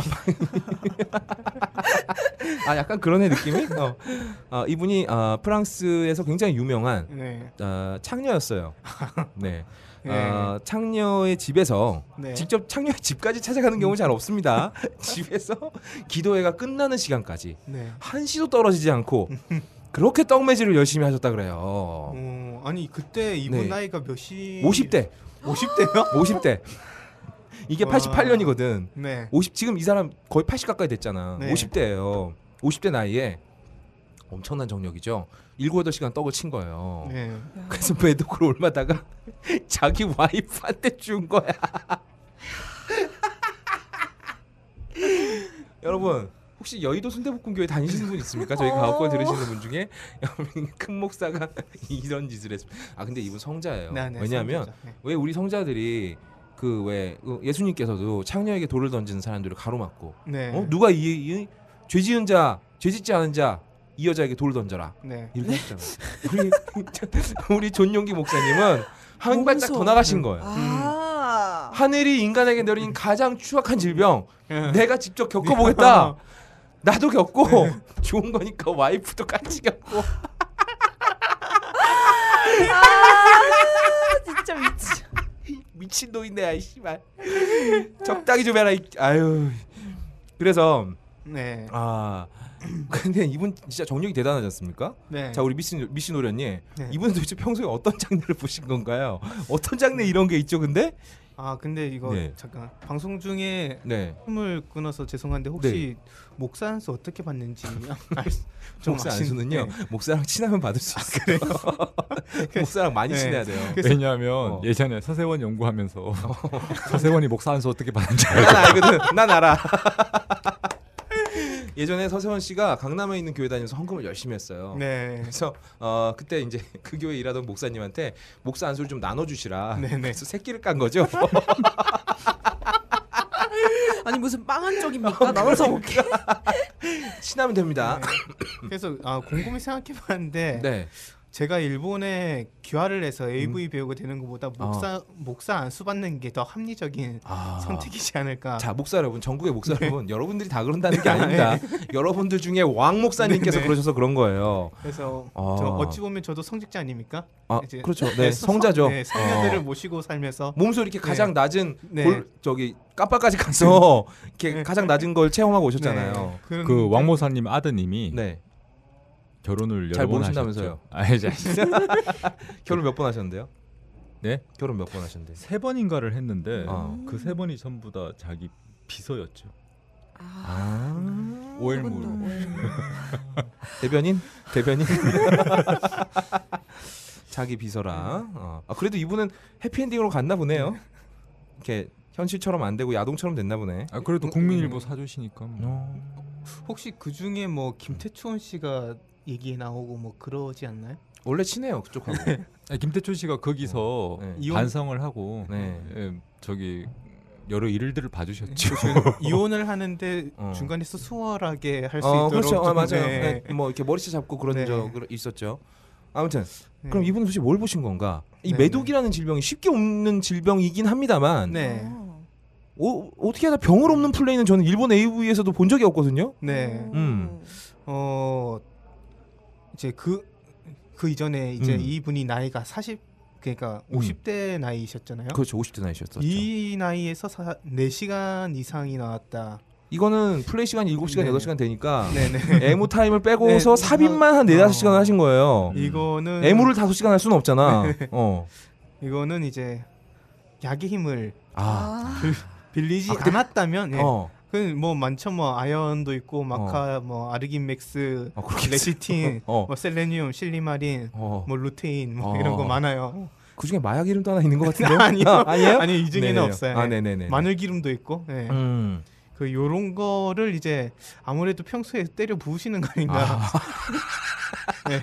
S1: 아 약간 그런 애 느낌이 어. 아, 이분이 아, 프랑스에서 굉장히 유명한
S4: 네.
S1: 어, 창녀였어요. 네.
S4: 네.
S1: 어, 창녀의 집에서
S4: 네.
S1: 직접 창녀의 집까지 찾아가는 경우 잘 없습니다. 집에서 기도회가 끝나는 시간까지
S4: 네.
S1: 한시도 떨어지지 않고 그렇게 떡매질을 열심히 하셨다 그래요.
S4: 어, 아니 그때 이분
S1: 네.
S4: 나이가 몇이
S1: 50대,
S4: 50대요?
S1: 50대. 이게
S4: 와.
S1: 88년이거든.
S4: 네.
S1: 50 지금 이 사람 거의 80 가까이 됐잖아.
S4: 네.
S1: 50대예요. 50대 나이에 엄청난 정력이죠. 7, 8시간 떡을 친 거예요.
S4: 네.
S1: 그래서 매독으로 올마다가 자기 와이프한테 준 거야. 여러분 혹시 여의도 순대볶음교회 다니시는 분 있습니까? 저희 가옥걸 들으시는 분 중에 큰 목사가 이런 짓을 했습니다. 아 근데 이분 성자예요.
S4: 네, 네,
S1: 왜냐하면
S4: 성대죠. 네.
S1: 왜 우리 성자들이 그 왜 예수님께서도 창녀에게 돌을 던지는 사람들을 가로막고
S4: 네.
S1: 어? 누가 이, 이 죄지은 자 죄짓지 않은 자 이 여자에게 돌을 던져라
S4: 네.
S1: 이렇게 하시잖아요. 우리 우리 존용기 목사님은 한
S2: 너무
S1: 발짝 더
S2: 무서워.
S1: 나가신 거예요.
S2: 아.
S1: 하늘이 인간에게 내린 가장 추악한 질병
S4: 네.
S1: 내가 직접 겪어보겠다. 나도 겪고 좋은 거니까 와이프도 같이 겪고
S2: 아, 진짜 미치.
S1: 미친 노인네 아이 씨발 적당히 좀 해라 이- 아유 그래서
S4: 네.
S1: 아 근데 이분 진짜 정력이 대단하지 않습니까?
S4: 네.
S1: 자 우리 미신 미신 오련님
S4: 네.
S1: 이분은 도대체 평소에 어떤 장르를 보신 건가요? 어떤 장르 이런 게 있죠 근데?
S4: 아 근데 이거
S1: 네.
S4: 잠깐 방송 중에
S1: 네
S4: 숨을 끊어서 죄송한데 혹시 목사 안수 어떻게 받는지 알 수- 좀
S1: 목사
S4: 아신-
S1: 안수는요
S4: 네. 아,
S1: 목사랑 친하면 받을 수 있어요. 목사랑 많이
S4: 네.
S1: 친해야 돼요.
S4: 그래서
S6: 왜냐하면
S1: 어.
S6: 예전에 서세원 연구하면서 서세원이 목사 안수 어떻게 받는지 알고
S1: 난 알거든. 난 알아. 예전에 서세원 씨가 강남에 있는 교회 다니면서 헌금을 열심히 했어요.
S4: 네.
S1: 그래서 어, 그때 이제 그 교회 일하던 목사님한테 목사 안수를 좀 나눠주시라.
S4: 네네.
S1: 그래서 새끼를 깐 거죠.
S2: 아니 무슨 빵한 쪽입니까? 나눠서 먹게.
S1: 친하면 됩니다.
S4: 그래서 아 곰곰이 생각해봤는데
S1: 네. 음.
S4: 제가 일본에 귀화를 해서 AV 배우가 되는 것보다 목사 목사 안수 받는 게 더 합리적인
S1: 어. 아.
S4: 선택이지 네. 않을까.
S1: 자 목사 여러분 전국의 목사 여러분 여러분들이 다 그런다는 게 아닙니다. 여러분들 중에 왕 목사님께서
S4: 네, 네.
S1: 그러셔서 그런 거예요.
S4: 그래서
S1: 아.
S4: 저 어찌 보면 저도 성직자 아닙니까?
S1: 아
S4: 이제-
S1: 그렇죠. 네
S4: 그래서 성-
S1: 성자죠.
S4: 네, 성녀들을
S1: 어.
S4: 모시고 살면서
S1: 몸소 이렇게 가장
S4: 네.
S1: 낮은
S4: 네.
S1: 골, 저기 깜빡까지 가서 이렇게
S4: 네.
S1: 가장 낮은 걸 체험하고
S4: 네,
S1: 오셨잖아요.
S4: 그런-
S6: 그 왕모사님 아드님이
S1: 네.
S6: 결혼을
S1: 잘
S6: 여러 번
S1: 모르신다면서요.
S6: 하셨죠. 아, 이제
S1: 결혼 몇 번 하셨는데요?
S6: 네?
S1: 결혼 몇 번 하셨는데?
S6: 세 번인가를 했는데
S1: 어.
S6: 그 세 번이 전부 다 자기 비서였죠.
S1: 아.
S6: 오일물.
S1: 대변인? 대변인? 자기 비서랑. 어. 아, 그래도 이분은 해피엔딩으로 갔나 보네요. 이렇게 현실처럼 안 되고 야동처럼 됐나 보네.
S6: 아 그래도 국민일보 사주시니까 뭐.
S1: 어.
S4: 혹시 그 중에 뭐 김태춘 씨가 얘기에 나오고 뭐 그러지 않나요?
S1: 원래 친해요 그쪽하고.
S6: 아, 김태춘 씨가 거기서
S1: 네.
S6: 이혼- 반성을 하고
S1: 네.
S6: 예, 저기 여러 일들을 봐주셨죠.
S4: 이혼을 하는데
S1: 어.
S4: 중간에서 수월하게 할 수
S1: 어,
S4: 있도록
S1: 그렇죠. 아,
S4: 좀,
S1: 맞아요.
S4: 네.
S1: 네, 뭐 이렇게 머리채 잡고 그런
S4: 네.
S1: 적 있었죠. 아무튼 그럼
S4: 네.
S1: 이분은 도대체 뭘 보신 건가? 이
S4: 네,
S1: 매독이라는 질병이 쉽게 없는 질병이긴 합니다만
S4: 네.
S1: 어, 어떻게 하다 병을 없는 플레이는 저는 일본 AV에서도 본 적이 없거든요.
S4: 네.
S1: 음.
S4: 어 이제 그 그 이전에 이제
S1: 음.
S4: 이분이 나이가 40 그러니까
S1: 음.
S4: 50대 나이셨잖아요.
S1: 그렇죠. 50대 나이셨었죠. 이...
S4: 이 나이에서 사, 4시간 이상이 나왔다.
S1: 이거는 플레이 시간이 7시간,
S4: 네.
S1: 8시간 되니까
S4: 네네.
S1: 애무 타임을 빼고서
S4: 네.
S1: 삽입만 한 4, 5시간 하신 거예요.
S4: 이거는
S1: 음.
S4: 네.
S1: 애무를 5시간 할 수는 없잖아. 어.
S4: 이거는 이제 약의 힘을
S1: 아.
S4: 빌리지
S1: 아, 근데-
S4: 않았다면 예.
S1: 어.
S4: 그뭐 많죠 뭐 아연도 있고 마카 뭐 아르긴맥스 뭐
S1: 어, 그렇겠지.
S4: 레시틴
S1: 어.
S4: 뭐 셀레늄 실리마린
S1: 어.
S4: 뭐 루테인 뭐
S1: 어.
S4: 이런 거 많아요
S1: 그중에 마약 이름도 하나 있는 것 같은데요?
S4: 아니요.
S1: 아니에요?
S4: 아니 이 중에는
S1: 네네네.
S4: 없어요
S1: 아,
S4: 예.
S1: 네네네.
S4: 마늘 기름도 있고 예.
S1: 음.
S4: 그 요런 거를 이제 아무래도 평소에 때려 부으시는 거 아닌가 네.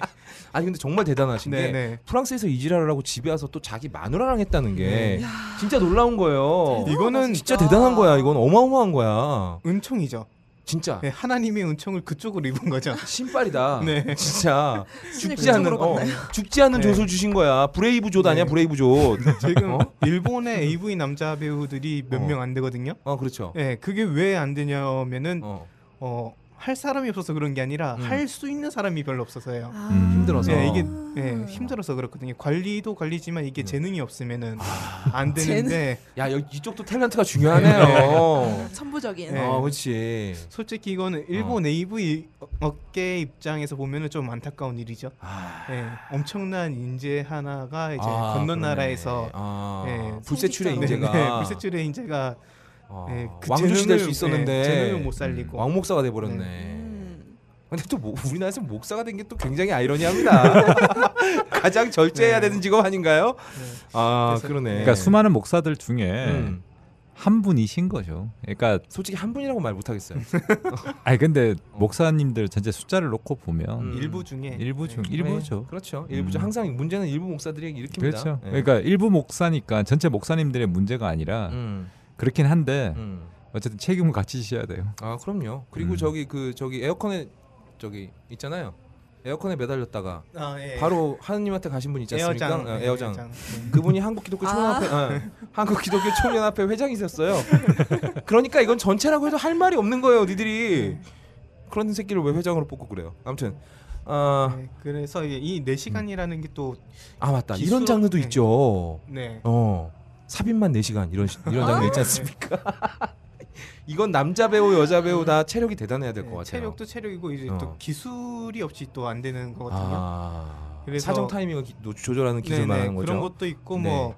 S1: 아니 근데 정말 대단하신 게
S4: 네네
S1: 프랑스에서 이지랄을 하고 집에 와서 또 자기 마누라랑 했다는
S4: 네.
S1: 게 진짜 놀라운 거예요.
S4: 이거는
S1: 진짜 대단한 거야. 이건 어마어마한 거야.
S4: 은총이죠
S1: 진짜
S4: 네, 하나님의 은총을 그쪽으로 입은 거죠.
S1: 신발이다.
S4: 네.
S1: 진짜
S2: 신입
S1: 죽지 않는
S2: 근처로
S1: 어,
S2: 갔나요?
S1: 죽지 않는
S4: 네.
S1: 조수 주신 거야. 브레이브 조 아니야
S4: 네.
S1: 브레이브 조.
S4: 지금
S1: 어?
S4: 일본의 AV 남자 배우들이 몇
S1: 어.
S4: 명 안 되거든요.
S1: 어 그렇죠.
S4: 네, 그게 왜 안 되냐면은
S1: 어
S4: 어, 할 사람이 없어서 그런 게 아니라
S1: 음.
S4: 할 수 있는 사람이 별로 없어서요.
S2: 아.
S6: 음.
S1: 힘들어서.
S4: 네, 이게 네, 힘들어서 그렇거든요. 관리도 관리지만
S1: 음.
S4: 이게 재능이 없으면은
S1: 아.
S4: 안 되는데
S1: 야 여기 이쪽도 탤런트가 중요하네요.
S2: 천부적인.
S4: 네.
S1: 어 그렇지.
S4: 솔직히 이거는
S1: 어.
S4: 일본 AV 업계 입장에서 보면은 좀 안타까운 일이죠.
S1: 아,
S4: 예, 엄청난 인재 하나가 이제
S1: 아,
S4: 건너
S1: 그러네.
S4: 나라에서
S1: 아,
S4: 네.
S1: 불세출의
S2: 성직자로.
S1: 인재가
S4: 네, 불세출의 인재가
S1: 어,
S4: 예, 그
S1: 왕조시 될 수
S4: 재능을-
S1: 있었는데
S4: 예, 재능을 못 살리고.
S1: 왕목사가 돼 버렸네.
S2: 음.
S1: 근데 또 뭐- 우리나라에서 목사가 된 게 또 굉장히 아이러니합니다. 가장 절제해야 되는 직업 아닌가요? 아
S4: 네. 그래서-
S1: 그러네.
S6: 그러니까 수많은 목사들 중에
S1: 음,
S6: 한 분이신 거죠. 그러니까
S1: 솔직히 한 분이라고 말 못하겠어요.
S6: 아니 근데 목사님들 전체 숫자를 놓고 보면
S1: 음.
S4: 일부 중에
S6: 일부
S4: 예,
S6: 중 일부죠.
S1: 그렇죠. 일부죠.
S6: 음.
S1: 항상 문제는 일부 목사들이 일으킵니다.
S6: 그렇죠.
S1: 예.
S6: 그러니까 일부 목사니까 전체 목사님들의 문제가 아니라
S1: 음,
S6: 그렇긴 한데
S1: 음.
S6: 어쨌든 책임은 같이 지셔야 돼요.
S1: 아 그럼요. 그리고
S6: 네. 음.
S1: 저기 그 저기 에어컨에 저기 있잖아요. 에어컨에 매달렸다가
S4: 아, 예.
S1: 바로 하느님한테 가신 분 있지 않습니까?
S4: 에어장
S1: 어,
S4: 예,
S1: 에어장.
S4: 예.
S1: 그분이 한국기독교 총연합회 예. 한국기독교 총연합회 회장이셨어요. 그러니까 이건 전체라고 해도 할 말이 없는 거예요, 니들이. 그런 새끼를 왜 회장으로 뽑고 그래요? 아무튼 아,
S4: 예, 그래서 이네 시간이라는 게 또
S1: 아 맞다. 이런
S4: 기술-
S1: 장르도
S4: 네.
S1: 있죠.
S4: 네.
S1: 어 삽입만 4시간 이런 시- 이런 장르 있지 않습니까? 이건 남자 배우 여자 배우 다 체력이 대단해야 될 것
S4: 예,
S1: 같아요.
S4: 체력도 체력이고 이제
S1: 어.
S4: 또 기술이 없이 또 안 되는 거거든요.
S1: 아
S4: 그래서-
S1: 사정 타이밍을 기- 노- 조절하는 기술
S4: 네네,
S1: 말하는 거죠.
S4: 그런 것도 있고
S1: 네.
S4: 뭐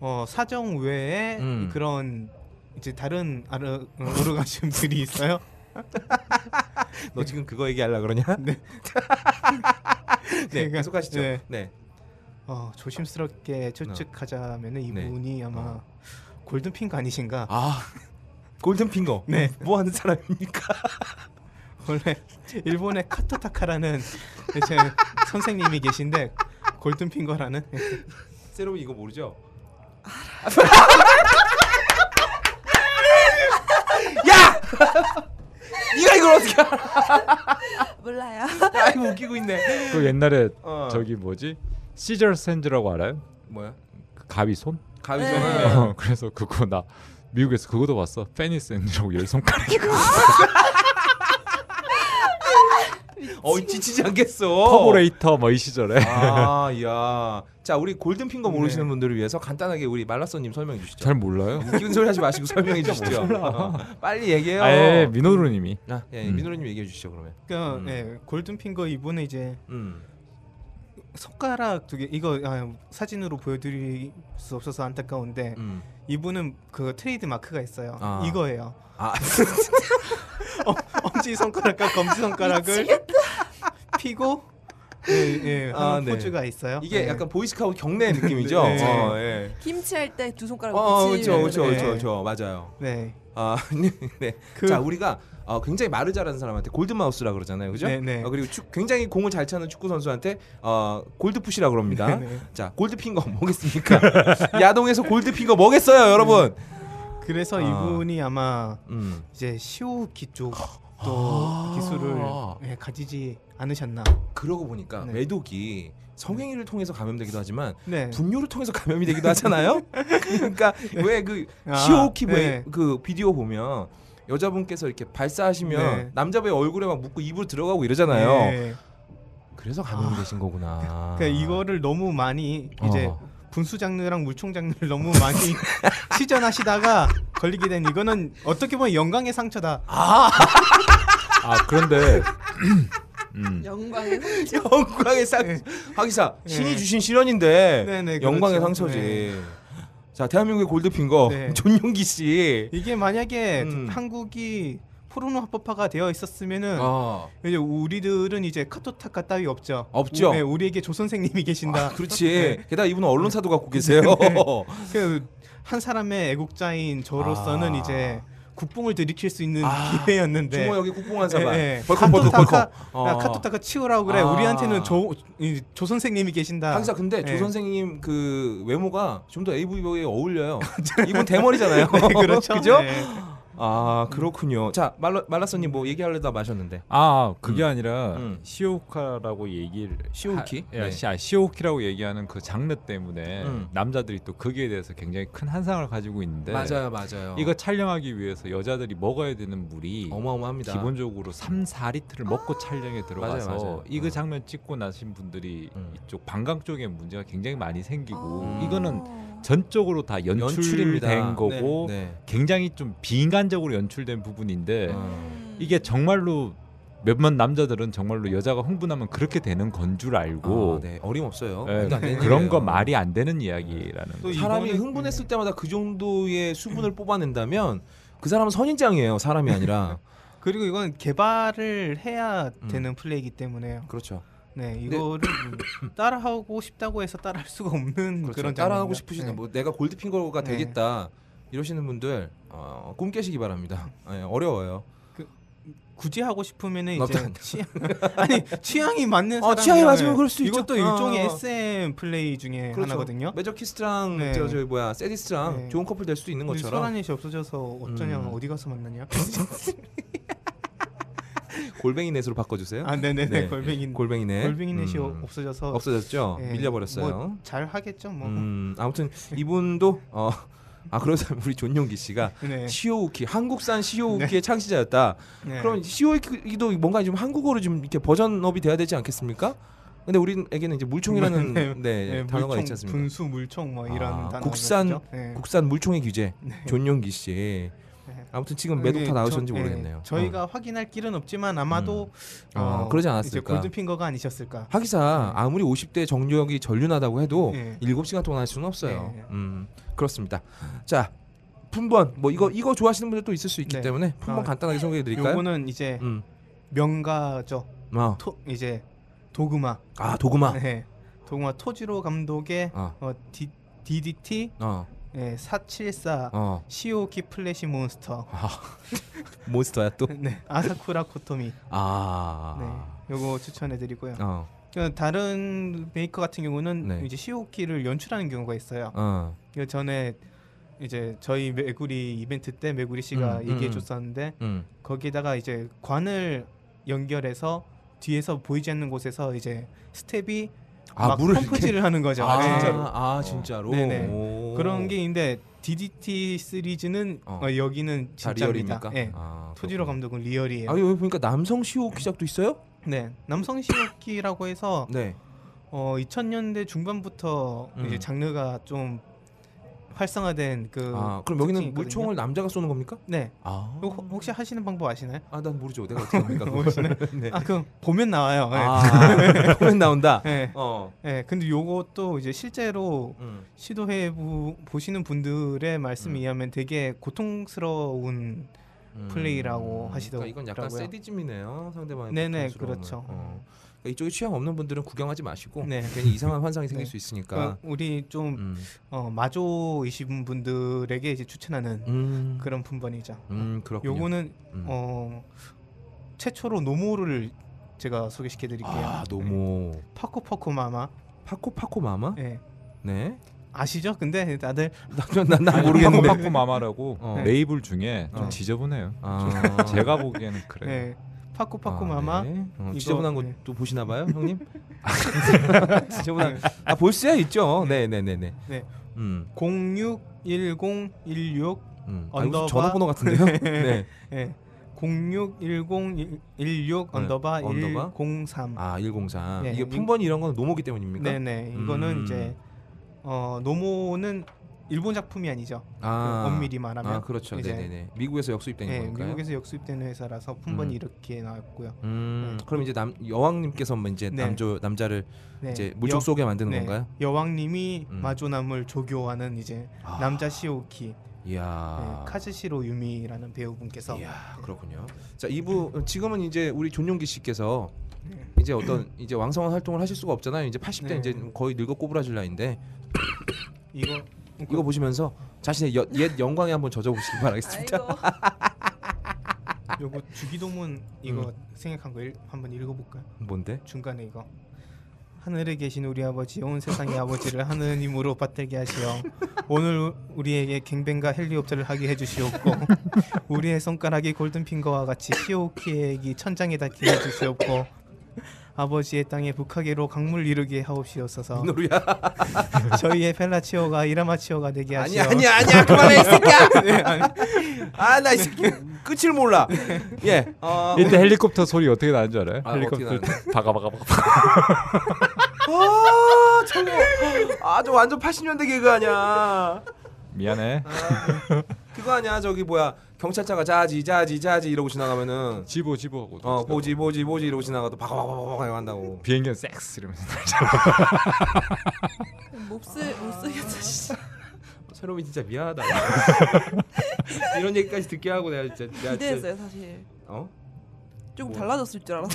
S4: 어, 사정 외에
S1: 음.
S4: 그런 이제 다른 아르, 오르가즘들이 있어요.
S1: 너 지금 그거 얘기하려 그러냐? 네.
S4: 그러니까-
S1: 계속하시죠. 네.
S4: 네. 어, 조심스럽게 추측하자면은 이분이 아마 골든핑크 아니신가?
S1: 네. 어. 아 골든 핑거.
S4: 네.
S1: 뭐 하는 사람입니까?
S4: 원래 일본의 카토타카라는 제 선생님이 계신데 골든핑거라는
S1: 세롬이 이거 모르죠? 야! 네가 이걸 어떻게 알아?
S2: 몰라요.
S1: 아이고 웃기고 있네.
S6: 그 옛날에
S1: 어.
S6: 저기 뭐지 시절 샌즈라고 알아요?
S1: 뭐야?
S6: 그 가위 손?
S1: 가위
S2: 네.
S1: 전화.
S6: 어, 그래서 그거 나 미국에서 그거도 봤어. 페니 샌즈라고 열 손가락.
S1: 어 지치지 않겠어.
S6: 터보레이터 뭐 이 시절에.
S1: 아, 야. 자, 우리 골든
S4: 네.
S1: 핑거 모르시는 분들을 위해서 간단하게 우리 말라서님 설명해 주시죠.
S6: 잘 몰라요.
S1: 웃기는 소리 하지 마시고 설명해 주시죠. 어, 빨리 얘기해요.
S6: 아예 민호루님이
S1: 아, 예,
S6: 음.
S1: 민호님 얘기해 주시죠 그러면.
S4: 그러니까
S1: 음.
S4: 네, 골든핑거 이분은 이제
S1: 음.
S4: 손가락 두 개 이거 아, 사진으로 보여드릴 수 없어서 안타까운데
S1: 음.
S4: 이분은 그 트레이드 마크가 있어요.
S1: 아.
S4: 이거예요.
S1: 아,
S4: 엄지 손가락과 검지 손가락을 피고 예, 예,
S1: 아,
S4: 하는
S1: 네.
S4: 포즈가 있어요.
S1: 이게
S4: 네.
S1: 약간 보이스카우트 경례 느낌이죠.
S4: 네.
S1: 어, 예.
S2: 김치 할 때 두 손가락
S1: 어,
S2: 같이
S1: 그렇죠, 그렇죠,
S4: 네.
S1: 그렇죠, 그렇죠, 맞아요.
S4: 네.
S1: 아, 네, 네.
S4: 그-
S1: 자, 우리가 어, 굉장히 말을 잘하는 사람한테 골든 마우스라 그러잖아요, 그죠?
S4: 네, 네.
S1: 어, 그리고 축- 굉장히 공을 잘 차는 축구 선수한테 어, 골드 푸시라 그럽니다.
S4: 네, 네.
S1: 자, 골드 핑거 뭐겠습니까? 야동에서 골드 핑거 뭐겠어요, 여러분?
S4: 그래서
S1: 아.
S4: 이분이 아마
S1: 음.
S4: 이제 시오기 쪽도
S1: 아.
S4: 기술을 예, 가지지 않으셨나.
S1: 그러고 보니까
S4: 네.
S1: 외독이 성행위를 통해서 감염되기도 하지만
S4: 네.
S1: 분뇨를 통해서 감염이 되기도 하잖아요. 그러니까 왜 그
S4: 아,
S1: 시오키
S4: 네.
S1: 그 비디오 보면 여자분께서 이렇게 발사하시면
S4: 네.
S1: 남자분의 얼굴에 막 묻고 입으로 들어가고 이러잖아요.
S4: 예.
S1: 그래서 감염이 되신 거구나.
S4: 아. 그러니까 이거를 너무 많이
S1: 아. 어.
S4: 이제 분수 장르랑 물총 장르를 너무 많이 시전하시다가 걸리게 된 이거는 어떻게 보면 영광의 상처다.
S6: 아 그런데 음.
S2: 영광의
S1: 영광의 상 하기사 신이
S4: 네.
S1: 주신 실현인데
S4: 네, 네,
S1: 영광의
S4: 그렇죠.
S1: 상처지.
S4: 네.
S1: 자 대한민국의 골드핑거
S4: 네.
S1: 존용기 씨.
S4: 이게 만약에
S1: 음.
S4: 한국이 포르노 합법화가 되어 있었으면은
S1: 아
S4: 이제 우리들은 이제 카토타카 따위 없죠.
S1: 없죠. 아,
S4: 우, 네, 우리에게 조선생님이 계신다.
S1: 그렇지.
S4: 네.
S1: 게다가 이분은 언론사도 갖고 계세요.
S4: 그 한 사람의 애국자인 저로서는
S1: 아.
S4: 이제 국뽕을 들이킬 수 있는
S1: 아,
S4: 기회였는데.
S1: 중호 여기 국뽕한 사발.
S4: 예, 예.
S1: 벌컥 벌컥
S4: 카토타카,
S1: 벌컥.
S4: 야, 카토타카 치우라고 그래.
S1: 아.
S4: 우리한테는 조, 이, 조 선생님이 계신다.
S1: 항상 근데 조
S4: 예.
S1: 선생님 그 외모가 좀 더 AV 배우에 어울려요. 이분 대머리잖아요.
S4: 네, 그렇죠.
S1: 그죠?
S4: 네.
S1: 아 그렇군요. 자 말라 말라서님 뭐 얘기하려다 마셨는데.
S6: 아 그게 아니라
S1: 음.
S6: 시오카라고 얘기를
S1: 시오키?
S6: 하, 예,
S1: 네.
S6: 시, 아, 시오키라고 얘기하는 그 장르 때문에
S1: 음.
S6: 남자들이 또 거기에 대해서 굉장히 큰 한상을 가지고 있는데
S1: 맞아요, 맞아요.
S6: 이거 촬영하기 위해서 여자들이 먹어야 되는 물이
S1: 어마어마합니다.
S6: 기본적으로 3, 4리터를 먹고 촬영에 들어가서
S1: 맞아요, 맞아요.
S6: 이거 그
S1: 어.
S6: 장면 찍고 나신 분들이
S1: 음.
S6: 이쪽 방광 쪽에 문제가 굉장히 많이 생기고
S1: 아.
S6: 이거는 전적으로 다
S1: 연출입니다.
S6: 연출된 거고
S1: 네.
S6: 굉장히 좀 비인간적으로 연출된
S4: 네.
S6: 부분인데
S1: 어.
S6: 이게 정말로 몇몇 남자들은 정말로 여자가 흥분하면 그렇게 되는 건 줄 알고
S1: 아, 네. 어림없어요.
S6: 예,
S1: 말도 안 되는
S6: 그런 거
S1: 일이에요.
S6: 말이 안 되는 이야기라는
S4: 또 음.
S1: 사람이
S4: 이거는-
S1: 흥분했을 때마다 그 정도의 수분을 뽑아낸다면 그 사람은 선인장이에요. 사람이 아니라.
S4: 그리고 이건 개발을 해야
S1: 음.
S4: 되는 플레이이기 때문에요.
S1: 그렇죠.
S4: 네, 이거를 음, 따라하고 싶다고 해서 따라할 수가 없는
S1: 그렇죠.
S4: 그런
S1: 따라하고 싶으신 뭐 내가 골드핑거가
S4: 네.
S1: 되겠다 이러시는 분들 어, 꿈 깨시기 바랍니다. 예, 어려워요.
S4: 굳이 하고 싶으면은 이제
S1: 나도-
S4: 취향 아니 취향이 맞는
S1: 어,
S4: 사람
S1: 취향이 맞으면 그럴 수도 있죠. 그렇죠.
S4: 이것도
S1: 어,
S4: 일종의
S1: 어.
S4: SM 플레이 중에 네, 하나거든요.
S1: 매저키스트랑
S4: 네.
S1: 저, 저 뭐야 세디스트랑
S4: 네.
S1: 좋은 커플 될 수도 있는
S4: 우리
S1: 것처럼
S4: 소란이 씨 없어져서 어쩌냐
S1: 음.
S4: 어디 가서 만나냐?
S1: 골뱅이 넷으로 바꿔주세요.
S4: 아, 네네네
S1: 네.
S4: 골뱅이
S1: 골뱅이 넷.
S4: 골뱅이 넷이
S1: 음.
S4: 없어져서
S1: 없어졌죠.
S4: 예,
S1: 밀려버렸어요.
S4: 뭐, 잘 하겠죠 뭐.
S1: 음, 아무튼 이분도 어, 아 그래서 우리 존용기 씨가
S4: 네.
S1: 시오우키 한국산 시오우키의 창시자였다.
S4: 네.
S1: 그럼 시오이키도 뭔가 좀 한국어로 좀 이렇게 버전업이 돼야 되지 않겠습니까? 근데 우리에게는 이제 물총이라는 네, 단어가
S4: 물총,
S1: 있지 않습니까?
S4: 분수 물총 뭐 이런 네.
S1: 아,
S4: 단어
S1: 국산- 국산 물총의 규제 존용기 씨.
S4: 네.
S1: 아무튼 지금 매독 다 나오셨는지 모르겠네요. 어.
S4: 저희가 확인할 길은 없지만 아마도 어,
S1: 음. 아, 그러지
S4: 이제
S1: 않았을까?
S4: 골든핑거가 아니셨을까?
S1: 하기사 아무리 50대 정력이 전륜하다고 해도
S4: 네.
S1: 7시간 동안 할 수는 없어요.
S4: 네.
S1: 음, 그렇습니다. 자, 품번 뭐 이거 이거 좋아하시는 분들 또 있을 수 있기
S4: 음. 네.
S1: 때문에 품번
S4: 아,
S1: 간단하게 소개해 드릴까요?
S4: 요거는 네. 이제
S1: 음.
S4: 명가죠.
S1: 아,
S4: 토, 이제 도그마.
S1: 아 도구마.
S4: 네. 도그마 토지로 감독의
S1: 아,
S4: 어, 디, DDT
S1: 어,
S4: 네, 474
S1: 어,
S4: 시오키 플래시 몬스터.
S1: 아. 몬스터야 또.
S4: 네. 아사쿠라 코토미.
S1: 아,
S4: 네. 요거 추천해 드리고요.
S1: 어,
S4: 그 다른 메이커 같은 경우는
S1: 네.
S4: 이제 시오키를 연출하는 경우가 있어요.
S1: 어,
S4: 그 전에 이제 저희 메구리 이벤트 때 메구리 씨가
S1: 음, 음,
S4: 얘기해
S1: 음.
S4: 줬었는데
S1: 음.
S4: 거기다가 이제 관을 연결해서 뒤에서 보이지 않는 곳에서 이제 스텝이
S1: 아,
S4: 막
S1: 물을
S4: 펌프질을 하는 거죠.
S1: 아,
S4: 네.
S1: 진짜로. 아, 진짜로.
S4: 네네.
S1: 오.
S4: 그런 게 있는데 DDT 시리즈는
S1: 어.
S4: 어, 여기는
S1: 다
S4: 진짜입니다.
S1: 리얼입니까?
S4: 예.
S1: 아,
S4: 토지로
S1: 그렇군요.
S4: 감독은 리얼이에요.
S1: 아, 여기 보니까 남성 시오 기작도 있어요?
S4: 네, 남성 시오키라고 해서
S1: 네.
S4: 어, 2000년대 중반부터
S1: 음.
S4: 이제 장르가 좀 활성화된 그
S1: 아, 그럼 여기는
S4: 특징이 있거든요.
S1: 물총을 남자가 쏘는 겁니까?
S4: 네,
S1: 아.
S4: 이거 혹- 혹시 하시는 방법 아시나요?
S1: 아, 난 모르죠. 내가 어떻게 합니까? 그걸.
S4: 모르시나요?
S1: 네.
S4: 아, 그럼 보면 나와요. 예.
S1: 아, 보면 나온다.
S4: 예.
S1: 어.
S4: 예. 근데 요것도 이제 실제로
S1: 음.
S4: 시도해 보, 보시는 분들의 말씀
S1: 음.
S4: 이하면 되게 고통스러운 플레이라고 하시더라고요.
S1: 그러니까 이건 약간 세디즘이네요. 상대방의
S4: 네네,
S1: 고통스러움을.
S4: 그렇죠.
S1: 어. 그러니까 이쪽에 취향 없는 분들은 구경하지 마시고
S4: 네.
S1: 괜히 이상한 환상이 생길
S4: 네.
S1: 수 있으니까.
S4: 그러니까 우리 좀
S1: 음.
S4: 어, 마조이신 분들에게 이제 추천하는
S1: 음.
S4: 그런 분번이죠.
S1: 음, 그렇군요.
S4: 요거는
S1: 음.
S4: 어, 최초로 노모를 제가 소개시켜 드릴게요.
S1: 아, 너무
S4: 파코 파코 마마.
S1: 파코 파코 마마?
S4: 예.
S1: 네.
S4: 아시죠? 근데 다들
S1: 난난
S6: 모르겠는데
S1: 모르겠는데.
S6: 파코 마마라고
S1: 어.
S6: 레이블 중에 좀
S1: 어. 네.
S6: 지저분해요.
S1: 아.
S6: 제가 보기에는 그래요.
S4: 예. 파코 파코
S1: 아,
S4: 마마.
S1: 네. 어,
S4: 이거-
S1: 지저분한
S4: 네.
S1: 것도 보시나 봐요, 형님?
S4: 예.
S1: 지저분한 아볼 수야 있죠. 네, 네, 네, 네.
S4: 네.
S1: 음.
S4: 061016
S1: 음. 아, 이거
S4: 언더바-
S1: 무슨 전화번호 같은데요? 네.
S4: 예. 061016 언더바
S1: 네. 언더바?
S4: 103.
S1: 아, 103.
S4: 네.
S1: 이게 품번 이런 건 노모기 때문입니까?
S4: 네, 네. 이거는
S1: 음.
S4: 이제 어, 노모는 일본 작품이 아니죠.
S1: 아.
S4: 그 엄밀히 말하면.
S1: 아, 그렇죠.
S4: 이제-
S1: 네, 네, 네. 미국에서 역수입된
S4: 예,
S1: 거니까요.
S4: 미국에서 역수입되는 회사라서 품번이
S1: 음.
S4: 이렇게 나왔고요.
S1: 음.
S4: 네.
S1: 그럼 이제 남 여왕님께서 뭐 이제
S4: 네.
S1: 남조 남자를
S4: 네.
S1: 이제 물총 쏘게 만드는 건가요?
S4: 여왕님이
S1: 음.
S4: 마조남을 조교하는 이제
S1: 아.
S4: 남자 시오키
S1: 이야.
S4: 예, 카즈시로 유미라는 배우분께서 네.
S1: 이야 그렇군요. 자 이부 지금은 이제 우리 존용기 씨께서 이제 어떤 이제 왕성한 활동을 하실 수가 없잖아요. 이제 80대
S4: 네. 그러니까.
S1: 이제 거의 늙어 꼬부라질 나이인데
S4: 이거
S1: 이거 뭐 보시면서 자신의 여- 옛 영광에 한번 젖어보시기 바라겠습니다.
S2: 아이고.
S1: 음.
S4: 요거 주기도문 이거 생각한 거 일, 한번 읽어볼까요?
S1: 뭔데?
S4: 중간에 이거 하늘에 계신 우리 아버지 온 세상의 아버지를 하느님으로 받들게 하시어 오늘 우리에게 갱뱅과 헬리옵터를 하게 해주시옵고 우리의 손가락이 골든핑거와 같이 피오키액이 천장에 닿게 해주시옵고 아버지의 땅에 북하게로 강물 이루게 하옵시옵소서
S1: 민호루야.
S4: 저희의 펠라치오가 이라마치오가 되게 하시오
S1: 아니야 아니야 아니야 그만해 이 새끼야.
S4: 네, 아니,
S1: 아 나 이 새끼 끝을 몰라. 예. 어,
S6: 이때 헬리콥터 소리 어떻게 나는 줄 알아요?
S1: 아,
S6: 헬리콥터
S1: 어떻게
S6: 바가 바가 바가
S1: 아 저거 아저 완전 80년대 개그 아니야.
S6: 미안해
S1: 아. 그거 아니야 저기 뭐야 경찰차가 자지 자지 자지 이러고 지나가면은
S6: 지보 지보하고
S1: 어 보지 보지 보지 이러고 지나가도 바가바가바가 한다고.
S6: 비행기는 섹스 이러면서
S2: 몹쓸 못쓰겠다 진짜.
S1: 새롬이 진짜 미안하다. 이런 얘기까지 듣게 하고 내가 진짜 내가 진짜-
S2: 기대했어요 사실.
S1: 어?
S2: 조금
S1: 뭐.
S2: 달라졌을 줄 알았어.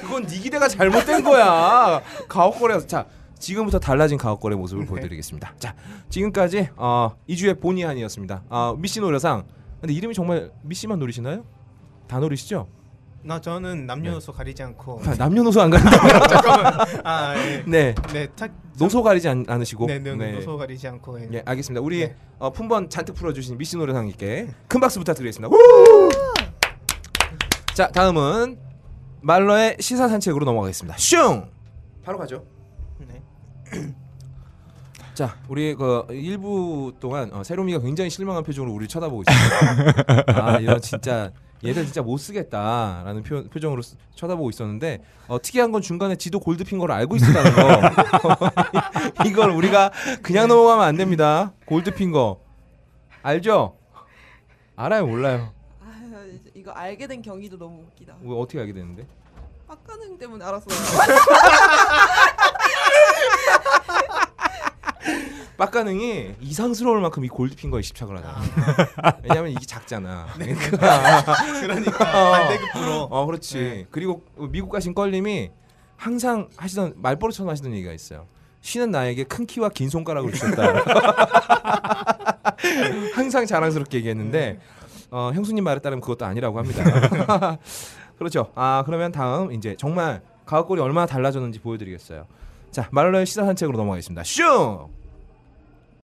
S1: 그건 네 기대가 잘못된 거야. 가옥거래에서 자 지금부터 달라진 가옥거래 모습을 보여드리겠습니다. 자 지금까지 어, 2주의 본의 한이었습니다. 아 미씨 노래상 근데 이름이 정말 미씨만 노리시나요? 다 노리시죠?
S4: 나 저는 남녀노소 가리지 않고
S1: 아, 남녀노소 안 가는데
S4: 아 네.
S1: 네
S4: 네, 탁,
S1: 노소 가리지 않, 않으시고
S4: 네, 네, 네, 노소 가리지 않고 예.
S1: 예 알겠습니다. 우리
S4: 네.
S1: 어, 품번 잔뜩 풀어주신 미씨 노래상님께 큰 박수 부탁드리겠습니다. 네. 우! 자 다음은 말러의 시사 산책으로 넘어가겠습니다. 슝 바로 가죠.
S4: 네.
S1: 자, 우리 그 일부 동안 어, 세롬이가 굉장히 실망한 표정으로 우리 쳐다보고 있어요. 아, 이런 진짜 얘들 진짜 못 쓰겠다라는 표, 표정으로 쓰- 쳐다보고 있었는데 어, 특이한 건 중간에 지도 골드핑거를 알고 있었다는 거. 이걸 우리가 그냥 넘어가면 안 됩니다. 골드핑거 알죠? 알아요, 몰라요.
S2: 아, 이제 이거 알게 된 경위도 너무 웃기다.
S1: 우리 어떻게 알게 되는데?
S2: 빡가능 때문에 알았어요.
S1: 빡가능이 이상스러울 만큼 이 골드핑거에 집착을 하잖아. 왜냐면 이게 작잖아. 그러니까.
S4: 그러니까 반대급으로
S1: 어 그렇지
S4: 네.
S1: 그리고 미국 가신 껄님이 항상 하시던 말버릇처럼 하시던 얘기가 있어요 신은 나에게 큰 키와 긴 손가락을 주셨다 항상 자랑스럽게 얘기했는데 어, 형수님 말에 따르면 그것도 아니라고 합니다 그렇죠 아 그러면 다음 이제 정말 가옥골이 얼마나 달라졌는지 보여드리겠어요 자 말로의 시사 산책으로 넘어가겠습니다 슝